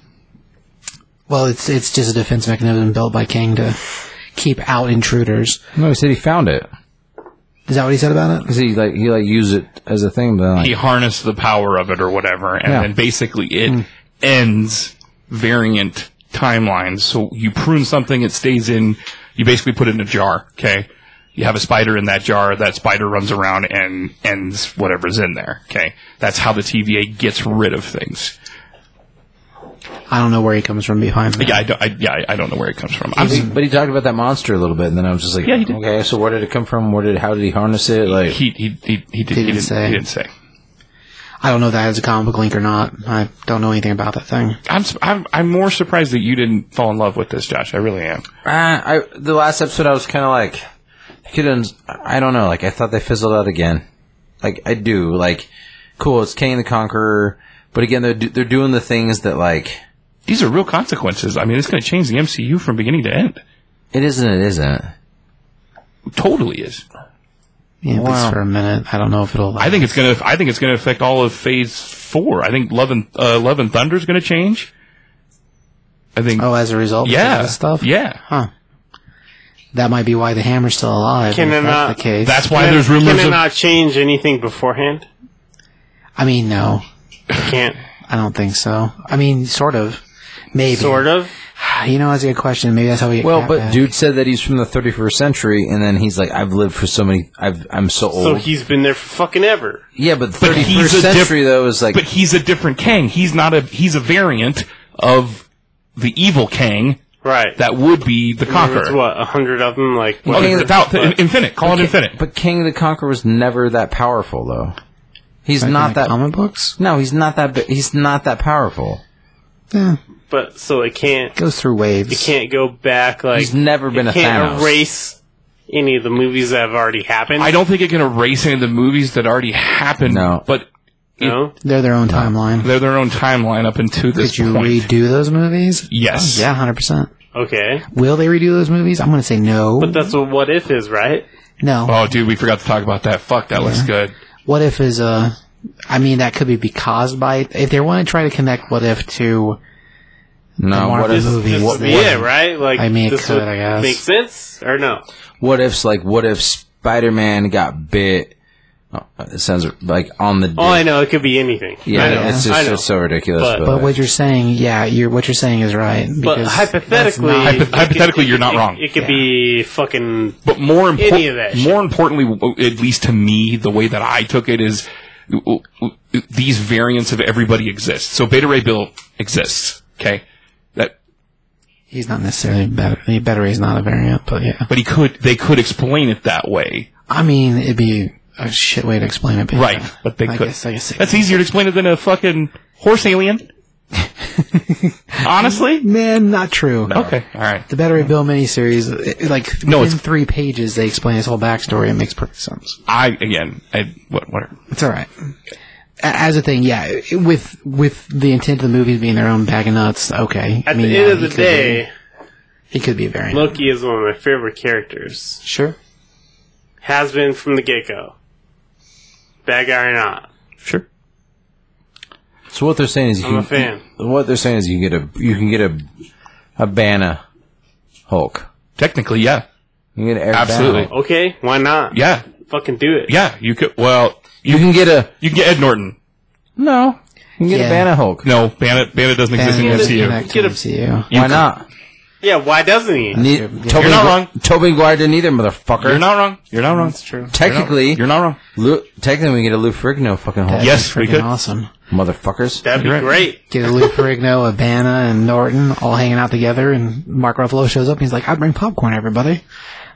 C: Well, it's it's just a defense mechanism built by King to keep out intruders.
A: No, he said he found it
C: Is that what he said about it?
A: because he like he like used it as a thing, but then, like,
D: He harnessed the power of it or whatever, and
A: Yeah.
D: then basically it ends variant timelines. So you prune something, it stays in. You basically put it in a jar. Okay. You have a spider in that jar. That spider runs around and ends whatever's in there. Okay. That's how the TVA gets rid of things.
C: I don't know where he comes from behind that.
D: Yeah, I don't, I, yeah, I- I don't know where it comes from. I'm,
A: but he talked about that monster a little bit, and then I was just like,
D: Yeah, he did.
A: okay, so where did it come from? Where did how did he harness it? Like,
D: he, he, he, he, did,
C: Didn't
D: he, didn't,
C: say.
D: he didn't say.
C: I don't know if that has a comic book link or not. I don't know anything about that thing.
D: I'm, su- I'm, I'm more surprised that you didn't fall in love with this, Josh. I really am.
A: Uh, I the last episode I was kind of like, I couldn't. I don't know. Like I thought they fizzled out again. Like I do. Like cool. It's King the Conqueror, but again they're do- they're doing the things that like
D: These are real consequences. I mean, it's going to change the MCU from beginning to end.
A: it isn't. It isn't.
D: Totally is.
C: Yeah, at least
A: Wow.
C: for a minute. I don't know if it'll.
D: I think it's going to. I think it's going to affect all of Phase Four. I think Love and uh, Love and Thunder is going to change. I think.
C: oh, as a result, because of
D: yeah.
C: this stuff.
D: Yeah.
C: huh? That might be why the hammer's still alive.
B: Can
C: if
B: it
C: that's
B: not-
C: the case.
D: That's why
B: Can-
D: there's
B: Can
D: rumors.
B: it
D: Of,
B: not change anything beforehand?
C: I mean, no,
B: It can't.
C: I don't think so. I mean, sort of, maybe.
B: Sort of.
C: You know, that's a good question. Maybe that's how we. Get
A: Well,
C: Cat
A: but
C: back.
A: dude said that he's from the 31st century, and then he's like, I've lived for so many. I've I'm so old.
D: Oh.
B: So he's been there for fucking ever.
A: yeah, but 31st
D: But he's a diff-
A: century though is like
D: but he's a different Kang. He's not a. He's a variant of the evil Kang
B: Right.
D: that would be the
B: There's
D: Conqueror.
B: what a hundred of them. Like
D: Oh,
A: Kang-
D: the thou- the infinite. Call it infinite.
A: But King the Conqueror was never that powerful though. He's
C: Like in
A: not
C: the
A: that.
C: comic books.
A: no, he's not that. bi- He's not that powerful.
C: Yeah,
B: but so it can't.
C: goes through waves.
B: It can't go back. Like
A: He's never been
B: it
A: a
B: can't
A: Thanos.
B: erase any of the movies that have already happened.
D: I don't think it can erase any of the movies that already happened.
A: No.
D: But
B: know.
C: They're their own timeline.
D: they're their own timeline up until this
C: Could you
D: point.
C: redo those movies?
D: yes.
C: Yeah, hundred percent.
B: Okay,
C: Will they redo those movies? I'm gonna say no.
B: but that's what what if is, right?
C: no.
D: Oh, dude, we forgot to talk about that. Fuck, that looks good.
C: what if is uh, I mean, that could be be caused by if they want to try to connect what if to
A: No,
C: Marvel
A: Uh, what if
C: movies.
B: This
C: What-
B: would be
C: what-
B: it, right? Like
C: I mean, it
B: this
C: could,
B: would
C: I guess.
B: make sense or no?
A: what ifs like what if Spider Man got bit? Oh, it sounds like on the.
B: All Oh, I
A: dick.
B: know, it could be anything.
A: yeah,
B: I know,
A: it's
B: I
A: just
B: know.
A: it's so ridiculous.
B: But-
A: But,
C: but what you're saying, yeah, you're what you're saying is right.
B: but
C: because
B: hypothetically,
C: that's
D: Hypo-
B: it could-
D: hypothetically, you're not
B: it-
D: wrong.
B: It could be fucking
D: But more impor-
B: Any of that shit.
D: more importantly, w- at least to me, the way that I took it is w- w- these variants of everybody exist. So Beta Ray Bill exists. Okay, that
C: he's not necessarily better. The better he's not a variant, but yeah.
D: but he could they could explain it that way,
C: I mean, it'd be a shit way to explain it. But
D: right?
C: yeah.
D: But they
C: I
D: could.
C: guess- I guess it-
D: That's easier to explain it than a fucking horse alien. <laughs> Honestly?
C: Man, not true.
D: Okay. All right.
C: The Battery Bill miniseries, it, it, like
D: No,
C: within
D: it's-
C: three pages, they explain his whole backstory. It makes perfect sense.
D: I again. I what? Whatever.
C: It's all right. A- As a thing, yeah, it- with with the intent of the movies being their own bag of nuts, okay.
B: At the end of the day,
C: he could be a variant.
B: Loki is one of my favorite characters.
C: sure,
B: Has been from the get go. Bad guy or not,
D: Sure.
A: So what they're saying is you
B: I'm a
A: can,
B: fan.
A: what they're saying is you can get a you can get a a Banna Hulk.
D: Technically, yeah.
A: You can get an Eric
D: Absolutely.
A: Bana Hulk.
B: Okay, why not?
D: Yeah.
B: Fucking do it.
D: Yeah. You could. Well,
A: You can get a
D: you can get Ed Norton.
A: no. You can get
C: Yeah.
A: a Banna Hulk.
D: No, Bandit. Bandit doesn't exist in
C: Bannon
D: the
C: doesn't
D: MCU.
C: connect to
B: Get a-
C: MCU.
A: Why not?
B: Yeah, why doesn't he?
A: Ne- Toby,
D: You're not wrong.
A: Toby Maguire didn't either, motherfucker.
D: You're not wrong. You're not wrong.
C: That's true.
A: technically,
D: You're not wrong.
A: Lu- technically we get a Lou Ferrigno fucking Hulk.
D: Yeah. Yes,
C: Freaking
D: we could.
C: Awesome.
A: motherfuckers.
B: That'd be
D: You're right.
B: great.
C: Get a Lou Ferrigno, a Banna, and Norton all hanging out together, and Mark Ruffalo shows up. and He's like, "I bring popcorn, everybody."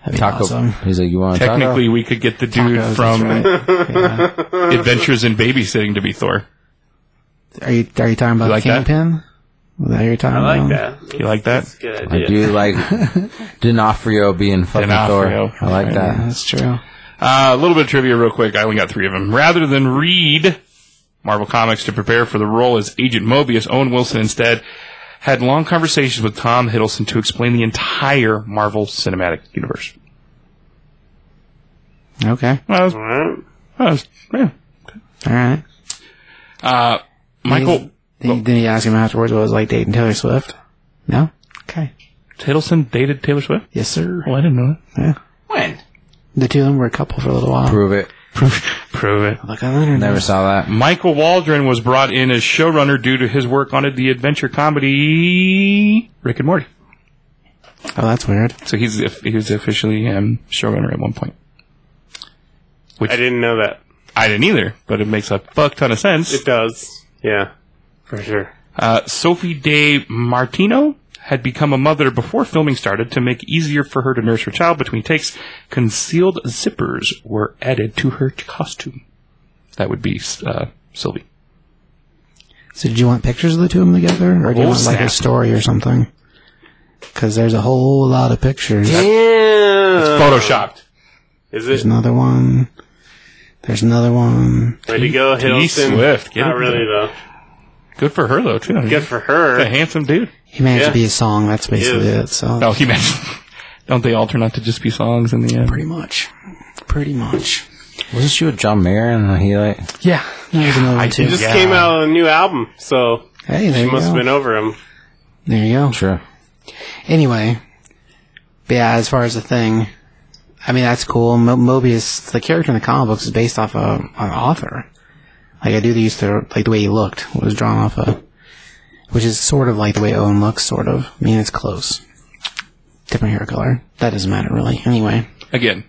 C: That'd be
A: Taco.
C: awesome.
A: He's like, you want a taco?
D: Technically, we could get the dude
C: Tacos,
D: from
C: that's right. Yeah.
D: Adventures in Babysitting to be Thor.
C: Are you are you talking about
D: You like that?
C: Kingpin? Is that who you're talking
B: I like
C: about?
B: that.
D: You like that?
B: That's a good
A: I
B: idea.
A: do like D'Onofrio being fucking
D: D'Onofrio.
A: Thor. I like
C: Yeah,
A: that.
C: that's true.
D: Uh, a little bit of trivia, real quick. I only got three of them. Rather than read Marvel Comics to prepare for the role as Agent Mobius, Owen Wilson instead had long conversations with Tom Hiddleston to explain the entire Marvel Cinematic Universe.
C: Okay.
D: Well, that was-
B: All right.
D: that was- yeah.
C: All right.
D: Uh, Michael
C: Then, you- then you ask him afterwards what it was like dating Taylor Swift. No. Okay.
D: Hiddleston dated Taylor Swift.
C: Yes, sir.
D: Well, I didn't know that.
A: When?
C: The two of them were a couple for a little while.
A: Prove it.
D: Prove it.
C: Look on the internet.
A: Never saw that.
D: Michael Waldron was brought in as showrunner due to his work on the adventure comedy Rick and Morty.
C: Oh, that's weird.
D: So he's he was officially um, showrunner at one point.
B: I didn't know that.
D: I didn't either, but it makes a fuck ton of sense.
B: It does. Yeah, for sure.
D: Uh, Sophie De Martino had become a mother before filming started to make it easier for her to nurse her child between takes. Concealed zippers were added to her costume. That would be uh, Sylvie.
C: So, did you want pictures of the two of them together, or do you
D: Oh,
C: want like a
D: snap.
C: story or something? Because there's a whole lot of pictures.
B: Yeah.
D: Photoshopped.
B: Is
C: There's
B: it?
C: another one. There's another one.
B: Way to go, Hiddleston.
D: E Swift, get
B: Not
D: it.
B: really, though.
D: Good for her though too.
B: Good for her.
D: a handsome dude.
C: He managed
B: Yeah.
C: to be a song. That's basically
B: Yeah.
C: it. So,
D: No, he meant. <laughs> Don't they all turn out to just be songs in the end?
C: pretty much, pretty much.
A: Wasn't she with John Mayer and he like
C: Yeah, there's another one too.
B: It just came out with a new album, so
C: hey, there
B: she
C: you
B: must
C: go.
B: have been over him.
C: there you go.
A: sure.
C: Anyway, but yeah, as far as the thing, I mean, that's cool. Mo- Mobius, the character in the comic books, is based off a, an author. Like, I do used to, like, the way he looked was drawn off a, which is sort of like the way Owen looks, sort of. I mean, it's close. Different hair color. That doesn't matter, really. Anyway,
D: again,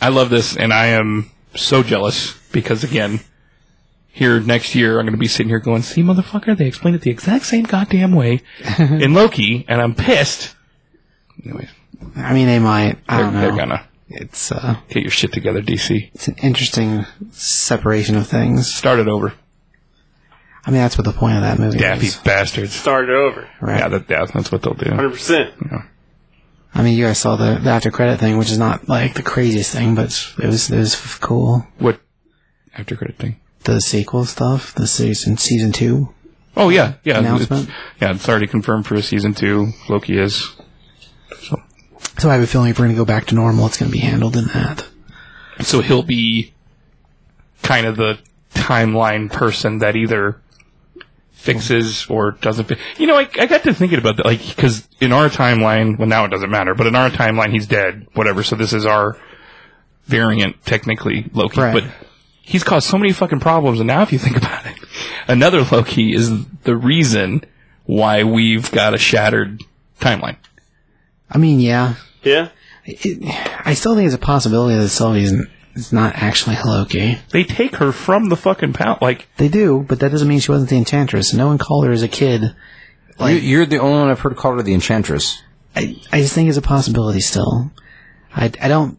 D: I love this, and I am so jealous because again, here next year I'm going to be sitting here going, "See, motherfucker, they explained it the exact same goddamn way in Loki," and I'm pissed. Anyway,
C: I mean, they might. I
D: they're,
C: don't
D: they're
C: know.
D: gonna
C: It's, uh,
D: get your shit together, DC.
C: it's an interesting separation of things.
D: Start it over,
C: I mean, that's what the point of that movie
D: daffy
C: is.
D: bastards.
B: Started over.
C: Right.
D: Yeah, that, yeah, that's what they'll do.
B: 100%.
C: I mean, you guys saw the, the after credit thing, which is not like the craziest thing, but it's- it was it was f- cool.
D: What after credit thing?
C: The sequel stuff, the season season two.
D: Oh yeah, yeah,
C: Announcement?
D: It's, yeah, it's already confirmed for season two. Loki is. So
C: So I have a feeling if we're gonna go back to normal, it's gonna be handled in that.
D: So he'll be kind of the timeline person that either fixes or doesn't. Fi- you know, I, I got to thinking about that, like, because in our timeline, well, now it doesn't matter, but in our timeline, he's dead, whatever. So this is our variant, technically Loki,
C: Right.
D: but he's caused so many fucking problems. And now, if you think about it, another Loki is the reason why we've got a shattered timeline.
C: I mean, yeah,
B: Yeah?
C: it, I still think it's a possibility that Sylvie is, is not actually Loki.
D: They take her from the fucking pound, like.
C: They do, but that doesn't mean she wasn't the Enchantress. No one called her as a kid.
A: You- You're the only one I've heard called her the Enchantress.
C: I, I just think it's a possibility still. I, I don't.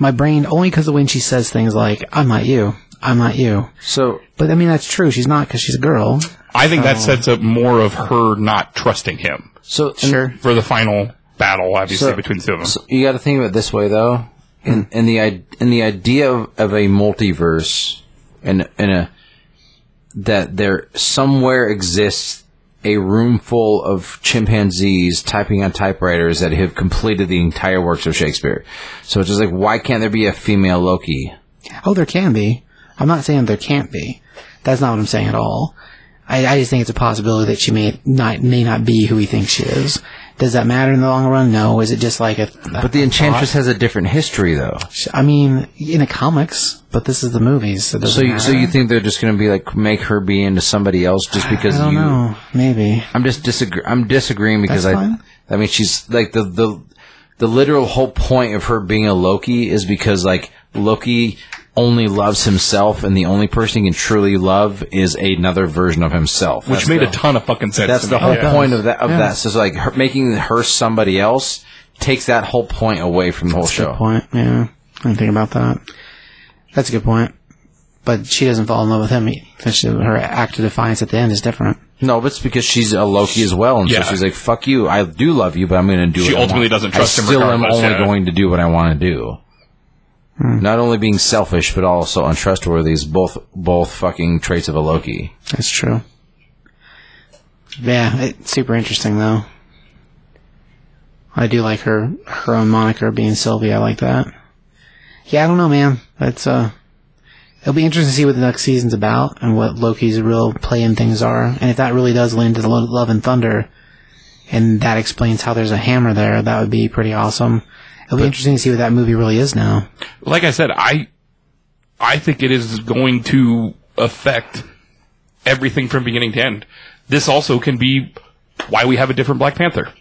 C: My brain only because of when she says things like "I'm not you," "I'm not you,"
A: So
C: But I mean, that's true. She's not because she's a girl.
D: I think that sets up more of her not trusting him
A: So and-
C: Sure.
D: for the final battle, obviously
A: So-
D: between the two of them.
A: So you got to think of it this way, though. In, in the i- in the idea of, of a multiverse, and in a that there somewhere exists a room full of chimpanzees typing on typewriters that have completed the entire works of Shakespeare. So it's just like, why can't there be a female Loki?
C: Oh, there can be. I'm not saying there can't be. That's not what I'm saying at all. I, I just think it's a possibility that she may not may not be who he thinks she is. Does that matter in the long run? No. Is it just like a?
A: But the Enchantress has a different history, though.
C: I mean, in the comics, but this is the movies. So, it doesn't
A: So you,
C: matter.
A: so you think they're just going to be like make her be into somebody else just because
C: I don't
A: you?
C: know. Maybe.
A: I'm just disagree. I'm disagreeing because
C: That's
A: I.
C: fine.
A: I mean, she's like the the the literal whole point of her being a Loki is because like Loki only loves himself, and the only person he can truly love is another version of himself.
D: which made a ton of fucking sense.
A: that's
D: to
A: the
D: me.
A: whole point of that. Of that, so it's like her, making her somebody else takes that whole point away from the whole
C: Good
A: show.
C: point. Yeah, I didn't think about that. That's a good point. But she doesn't fall in love with him. Because she- her act of defiance at the end is different.
A: No, but it's because she's a Loki as well, and
D: Yeah.
A: so she's like, "Fuck you! I do love you, but I'm going to do."
D: She
A: what I
D: ultimately
A: want.
D: doesn't trust
A: I
D: him
A: Still, am
D: regardless,
A: only
D: yeah.
A: going to do what I want to do. Not only being selfish, but also untrustworthy is both both fucking traits of a Loki.
C: That's true. Yeah, it's super interesting though. I do like her her own moniker being Sylvia. I like that. Yeah, I don't know, man. That's uh, it'll be interesting to see what the next season's about and what Loki's real play in things are, and if that really does lend to the lo- Love and Thunder, and that explains how there's a hammer there. That would be pretty awesome. It'll be interesting to see what that movie really is now.
D: like I said, I I think it is going to affect everything from beginning to end. This also can be why we have a different Black Panther.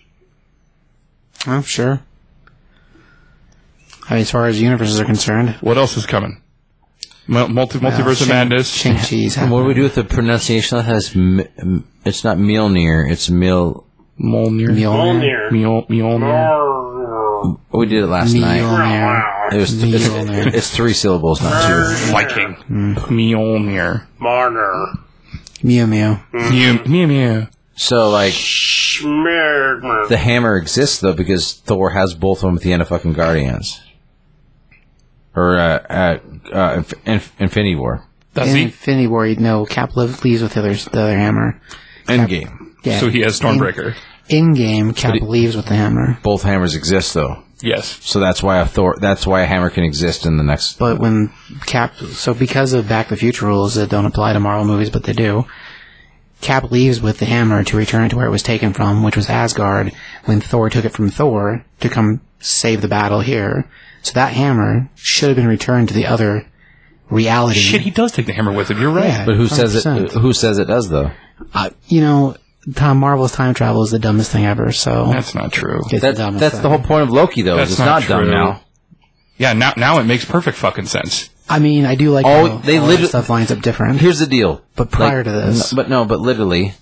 C: Oh, sure. I mean, as far as universes are concerned,
D: What else is coming? Mul- Multi- multiverse of madness.
C: Shang <laughs> Chi's.
A: And what do we do with the pronunciation that has? m- m- It's not Mjolnir. It's Mil.
D: Mjolnir.
B: Mjolnir.
D: Mjol- Mjolnir.
A: We did it last night. It was th- it's,
C: Mjolnir.
A: it's three syllables, not two.
B: Mm.
D: Viking.
A: Mm.
D: Mjolnir.
B: Marner.
C: Mew Mew.
D: Mew- Mew mew.
A: So like
B: Schmermer.
A: the hammer exists though because Thor has both of them at the end of fucking Guardians or uh, uh, uh, Inf- Inf- Infinity War.
D: That's
C: In
D: he.
C: Infinity War, you know, Cap live- leaves with the other, the other hammer.
A: Endgame.
C: Yeah.
D: So he has Stormbreaker.
C: In game, Cap leaves with the hammer.
A: Both hammers exist though,
D: Yes.
A: so that's why a Thor. That's why a hammer can exist in the next.
C: But when Cap, so because of Back to the Future rules that don't apply to Marvel movies, but they do, Cap leaves with the hammer to return it to where it was taken from, which was Asgard, when Thor took it from Thor to come save the battle here. So that hammer should have been returned to the other reality.
D: Shit, he does take the hammer with him. You're right.
C: Yeah,
A: But who says
C: 100%.
A: it? uh, Who says it does though?
C: Uh, you know, Tom Marvel's time travel is the dumbest thing ever. So
D: That's not true.
C: it's
A: That,
C: the dumbest
A: that's
C: thing.
A: the whole point of Loki though.
D: That's
A: is it's not,
D: not
A: done
D: true.
A: now.
D: Yeah, now now it makes perfect fucking sense.
C: I mean, I do like
A: Oh,
C: how
A: they
C: all
A: lit-
C: that stuff lines up different.
A: Here's the deal.
C: But prior to this-
A: n- but no, but literally,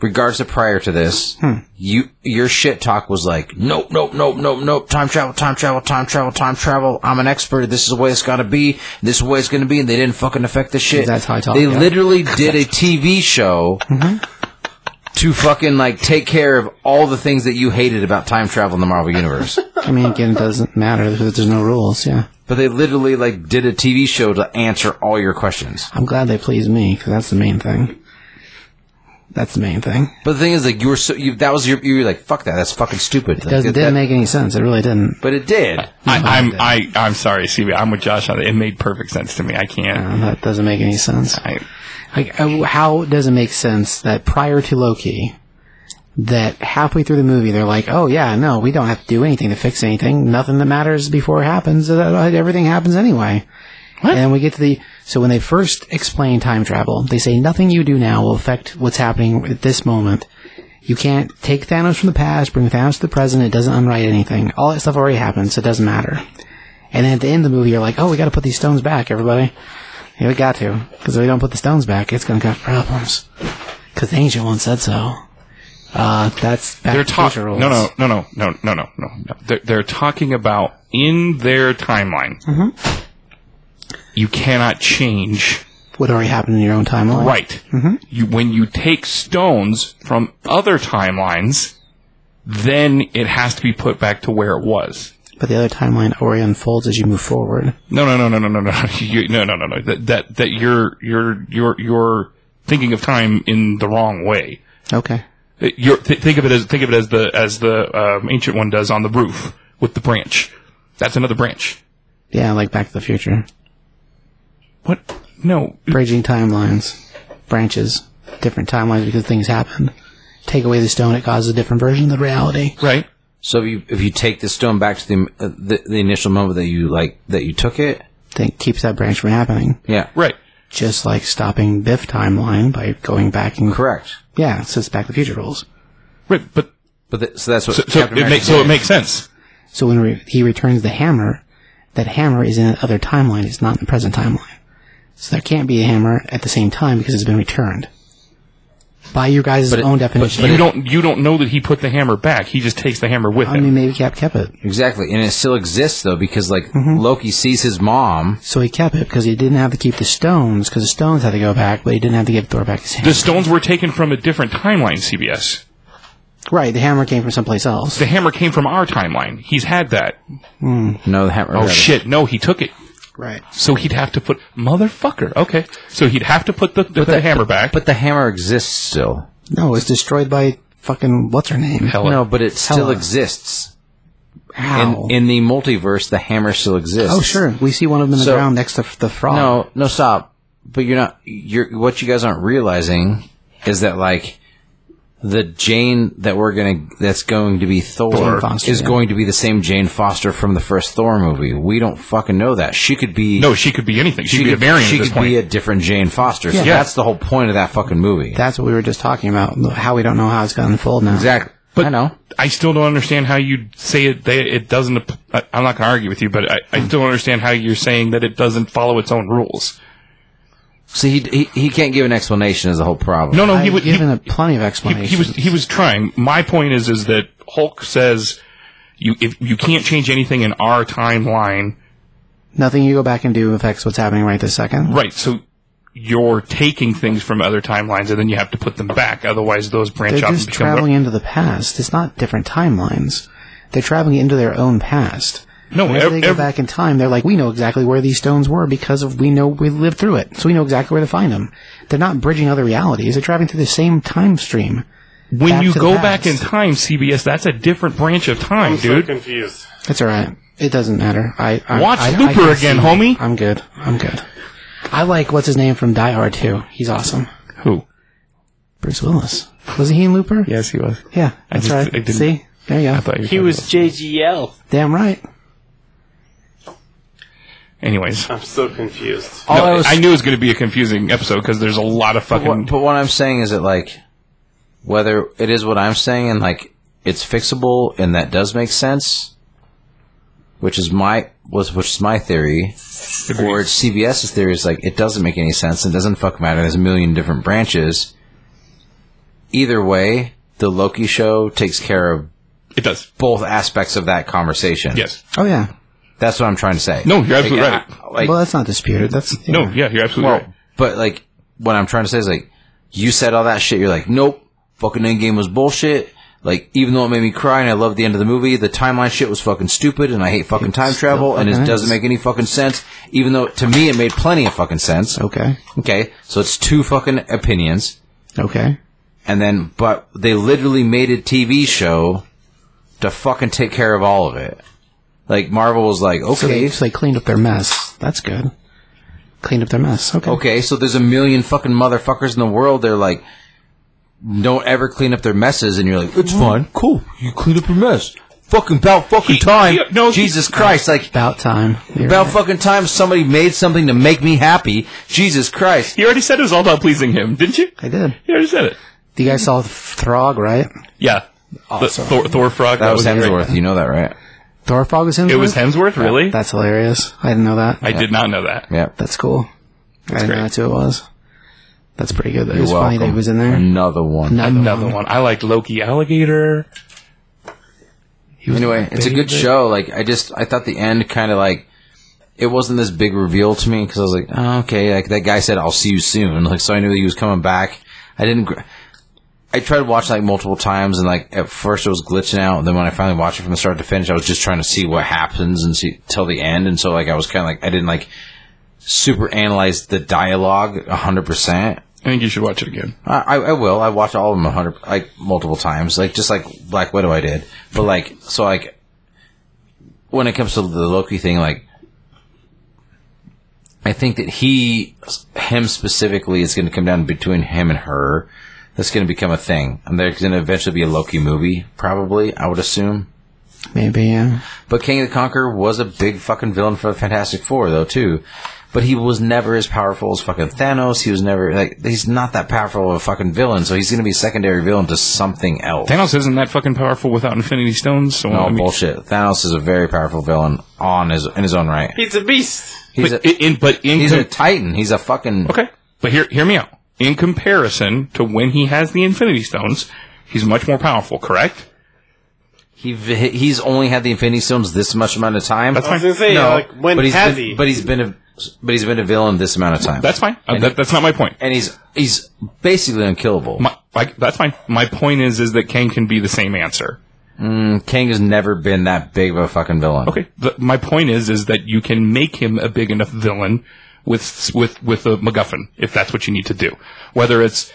A: regards to prior to this,
C: Hmm.
A: you your shit talk was like, nope, nope, nope, nope, nope. Time travel, time travel, time travel, time travel. I'm an expert. This is the way it's got to be. This is the way it's going to be. And they didn't fucking affect the shit.
C: That's how I talk,
A: They
C: yeah. <laughs> Mm-hmm.
A: literally did a TV show. To fucking like take care of all the things that you hated about time travel in the Marvel
C: <laughs>
A: universe,
C: I mean, again, it doesn't matter because there's no rules. Yeah,
A: but they literally like did a TV show to answer all your questions.
C: I'm glad they please me because that's the main thing. That's the main thing.
A: But the thing is, like, you were so you, that was your you were like, fuck that, that's fucking stupid. Like,
C: It doesn't
A: that-
C: didn't
A: that-
C: make any sense. It really didn't.
A: but it did.
D: I, I'm I, I'm sorry, CB. I'm with Josh on it. It made perfect sense to me. I can't.
C: Uh, That doesn't make any sense.
D: I,
C: Like, uh, how does it make sense that prior to Loki, that halfway through the movie they're like, "Oh yeah, no, we don't have to do anything to fix anything. Nothing that matters before happens. uh, Everything happens anyway." And then we get to the so when they first explain time travel, they say nothing you do now will affect what's happening at this moment. You can't take Thanos from the past, bring Thanos to the present. It doesn't unwrite anything. All that stuff already happened, so it doesn't matter. And then at the end of the movie, you're like, "Oh, we got to put these stones back, everybody." Yeah, we got to. Because if we don't put the stones back, it's going to cause problems. Because the ancient one said so. Uh, that's back
D: they're
C: to
D: talking.
C: future
D: No,
C: rules.
D: no, no, no, no, no, no, no. no. They're, they're talking about in their timeline. You cannot change
C: what already happened in your own timeline.
D: Right. You, when you take stones from other timelines, then it has to be put back to where it was.
C: But the other timeline already unfolds as you move forward.
D: No, no, no, no, no, no, no, <laughs> you, no, no, no, no. That that that you're you're you're you're thinking of time in the wrong way.
C: Okay.
D: Uh, You're, th- think of it as think of it as the as the um, ancient one does on the roof with the branch. That's another branch.
C: Yeah, like Back to the Future.
D: What? No,
C: Bridging timelines, branches, different timelines because things happened. Take away the stone, it causes a different version of the reality.
D: right?
A: So if you if you take the stone back to the, uh, the the initial moment that you like that you took it,
C: That keeps that branch from happening.
A: yeah,
D: Right.
C: Just like stopping Biff timeline by going back and
A: correct.
C: yeah, so it's Back to the Future rules.
D: Right, but
A: But th- so that's what
D: so, so
A: Captain
D: it
A: America
D: makes so it
A: did.
D: makes sense.
C: So when re- he returns the hammer, that hammer is in that other timeline. It's not in the present timeline. So there can't be a hammer at the same time because it's been returned. By your guys'
A: it-
C: own
A: but-
C: definition.
D: you don't you don't know that he put the hammer back. He just takes the hammer with
C: I
D: him.
C: mean, maybe Cap kept it.
A: exactly, and it still exists though because like
D: Mm-hmm.
A: Loki sees his mom.
C: So he kept it because he didn't have to keep the stones because the stones had to go back, but he didn't have to give Thor back his hammer.
D: the stones were taken from a different timeline. CBS.
C: right, the hammer came from someplace else.
D: The hammer came from our timeline. He's had that.
A: No, the hammer.
D: Oh shit! No, he took it.
C: <laughs> Right.
D: So he'd have to put motherfucker. Okay. So he'd have to put the, the,
A: the-
D: hammer back.
A: But the hammer exists still.
C: No, it's destroyed by fucking what's her name?
D: Hella.
A: No, but it still
C: Hella.
A: exists.
C: How?
A: In, in the multiverse, the hammer still exists.
C: oh, sure. We see one of them in the
A: So-
C: ground next to f- the frog.
D: Oh.
A: No, no, stop. But you're not. You're what you guys aren't realizing is that like the Jane that we're gonna that's going to be Thor
C: Jane Foster,
A: is
C: yeah.
A: going to be the same Jane Foster from the first Thor movie. We don't fucking know that. She could be
D: no, she could be anything. She'd
A: She
D: be
A: could,
D: a variant
A: she
D: at this
A: could
D: point.
A: be a different Jane Foster. So
D: Yeah.
A: that's the whole point of that fucking movie.
C: That's what we were just talking about. How we don't know how it's going to unfold now.
A: exactly.
D: But-
A: I know.
D: I still don't understand how you say it. They, it doesn't. ap- I, I'm not going to argue with you, but I, I still don't understand how you're saying that it doesn't follow its own rules.
A: See, he, he he can't give an explanation is the whole problem.
D: No, no, he
C: I've
D: would. He,
C: given it plenty of
D: he,
C: explanations.
D: he was. He was trying. My point is, is that Hulk says you if you can't change anything in our timeline,
C: Nothing you go back and do affects what's happening right this second.
D: right? So. You're taking things from other timelines, and then you have to put them back. Otherwise, those branch
C: They're
D: off and
C: just
D: become.
C: traveling into the past. It's not different timelines. They're traveling into their own past.
D: no,
C: Whenever they
D: ev-
C: go
D: ev-
C: back in time, they're like, we know exactly where these stones were because of we know we lived through it, so we know exactly where to find them. They're not bridging other realities. They're traveling through the same time stream.
D: When
C: back
D: you
C: to the
D: go
C: past.
D: back in time, CBS, that's a different branch of time,
B: I'm so
D: dude.
B: confused.
C: That's all right. It doesn't matter. I, I
D: Watch
C: I- I
D: Looper
C: can
D: again,
C: see-
D: homie.
C: I'm good. I'm good. I like what's his name from Die Hard too. He's awesome.
D: Who?
C: Bruce Willis. Wasn't he in Looper?
D: Yes, he was.
C: Yeah, that's
D: just-
C: right.
D: I didn't-
C: See, there you go.
D: I thought you were
B: He
D: talking
B: was
D: about-
B: JGL.
C: Damn right.
D: Anyways,
B: I'm so confused.
A: All
D: No,
A: I
D: I,
A: was-
D: knew it was going to be a confusing episode because there's a lot of fucking.
A: What, but what I'm saying is that like whether it is what I'm saying and like it's fixable and that does make sense, which is my was which is my theory, or it's CBS's theory is like it doesn't make any sense. It doesn't fuck matter. There's a million different branches. Either way, the Loki show takes care of
D: it does.
A: both aspects of that conversation.
D: Yes.
C: Oh yeah.
A: that's what I'm trying to say.
D: No, you're absolutely
A: Like,
D: right.
A: I- like,
C: well, that's not disputed. That's yeah.
D: No, yeah, you're absolutely right.
A: But like, what I'm trying to say is like, you said all that shit. You're like, nope, fucking Endgame was bullshit. Like, even though it made me cry and I loved the end of the movie, the timeline shit was fucking stupid and I hate fucking time travel and it
C: fucking
A: doesn't
C: is.
A: make any fucking sense. Even though to me it made plenty of fucking sense.
C: Okay.
A: Okay, so it's two fucking opinions,
C: Okay.
A: and then but they literally made a TV show to fucking take care of all of it. Like Marvel was like,
C: So they,
A: okay,
C: so they cleaned up their mess. That's good. Cleaned up their mess. Okay.
A: Okay, so there's a million fucking motherfuckers in the world. They're like, don't ever clean up their messes, and you're like,
D: Mm.
A: it's fun, cool. You clean up your mess. Fucking about fucking time.
D: he- no, he-
A: Jesus Christ, like
C: About time. You're
A: about
C: right.
A: fucking time. Somebody made something to make me happy. Jesus Christ.
D: You already said it was all about pleasing him, didn't you?
C: I did.
D: You already said it.
C: You guys saw Throg, right?
D: Yeah. The Thor, Thor frog.
A: That was
D: great.
A: Hemsworth. You know that, right?
C: Thorfog was in
D: It was Hemsworth, really?
C: That's hilarious. I didn't know that.
D: I did not know that.
A: Yeah.
C: That's cool. I didn't
D: great.
C: know that's who it was. That's pretty good. It
A: You're
C: was funny that
A: welcome.
C: he
A: Mm.
C: was in there.
A: Another one.
C: Another
D: Another one. I liked Loki Alligator.
A: Anyway, it's a good show. Like I just, I thought the end kind of like it wasn't this big reveal to me because I was like, oh, okay, like that guy said, I'll see you soon. <laughs> Like, so I knew he was coming back. I didn't. Gr- I tried to watch like multiple times, and like at first it was glitching out. And then when I finally watched it from start to finish, I was just trying to see what happens and see till the end. And so like I was kind of like I didn't like super analyze the dialogue hundred percent.
D: I think you should watch it again.
A: I, I I will. I watched all of them a hundred like multiple times, like just like Black Widow I did. But like so like when it comes to the Loki thing, like I think that he him specifically is going to come down between him and her. That's going to become a thing, and there's going to eventually be a Loki movie, probably. I would assume.
C: Maybe, yeah.
A: But King of the Conqueror was a big fucking villain for the Fantastic Four, though, too. But he was never as powerful as fucking Thanos. He was never, like, he's not that powerful of a fucking villain, so he's going to be a secondary villain to something else.
D: Thanos isn't that fucking powerful without Infinity Stones. So
A: no,
D: I mean,
A: bullshit. Thanos is a very powerful villain on his, in his own right.
B: He's a beast.
A: He's
D: but
A: a,
D: in, in- but in
A: he's
D: com-
A: a titan. He's a fucking.
D: okay. But hear hear me out. In comparison to when he has the Infinity Stones, he's much more powerful. Correct?
A: He, he's only had the Infinity Stones this much amount of time.
D: That's
B: I was
D: fine.
B: gonna say, like, when
A: but he's
B: has
A: been,
B: he?
A: But he's been a, but he's been a villain this amount of time.
D: That's fine. Uh, that, that's not my point.
A: and he's he's basically unkillable.
D: My, like, that's fine. My point is, is that Kang can be the same answer.
A: King has never been that big of a fucking villain.
D: Okay. The, my point is, is that you can make him a big enough villain with with with a MacGuffin, if that's what you need to do. Whether it's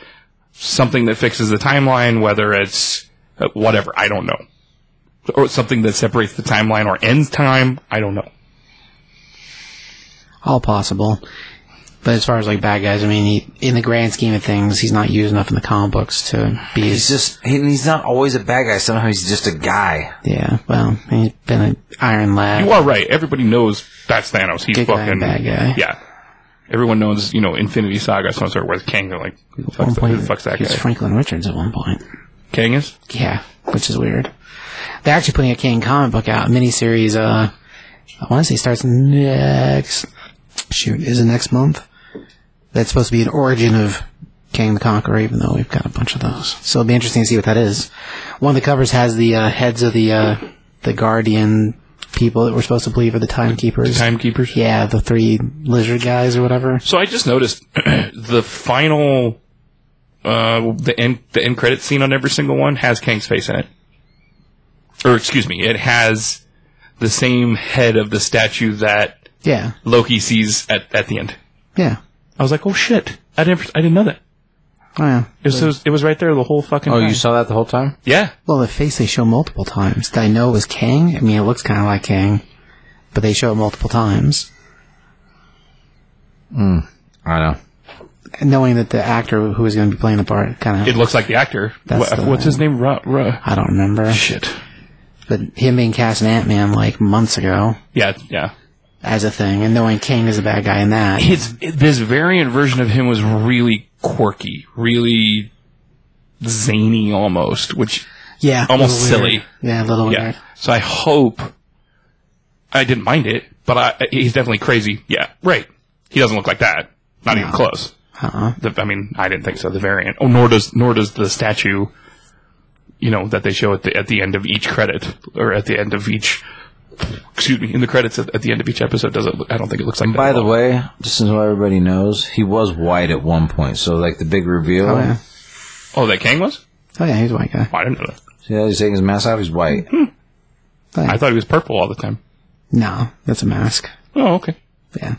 D: something that fixes the timeline, whether it's uh, whatever, I don't know, or something that separates the timeline or ends time, I don't know.
C: All possible. But as far as like bad guys, I mean, he, in the grand scheme of things, he's not used enough in the comic books to be.
A: He's just he, he's not always a bad guy. Somehow he's just a guy.
C: yeah. Well, he's been an Iron Lad.
D: You are right. Everybody knows that's Thanos. He's
C: Good guy
D: fucking
C: and bad guy.
D: Yeah. Everyone knows, you know, Infinity Saga, so on and so forth. Whereas Kang, they're like, who the
C: At one
D: fuck's that, who
C: point,
D: the fuck's that
C: he was
D: guy?
C: Franklin Richards at one point.
D: Kang is?
C: Yeah, which is weird. They're actually putting a King comic book out, miniseries. Uh, I want to say starts next. Shoot, is it next month? That's supposed to be an origin of King the Conqueror, even though we've got a bunch of those. So it'll be interesting to see what that is. One of the covers has the uh, heads of the uh, the Guardian people that we're supposed to believe are the Timekeepers.
D: Timekeepers?
C: yeah, the three lizard guys or whatever.
D: So I just noticed <clears throat> the final, uh, the end, the end credit scene on every single one has Kang's face in it. Or excuse me, it has the same head of the statue that
C: Yeah,
D: Loki sees at, at the end.
C: yeah.
D: I was like, oh shit, I didn't, I didn't know that.
C: Oh, yeah.
D: It was, it was, it was right there the whole fucking.
A: Oh,
D: time.
A: you saw that the whole time?
D: yeah.
C: Well, the face they show multiple times. Did I know it was Kang? I mean, it looks kind of like Kang, but they show it multiple times.
A: I know.
C: And knowing that the actor who was going to be playing the part kind
D: It
C: of.
D: looks like the actor.
C: That's
D: Wha-
C: the-
D: what's his name? Ra, Ra.
C: I don't remember.
D: Shit.
C: But him being cast in Ant Man like months ago
D: Yeah, yeah.
C: as a thing, and knowing Kang is a bad guy in that.
D: His this variant version of him was really quirky, really zany, almost, which
C: <laughs> Yeah. a
D: almost
C: little weird.
D: silly.
C: Yeah, a little
D: Yeah.
C: weird.
D: So I hope I didn't mind it, but I, he's definitely crazy. Yeah, right. He doesn't look like that. Not even close.
C: Uh-uh.
D: The, I mean, I didn't think so. The variant. Oh, nor does nor does the statue. You know that they show at the at the end of each credit or at the end of each. Excuse me, in the credits at, at the end of each episode, does it? Look, I don't think it looks like. that
A: By
D: at
A: the
D: all.
A: way, just so everybody knows, he was white at one point. So like the big reveal.
C: Oh, yeah.
D: oh, that Kang was.
C: Oh, yeah, he's a white guy.
D: Oh, I didn't know that.
A: See how he's taking his mask off. He's white.
D: Hmm. I thought he was purple all the time.
C: No, that's a mask.
D: Oh, okay.
C: Yeah.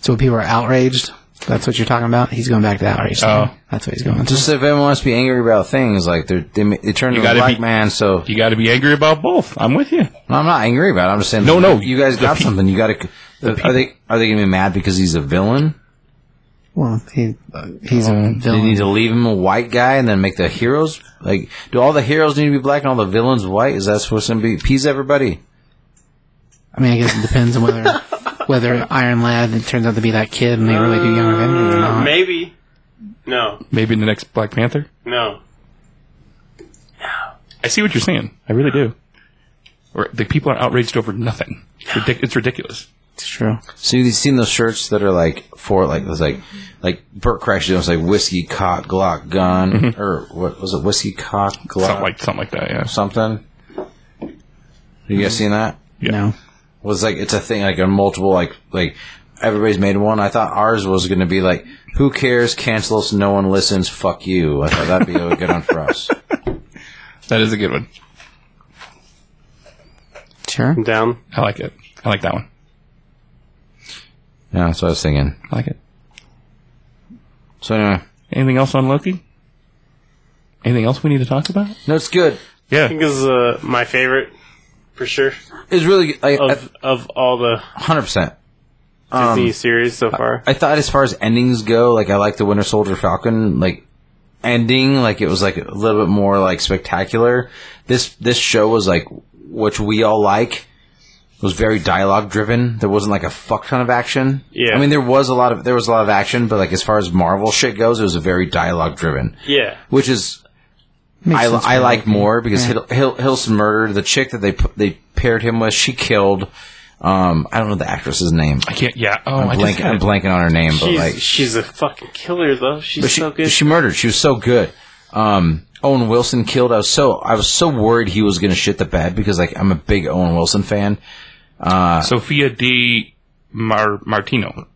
C: So when people are outraged, that's what you're talking about? He's going back to outrage.
D: Oh.
C: That's what he's going to.
A: Just if everyone wants to be angry about things, like they're, they ma- they turn to
D: You
A: a
D: gotta
A: black
D: be-
A: man. So
D: You got to be angry about both. I'm with you.
A: No, I'm not angry about. it. I'm just saying.
D: No, no,
A: You guys
D: the
A: got
D: pe-
A: something. You got to. are they are they gonna be mad because he's a villain?
C: Well, he, uh, he's
D: Oh,
C: a
A: Do you
C: villain.
A: need to leave him a white guy and then make the heroes like? Do all the heroes need to be black and all the villains white? Is that supposed to be appease everybody?
C: I mean, I guess it depends on whether whether Iron Lad it turns out to be that kid and they really do Young Avengers or not.
B: Maybe. No.
D: Maybe in the next Black Panther.
B: No.
D: I see what you're saying. I really do. Or the people are outraged over nothing. It's, ridic- it's ridiculous.
C: It's true.
A: So you've seen those shirts that are like for like it was like like Burt Kreischer was like whiskey cock Glock gun or what was it whiskey cock Glock
D: Something like something like that. Yeah.
A: something? You guys seen that?
D: Yeah.
C: No.
A: was like it's a thing like a multiple like like everybody's made one. I thought ours was going to be like who cares, cancel us, no one listens, fuck you. I thought that'd be a good one for us.
D: That is a good one.
C: Sure.
B: I'm down.
D: I like it. I like that one.
A: Yeah, that's what I was thinking.
D: I like it.
A: So anyway,
D: Anything else on Loki? Anything else we need to talk about?
A: no, it's good.
B: I think is uh, my favorite for sure
A: It's really good. like
B: of of all the
A: hundred percent.
B: Disney series so far.
A: Um, I thought as far as endings go, like I like the Winter Soldier Falcon like ending, like it was like a little bit more like spectacular. This this show was like which we all like was very dialogue driven. There wasn't like a fuck ton of action.
B: Yeah.
A: I mean there was a lot of there was a lot of action, but like as far as Marvel shit goes, it was very dialogue driven.
B: yeah,
A: Which is
C: Makes
A: I,
C: sense
A: I
C: for
A: like
C: Loki.
A: more because Hiddle- Hill, Hilson murdered the chick that they pu- they paired him with. She killed. Um, I don't know the actress's name.
D: I can't. Yeah. Oh,
A: I'm,
D: I just
A: blank,
D: had
A: I'm
D: it.
A: blanking on her name, but
B: she's
A: like
B: she's a fucking killer though. She's
A: but she,
B: so good.
A: she murdered. She was so good. Um, Owen Wilson killed. I was so I was so worried he was gonna shit the bed because like I'm a big Owen Wilson fan.
D: Sophia D. Mar- Martino.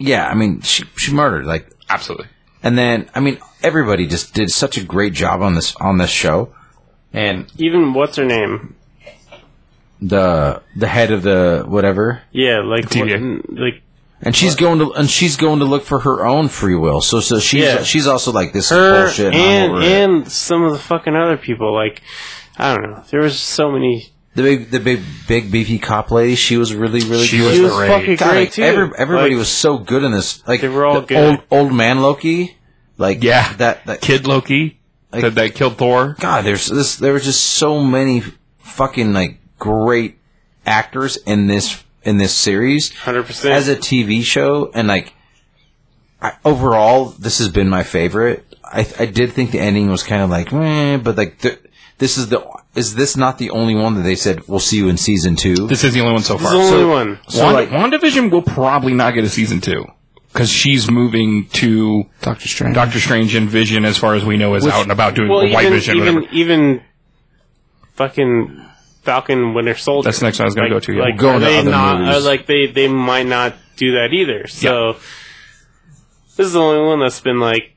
A: Yeah, I mean she she murdered like
D: Absolutely.
A: and then I mean everybody just did such a great job on this on this show and
B: Even what's her name?
A: the the head of the whatever
B: Yeah, like what,
D: TVA.
B: mm, like
A: And she's going to and she's going to look for her own free will. So so she's
B: Yeah.
A: she's also like this
B: her
A: is bullshit. And,
B: and
A: I'm over it.
B: and some of the fucking other people. Like I don't know. There was so many.
A: the big the big big beefy cop lady, she was really really
D: She
A: good.
D: was
B: She was
D: great.
B: fucking
A: God,
B: great
A: like,
B: too.
A: every- everybody
B: Like,
A: was so good in this. Like
B: They were all
A: the
B: good.
A: Old old man Loki, like
D: Yeah.
A: that that
D: Kid Loki.
A: Like-
D: that, that killed Thor.
A: God, there's this. There were just so many fucking like great actors in this in this series.
B: 100%.
A: as a TV show, and like I, overall, this has been my favorite. I, I did think the ending was kind of like, meh, but like the, this is the is this not the only one that they said we'll see you in season two?
D: This is the only one so far.
B: This is the only
D: so,
B: one.
D: so Wanda, WandaVision will probably not get a season two because she's moving to
C: Doctor Strange.
D: Doctor Strange and Vision, as far as we know, is out and about doing
B: Well,
D: White
B: even
D: Vision.
B: even,
D: whatever.
B: even fucking Falcon Winter Soldier.
D: That's the next one I was going
B: like,
D: to go to. Yeah.
B: Like,
A: Going
B: are
A: to
B: they
A: other
B: not,
A: movies.
B: are like they they might not do that either. So this is the only one that's been like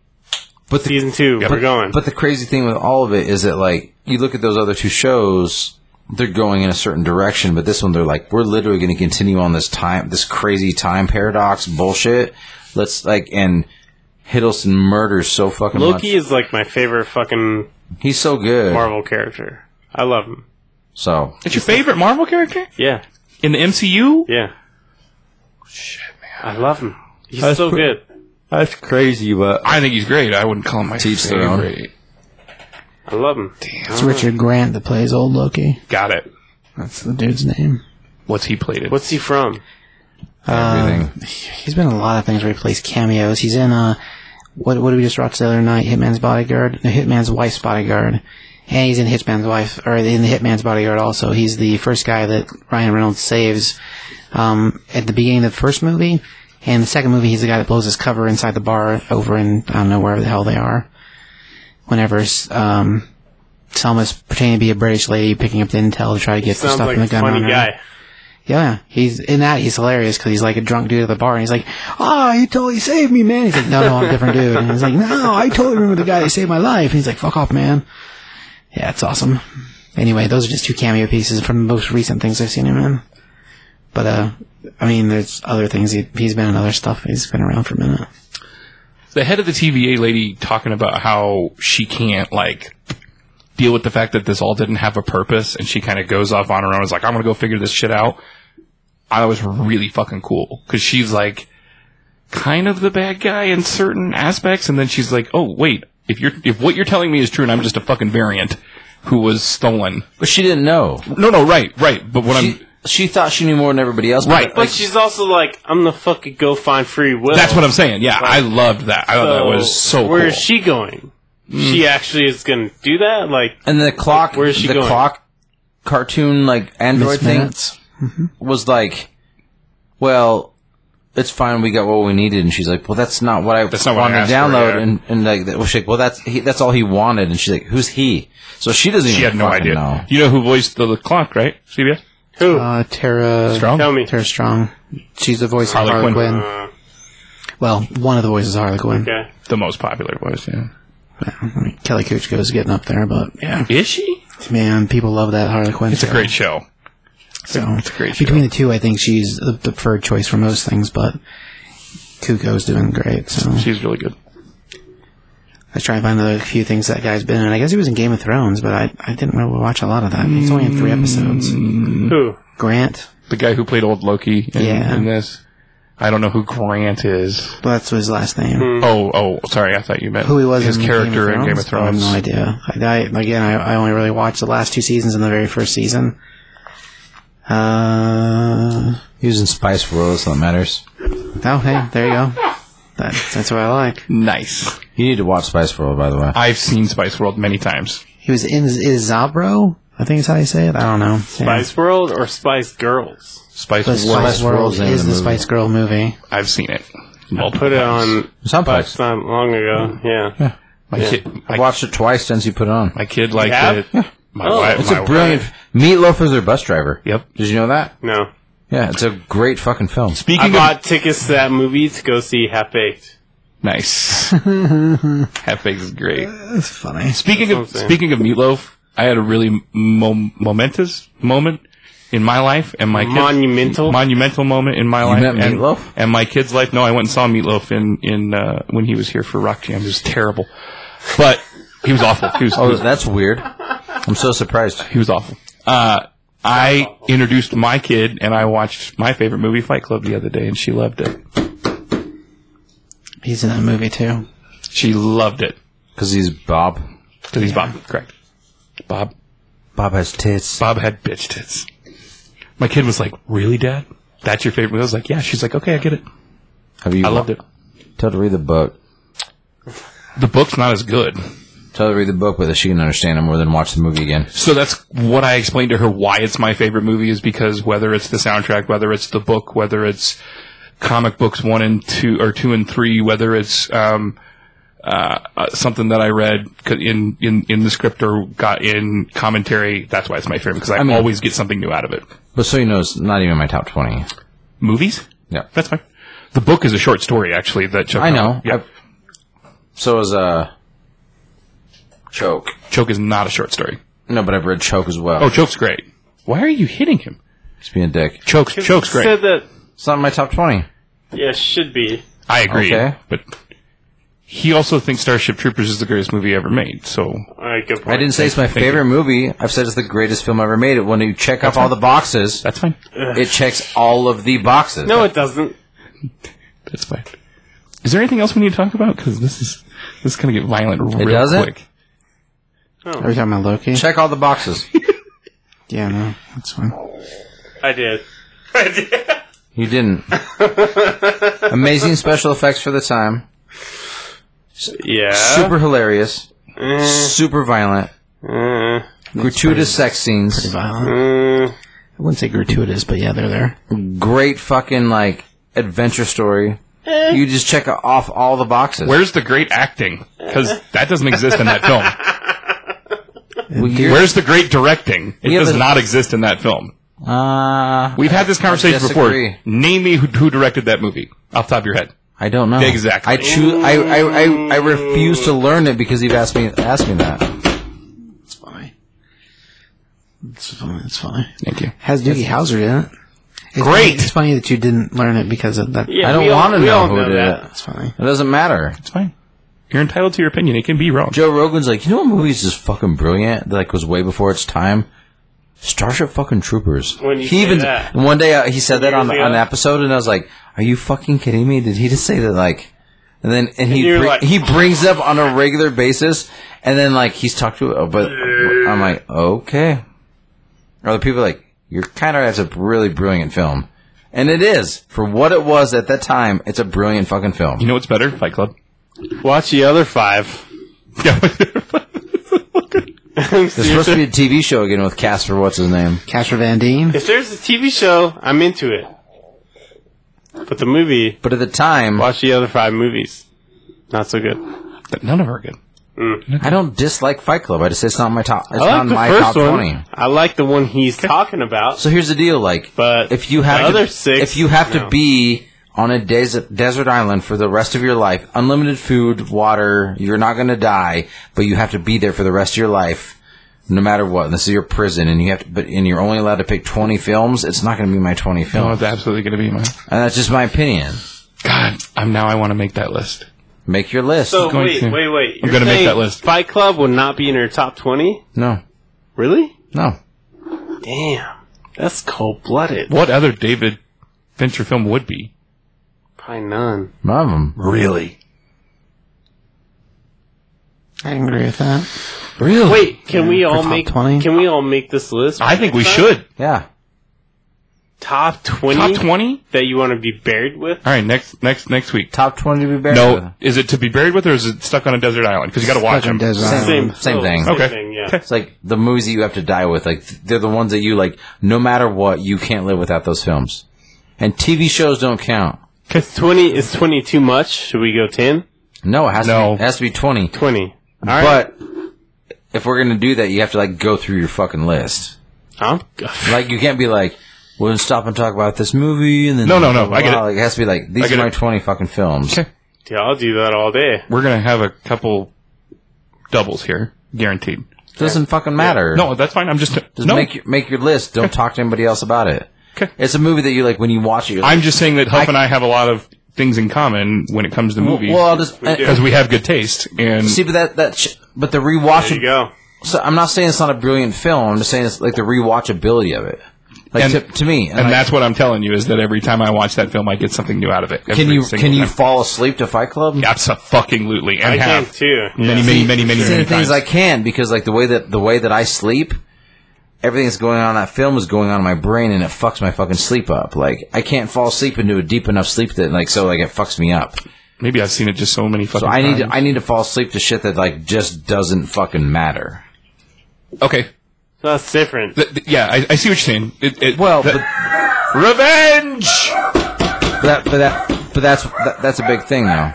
A: but the,
B: season two. we're going.
A: but the crazy thing with all of it is that like you look at those other two shows, they're going in a certain direction, but this one they're like we're literally going to continue on this time this crazy time paradox bullshit. Let's like and Hiddleston murders so fucking
B: Loki
A: much.
B: is like my favorite fucking
A: He's so good.
B: Marvel character. I love him.
A: So
D: it's your favorite Marvel character
B: Yeah,
D: in the MCU?
B: yeah. Shit, man, I love him. He's so good.
A: That's crazy, but
D: I think he's great. I wouldn't call him my
A: Teach their own.
D: favorite.
B: I love him.
C: It's Richard Grant that plays old Loki.
D: Got it.
C: That's the dude's name.
D: What's he played in?
B: What's he from?
A: uh, everything.
C: He's been in a lot of things where he plays cameos. He's in uh, what what did we just watch the other night? Hitman's Bodyguard, no, Hitman's Wife's Bodyguard, and he's in Hitman's Wife or in the Hitman's Bodyguard also. He's the first guy that Ryan Reynolds saves um, at the beginning of the first movie, and the second movie he's the guy that blows his cover inside the bar over in I don't know wherever the hell they are. Whenever um, Selma's pretending to be a British lady picking up the intel to try to get the
B: Sounds
C: stuff
B: like
C: from
B: a
C: the gun
B: funny
C: on her.
B: guy.
C: Yeah, he's in that. He's hilarious because he's like a drunk dude at the bar, and he's like, "Ah, you totally saved me, man." He's like, "No, no, I'm a different dude." And he's like, "No, I totally remember the guy that saved my life." And he's like, "Fuck off, man." Yeah, it's awesome. Anyway, those are just two cameo pieces from the most recent things I've seen him in. But uh, I mean, there's other things he he's been in other stuff. He's been around for a minute.
D: the head of the TVA lady talking about how she can't like deal with the fact that this all didn't have a purpose, and she kind of goes off on her own. Is like, I'm gonna go figure this shit out. I was really fucking cool because she's like kind of the bad guy in certain aspects, and then she's like, oh wait, if you're if what you're telling me is true, and I'm just a fucking variant who was stolen.
A: But she didn't know.
D: No, no, right, right. But what
A: She,
D: I'm
A: she thought she knew more than everybody else. but,
D: Right.
A: like,
B: But she's also like, I'm the fucking go find free will.
D: that's what I'm saying. Yeah, I loved that. I thought that was so.
B: Where
D: cool.
B: is she going? She actually is going to do that? Like,
A: and the clock.
B: where's she
A: the
B: going?
A: clock cartoon like Android
C: Miss
A: thing
C: Minutes.
A: was like, well, it's fine. We got what we needed, and she's like, well, that's not what I
D: That's not what I
A: wanted to
D: asked for,
A: download.
D: yeah.
A: And and like, that- well, she's like, well, that's he, that's all he wanted. And she's like, who's he? So she doesn't.
D: She
A: even
D: had no
A: fucking
D: idea.
A: Know.
D: You know who voiced the, the clock, right? CBS.
B: Who?
C: Uh, Tara
D: Strong?
B: Tell me.
C: Tara Strong. She's the voice
D: Harley
C: of Harley
D: Quinn.
C: Quinn. Well, one of the voices of Harley Quinn.
B: Okay.
D: The most popular voice, yeah.
C: I mean, Kelly Kuchko's getting up there, but yeah,
D: Is she?
C: man, people love that Harley Quinn.
D: It's a
C: show.
D: great show.
C: So
D: It's a great show.
C: between the two, I think she's the the preferred choice for most things. But Kuko's doing great. So
D: She's really good.
C: I was trying to find the few things that guy's been in. I guess he was in Game of Thrones, but I I didn't really watch a lot of that. He's only in three episodes.
B: Who?
C: Grant,
D: The guy who played old Loki in,
C: Yeah.
D: in this. I don't know who Grant is.
C: well, that's his last name.
D: Oh, oh, sorry. I thought you meant
C: Who he was
D: His
C: in
D: character
C: Game of
D: in Game of
C: Thrones? Oh,
D: Thrones.
C: I have no idea. I, I again, I, I only really watched the last two seasons and the very first season. Uh,
A: He was in Spice World, so that matters.
C: oh hey, there you go. That, that's what I like.
D: nice.
A: You need to watch Spice World, by the way.
D: I've seen Spice World many times.
C: He was in is Zabro. I think is how you say it. I don't know. Yeah.
B: Spice World or Spice Girls?
D: Spice
C: The
D: World.
C: Spice World
A: World's in
C: is
A: the
C: the
A: movie.
C: Spice Girl movie.
D: I've seen it.
B: I'll put it on
A: Someplace.
B: It's not long ago. Yeah.
D: My kid.
A: I
D: My,
A: watched it twice since you put it on.
D: my kid liked
B: have?
D: it. My
B: Oh,
D: wife.
A: It's
D: my
A: a brilliant. Meatloaf is their bus driver.
D: Yep.
A: Did you know that?
B: No.
A: Yeah, it's a great fucking film.
D: Speaking
B: I
D: of
B: bought tickets to that movie to go see Half Baked.
D: nice, half baked is great.
C: That's funny.
D: Speaking of
B: That's what I'm saying.
D: speaking of meatloaf, I had a really mo- momentous moment in my life and my kids-
B: Monumental?
D: monumental moment in my life.
A: met
D: and,
A: Meatloaf?
D: and my kid's life. No, I went and saw meatloaf in in uh, when he was here for Rock Jam. It was terrible, but he was awful. He was, he
A: Oh,
D: was
A: that's weird. I'm so surprised.
D: He was awful. Uh, I introduced my kid, and I watched my favorite movie, Fight Club, the other day, and she loved it.
C: He's in that movie too.
D: She loved it
A: Because he's Bob.
D: because he's Bob. Correct. Bob.
A: Bob has tits.
D: Bob had bitch tits. My kid was like, "Really, Dad? That's your favorite?" movie? I was like, "Yeah." She's like, "Okay, I get it.
A: Have you?
D: I loved it."
A: Tell her to read the book.
D: The book's not as good,
A: Tell her to read the book, but she can understand it more than watch the movie again.
D: so that's what I explained to her. Why it's my favorite movie is because whether it's the soundtrack, whether it's the book, whether it's comic books one and two or two and three, whether it's um, uh, something that I read co- in, in, in the script or got in commentary. That's why it's my favorite because I,
A: mean-
D: always get something new out of it.
A: But so you know, it's not even my top twenty.
D: Movies?
A: Yeah,
D: That's fine. The book is a short story, actually. That Chuck
A: I know.
D: Yeah.
A: I- so is uh, choke.
D: Choke is not a short story.
A: No, but I've read choke as well.
D: Oh, Choke's great. Why are you hitting him?
A: Just being a dick.
D: Choke's Choke's great.
B: Said that.
A: It's not in my top twenty.
B: Yeah, should be.
D: I agree,
A: Okay.
D: but he also thinks Starship Troopers is the greatest movie ever made. So
B: All right. Good point.
A: I didn't say it's my favorite movie. I've said it's the greatest film ever made. When you check off all the boxes,
D: that's fine.
A: it checks all of the boxes.
B: No, it doesn't.
D: That's fine. Is there anything else we need to talk about? Because this is this is gonna get violent real
A: doesn't?
D: quick.
C: Are we talking about Loki?
A: check all the boxes.
C: Yeah, no, that's fine.
B: I did.
A: You
D: <laughs>
A: didn't. Amazing special effects for the time.
B: Yeah.
A: Super hilarious.
B: Eh.
A: Super violent.
B: Uh,
A: Gratuitous sex scenes.
C: Violent.
B: mm,
C: I wouldn't say gratuitous, but yeah, they're there.
A: Great fucking like adventure story.
B: Eh.
A: You just check off all the boxes.
D: Where's the great acting? Because that doesn't exist in that film.
A: Well, you're-
D: Where's the great directing? It
A: Yeah,
D: does
A: but-
D: not exist in that film.
A: Uh,
D: We've had this conversation
A: disagree.
D: before. Name me who, who directed that movie off the top of your head.
A: I don't know.
D: Exactly.
A: I choose. I, I, I, I refuse to learn it because you've asked me asked me that.
C: It's funny. It's funny. It's funny.
D: Thank you.
C: Has Doogie Howser in it? It's
D: Great!
C: funny- It's funny that you didn't learn it because of that.
B: yeah
A: I don't
B: we all-
A: want to
B: we
A: know
B: all
A: who did it.
B: that.
C: It's funny.
A: It doesn't matter.
D: It's fine. You're entitled to your opinion. It can be wrong.
A: Joe Rogan's like, you know what movie is just fucking brilliant? That like was way before its time. Starship fucking Troopers.
B: When you
A: he
B: say
A: even
B: that.
A: one day uh, he said that on,
B: Years
A: on an
B: ago.
A: episode, and I was like, "Are you fucking kidding me? Did he just say that?" Like, and then and he
B: you're
A: bri-
B: like-
A: he brings it up on a regular basis, and then like he's talked to, uh, but I'm like, okay. Other people are like, you're kind of that's a really brilliant film, and it is for what it was at that time. It's a brilliant fucking film.
D: You know what's better? Fight <laughs> Club.
B: Watch the other five.
A: There's supposed to be a TV show again with Casper. What's his name?
C: Casper Van Dien.
B: If there's a TV show, I'm into it. But the movie,
A: But at the time,
B: watch the other five movies. Not so good.
D: But <laughs> None of them are good.
A: I don't dislike Fight Club. I just it's not my top. It's
B: I like
A: not
B: the
A: my
B: first
A: top
B: one.
A: twenty.
B: I like the one he's talking about.
A: So here's the deal, like,
B: But
A: if you
B: the
A: have
B: other
A: to,
B: six,
A: if you have
B: no.
A: to be on a desert desert island for the rest of your life, unlimited food, water, you're not going to die, but you have to be there for the rest of your life, no matter what. And this is your prison, and you have to, but and you're only allowed to pick twenty films. It's not going to be my twenty
D: Oh,
A: films,
D: it's absolutely going to be my
A: and that's just my opinion.
D: God. I'm now. I want to make that list.
A: Make your list.
B: So
D: going
B: wait,
D: to.
B: wait, wait.
D: I'm
B: You're
D: gonna make
B: saying
D: that list.
B: Fight Club will not be in your top twenty.
A: no,
B: Really?
A: no.
B: Damn, that's cold blooded.
D: What other David Fincher film would be?
B: Probably none.
A: None of them.
D: Really?
C: I can agree with that.
D: Really?
B: Wait, can we
C: for
B: all
C: top
B: make
C: 20?
B: can we all make this list?
D: I think we should.
A: Yeah.
B: Top twenty
D: Top twenty.
B: that you want to be buried with.
D: All right. Next. Next. Next week.
A: Top twenty to be buried. with.
D: No. Is it to be buried with, or is it stuck on a desert island? Because you got to watch
C: Fucking
D: them.
C: Desert Island.
B: Same,
A: Same
B: oh,
A: thing.
B: Same
D: Okay.
B: thing, yeah.
A: It's like the movies that you have to die with. Like th- they're the ones that you like. No matter what, you can't live without those films. And TV shows don't count.
B: Is twenty is twenty too much? Should we go ten?
A: No, it has
D: No.
A: to. Be, it has to be twenty.
B: Twenty. All right.
A: But if we're gonna do that, you have to like go through your fucking list.
B: I'm,
A: Like you can't be like, we'll stop and talk about this movie and then
D: No, no, no, I get it.
A: Like, it has to be like
D: I
A: these
D: get
A: are my
D: it.
A: twenty fucking films.
D: Okay.
B: yeah, I'll do that all day.
D: We're gonna have a couple doubles here, guaranteed.
A: Doesn't fucking matter.
D: No, that's fine. I'm just
A: Just
D: no.
A: make your, make your list. Don't talk to anybody else about it.
D: Okay.
A: It's a movie that you like when you watch it. You're like,
D: I'm just saying that Huff and I have a lot of things in common when it comes to movies
A: well, I'll just and-
D: because we have good taste and
A: see, but that that sh- but the
B: There you
A: rewatchable.
B: go.
A: So I'm not saying it's not a brilliant film. I'm just saying it's like the rewatchability of it. Like
D: And-
A: to, to me, and,
D: and
A: like,
D: that's what I'm telling you is that every time I watch that film, I get something new out of it.
A: can
D: Every
A: you
D: single
A: can you
D: time.
A: fall asleep to Fight Club?
D: Absolutely, and
B: I can
D: have
B: too.
D: many, many, many, many,
A: See,
D: many
A: the things
D: times.
A: I can because like the way that the way that I sleep, everything that's going on in that film is going on in my brain and it fucks my fucking sleep up. Like I can't fall asleep into a deep enough sleep that like so like it fucks me up.
D: Maybe I've seen it just so many fucking.
A: So I need to,
D: times.
A: I need to fall asleep to shit that like just doesn't fucking matter.
D: okay.
B: That's different.
D: Th- th- yeah, I, I see what you're saying. It, it,
A: Well,
D: that-
A: but
D: revenge.
A: But that, but that, but that's that, that's a big thing though.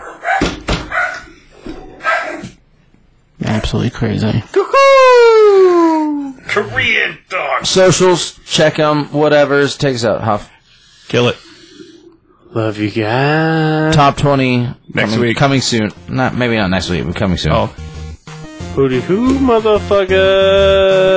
C: Absolutely crazy.
D: Korean dogs.
A: Socials, check them, whatever's. Take us out, Huff.
D: Kill it.
B: Love you guys.
A: Top twenty
D: Uh, Next
A: coming,
D: week.
A: coming soon. Not maybe not next week, but coming soon.
D: Oh.
B: Hooty hoo, motherfucker.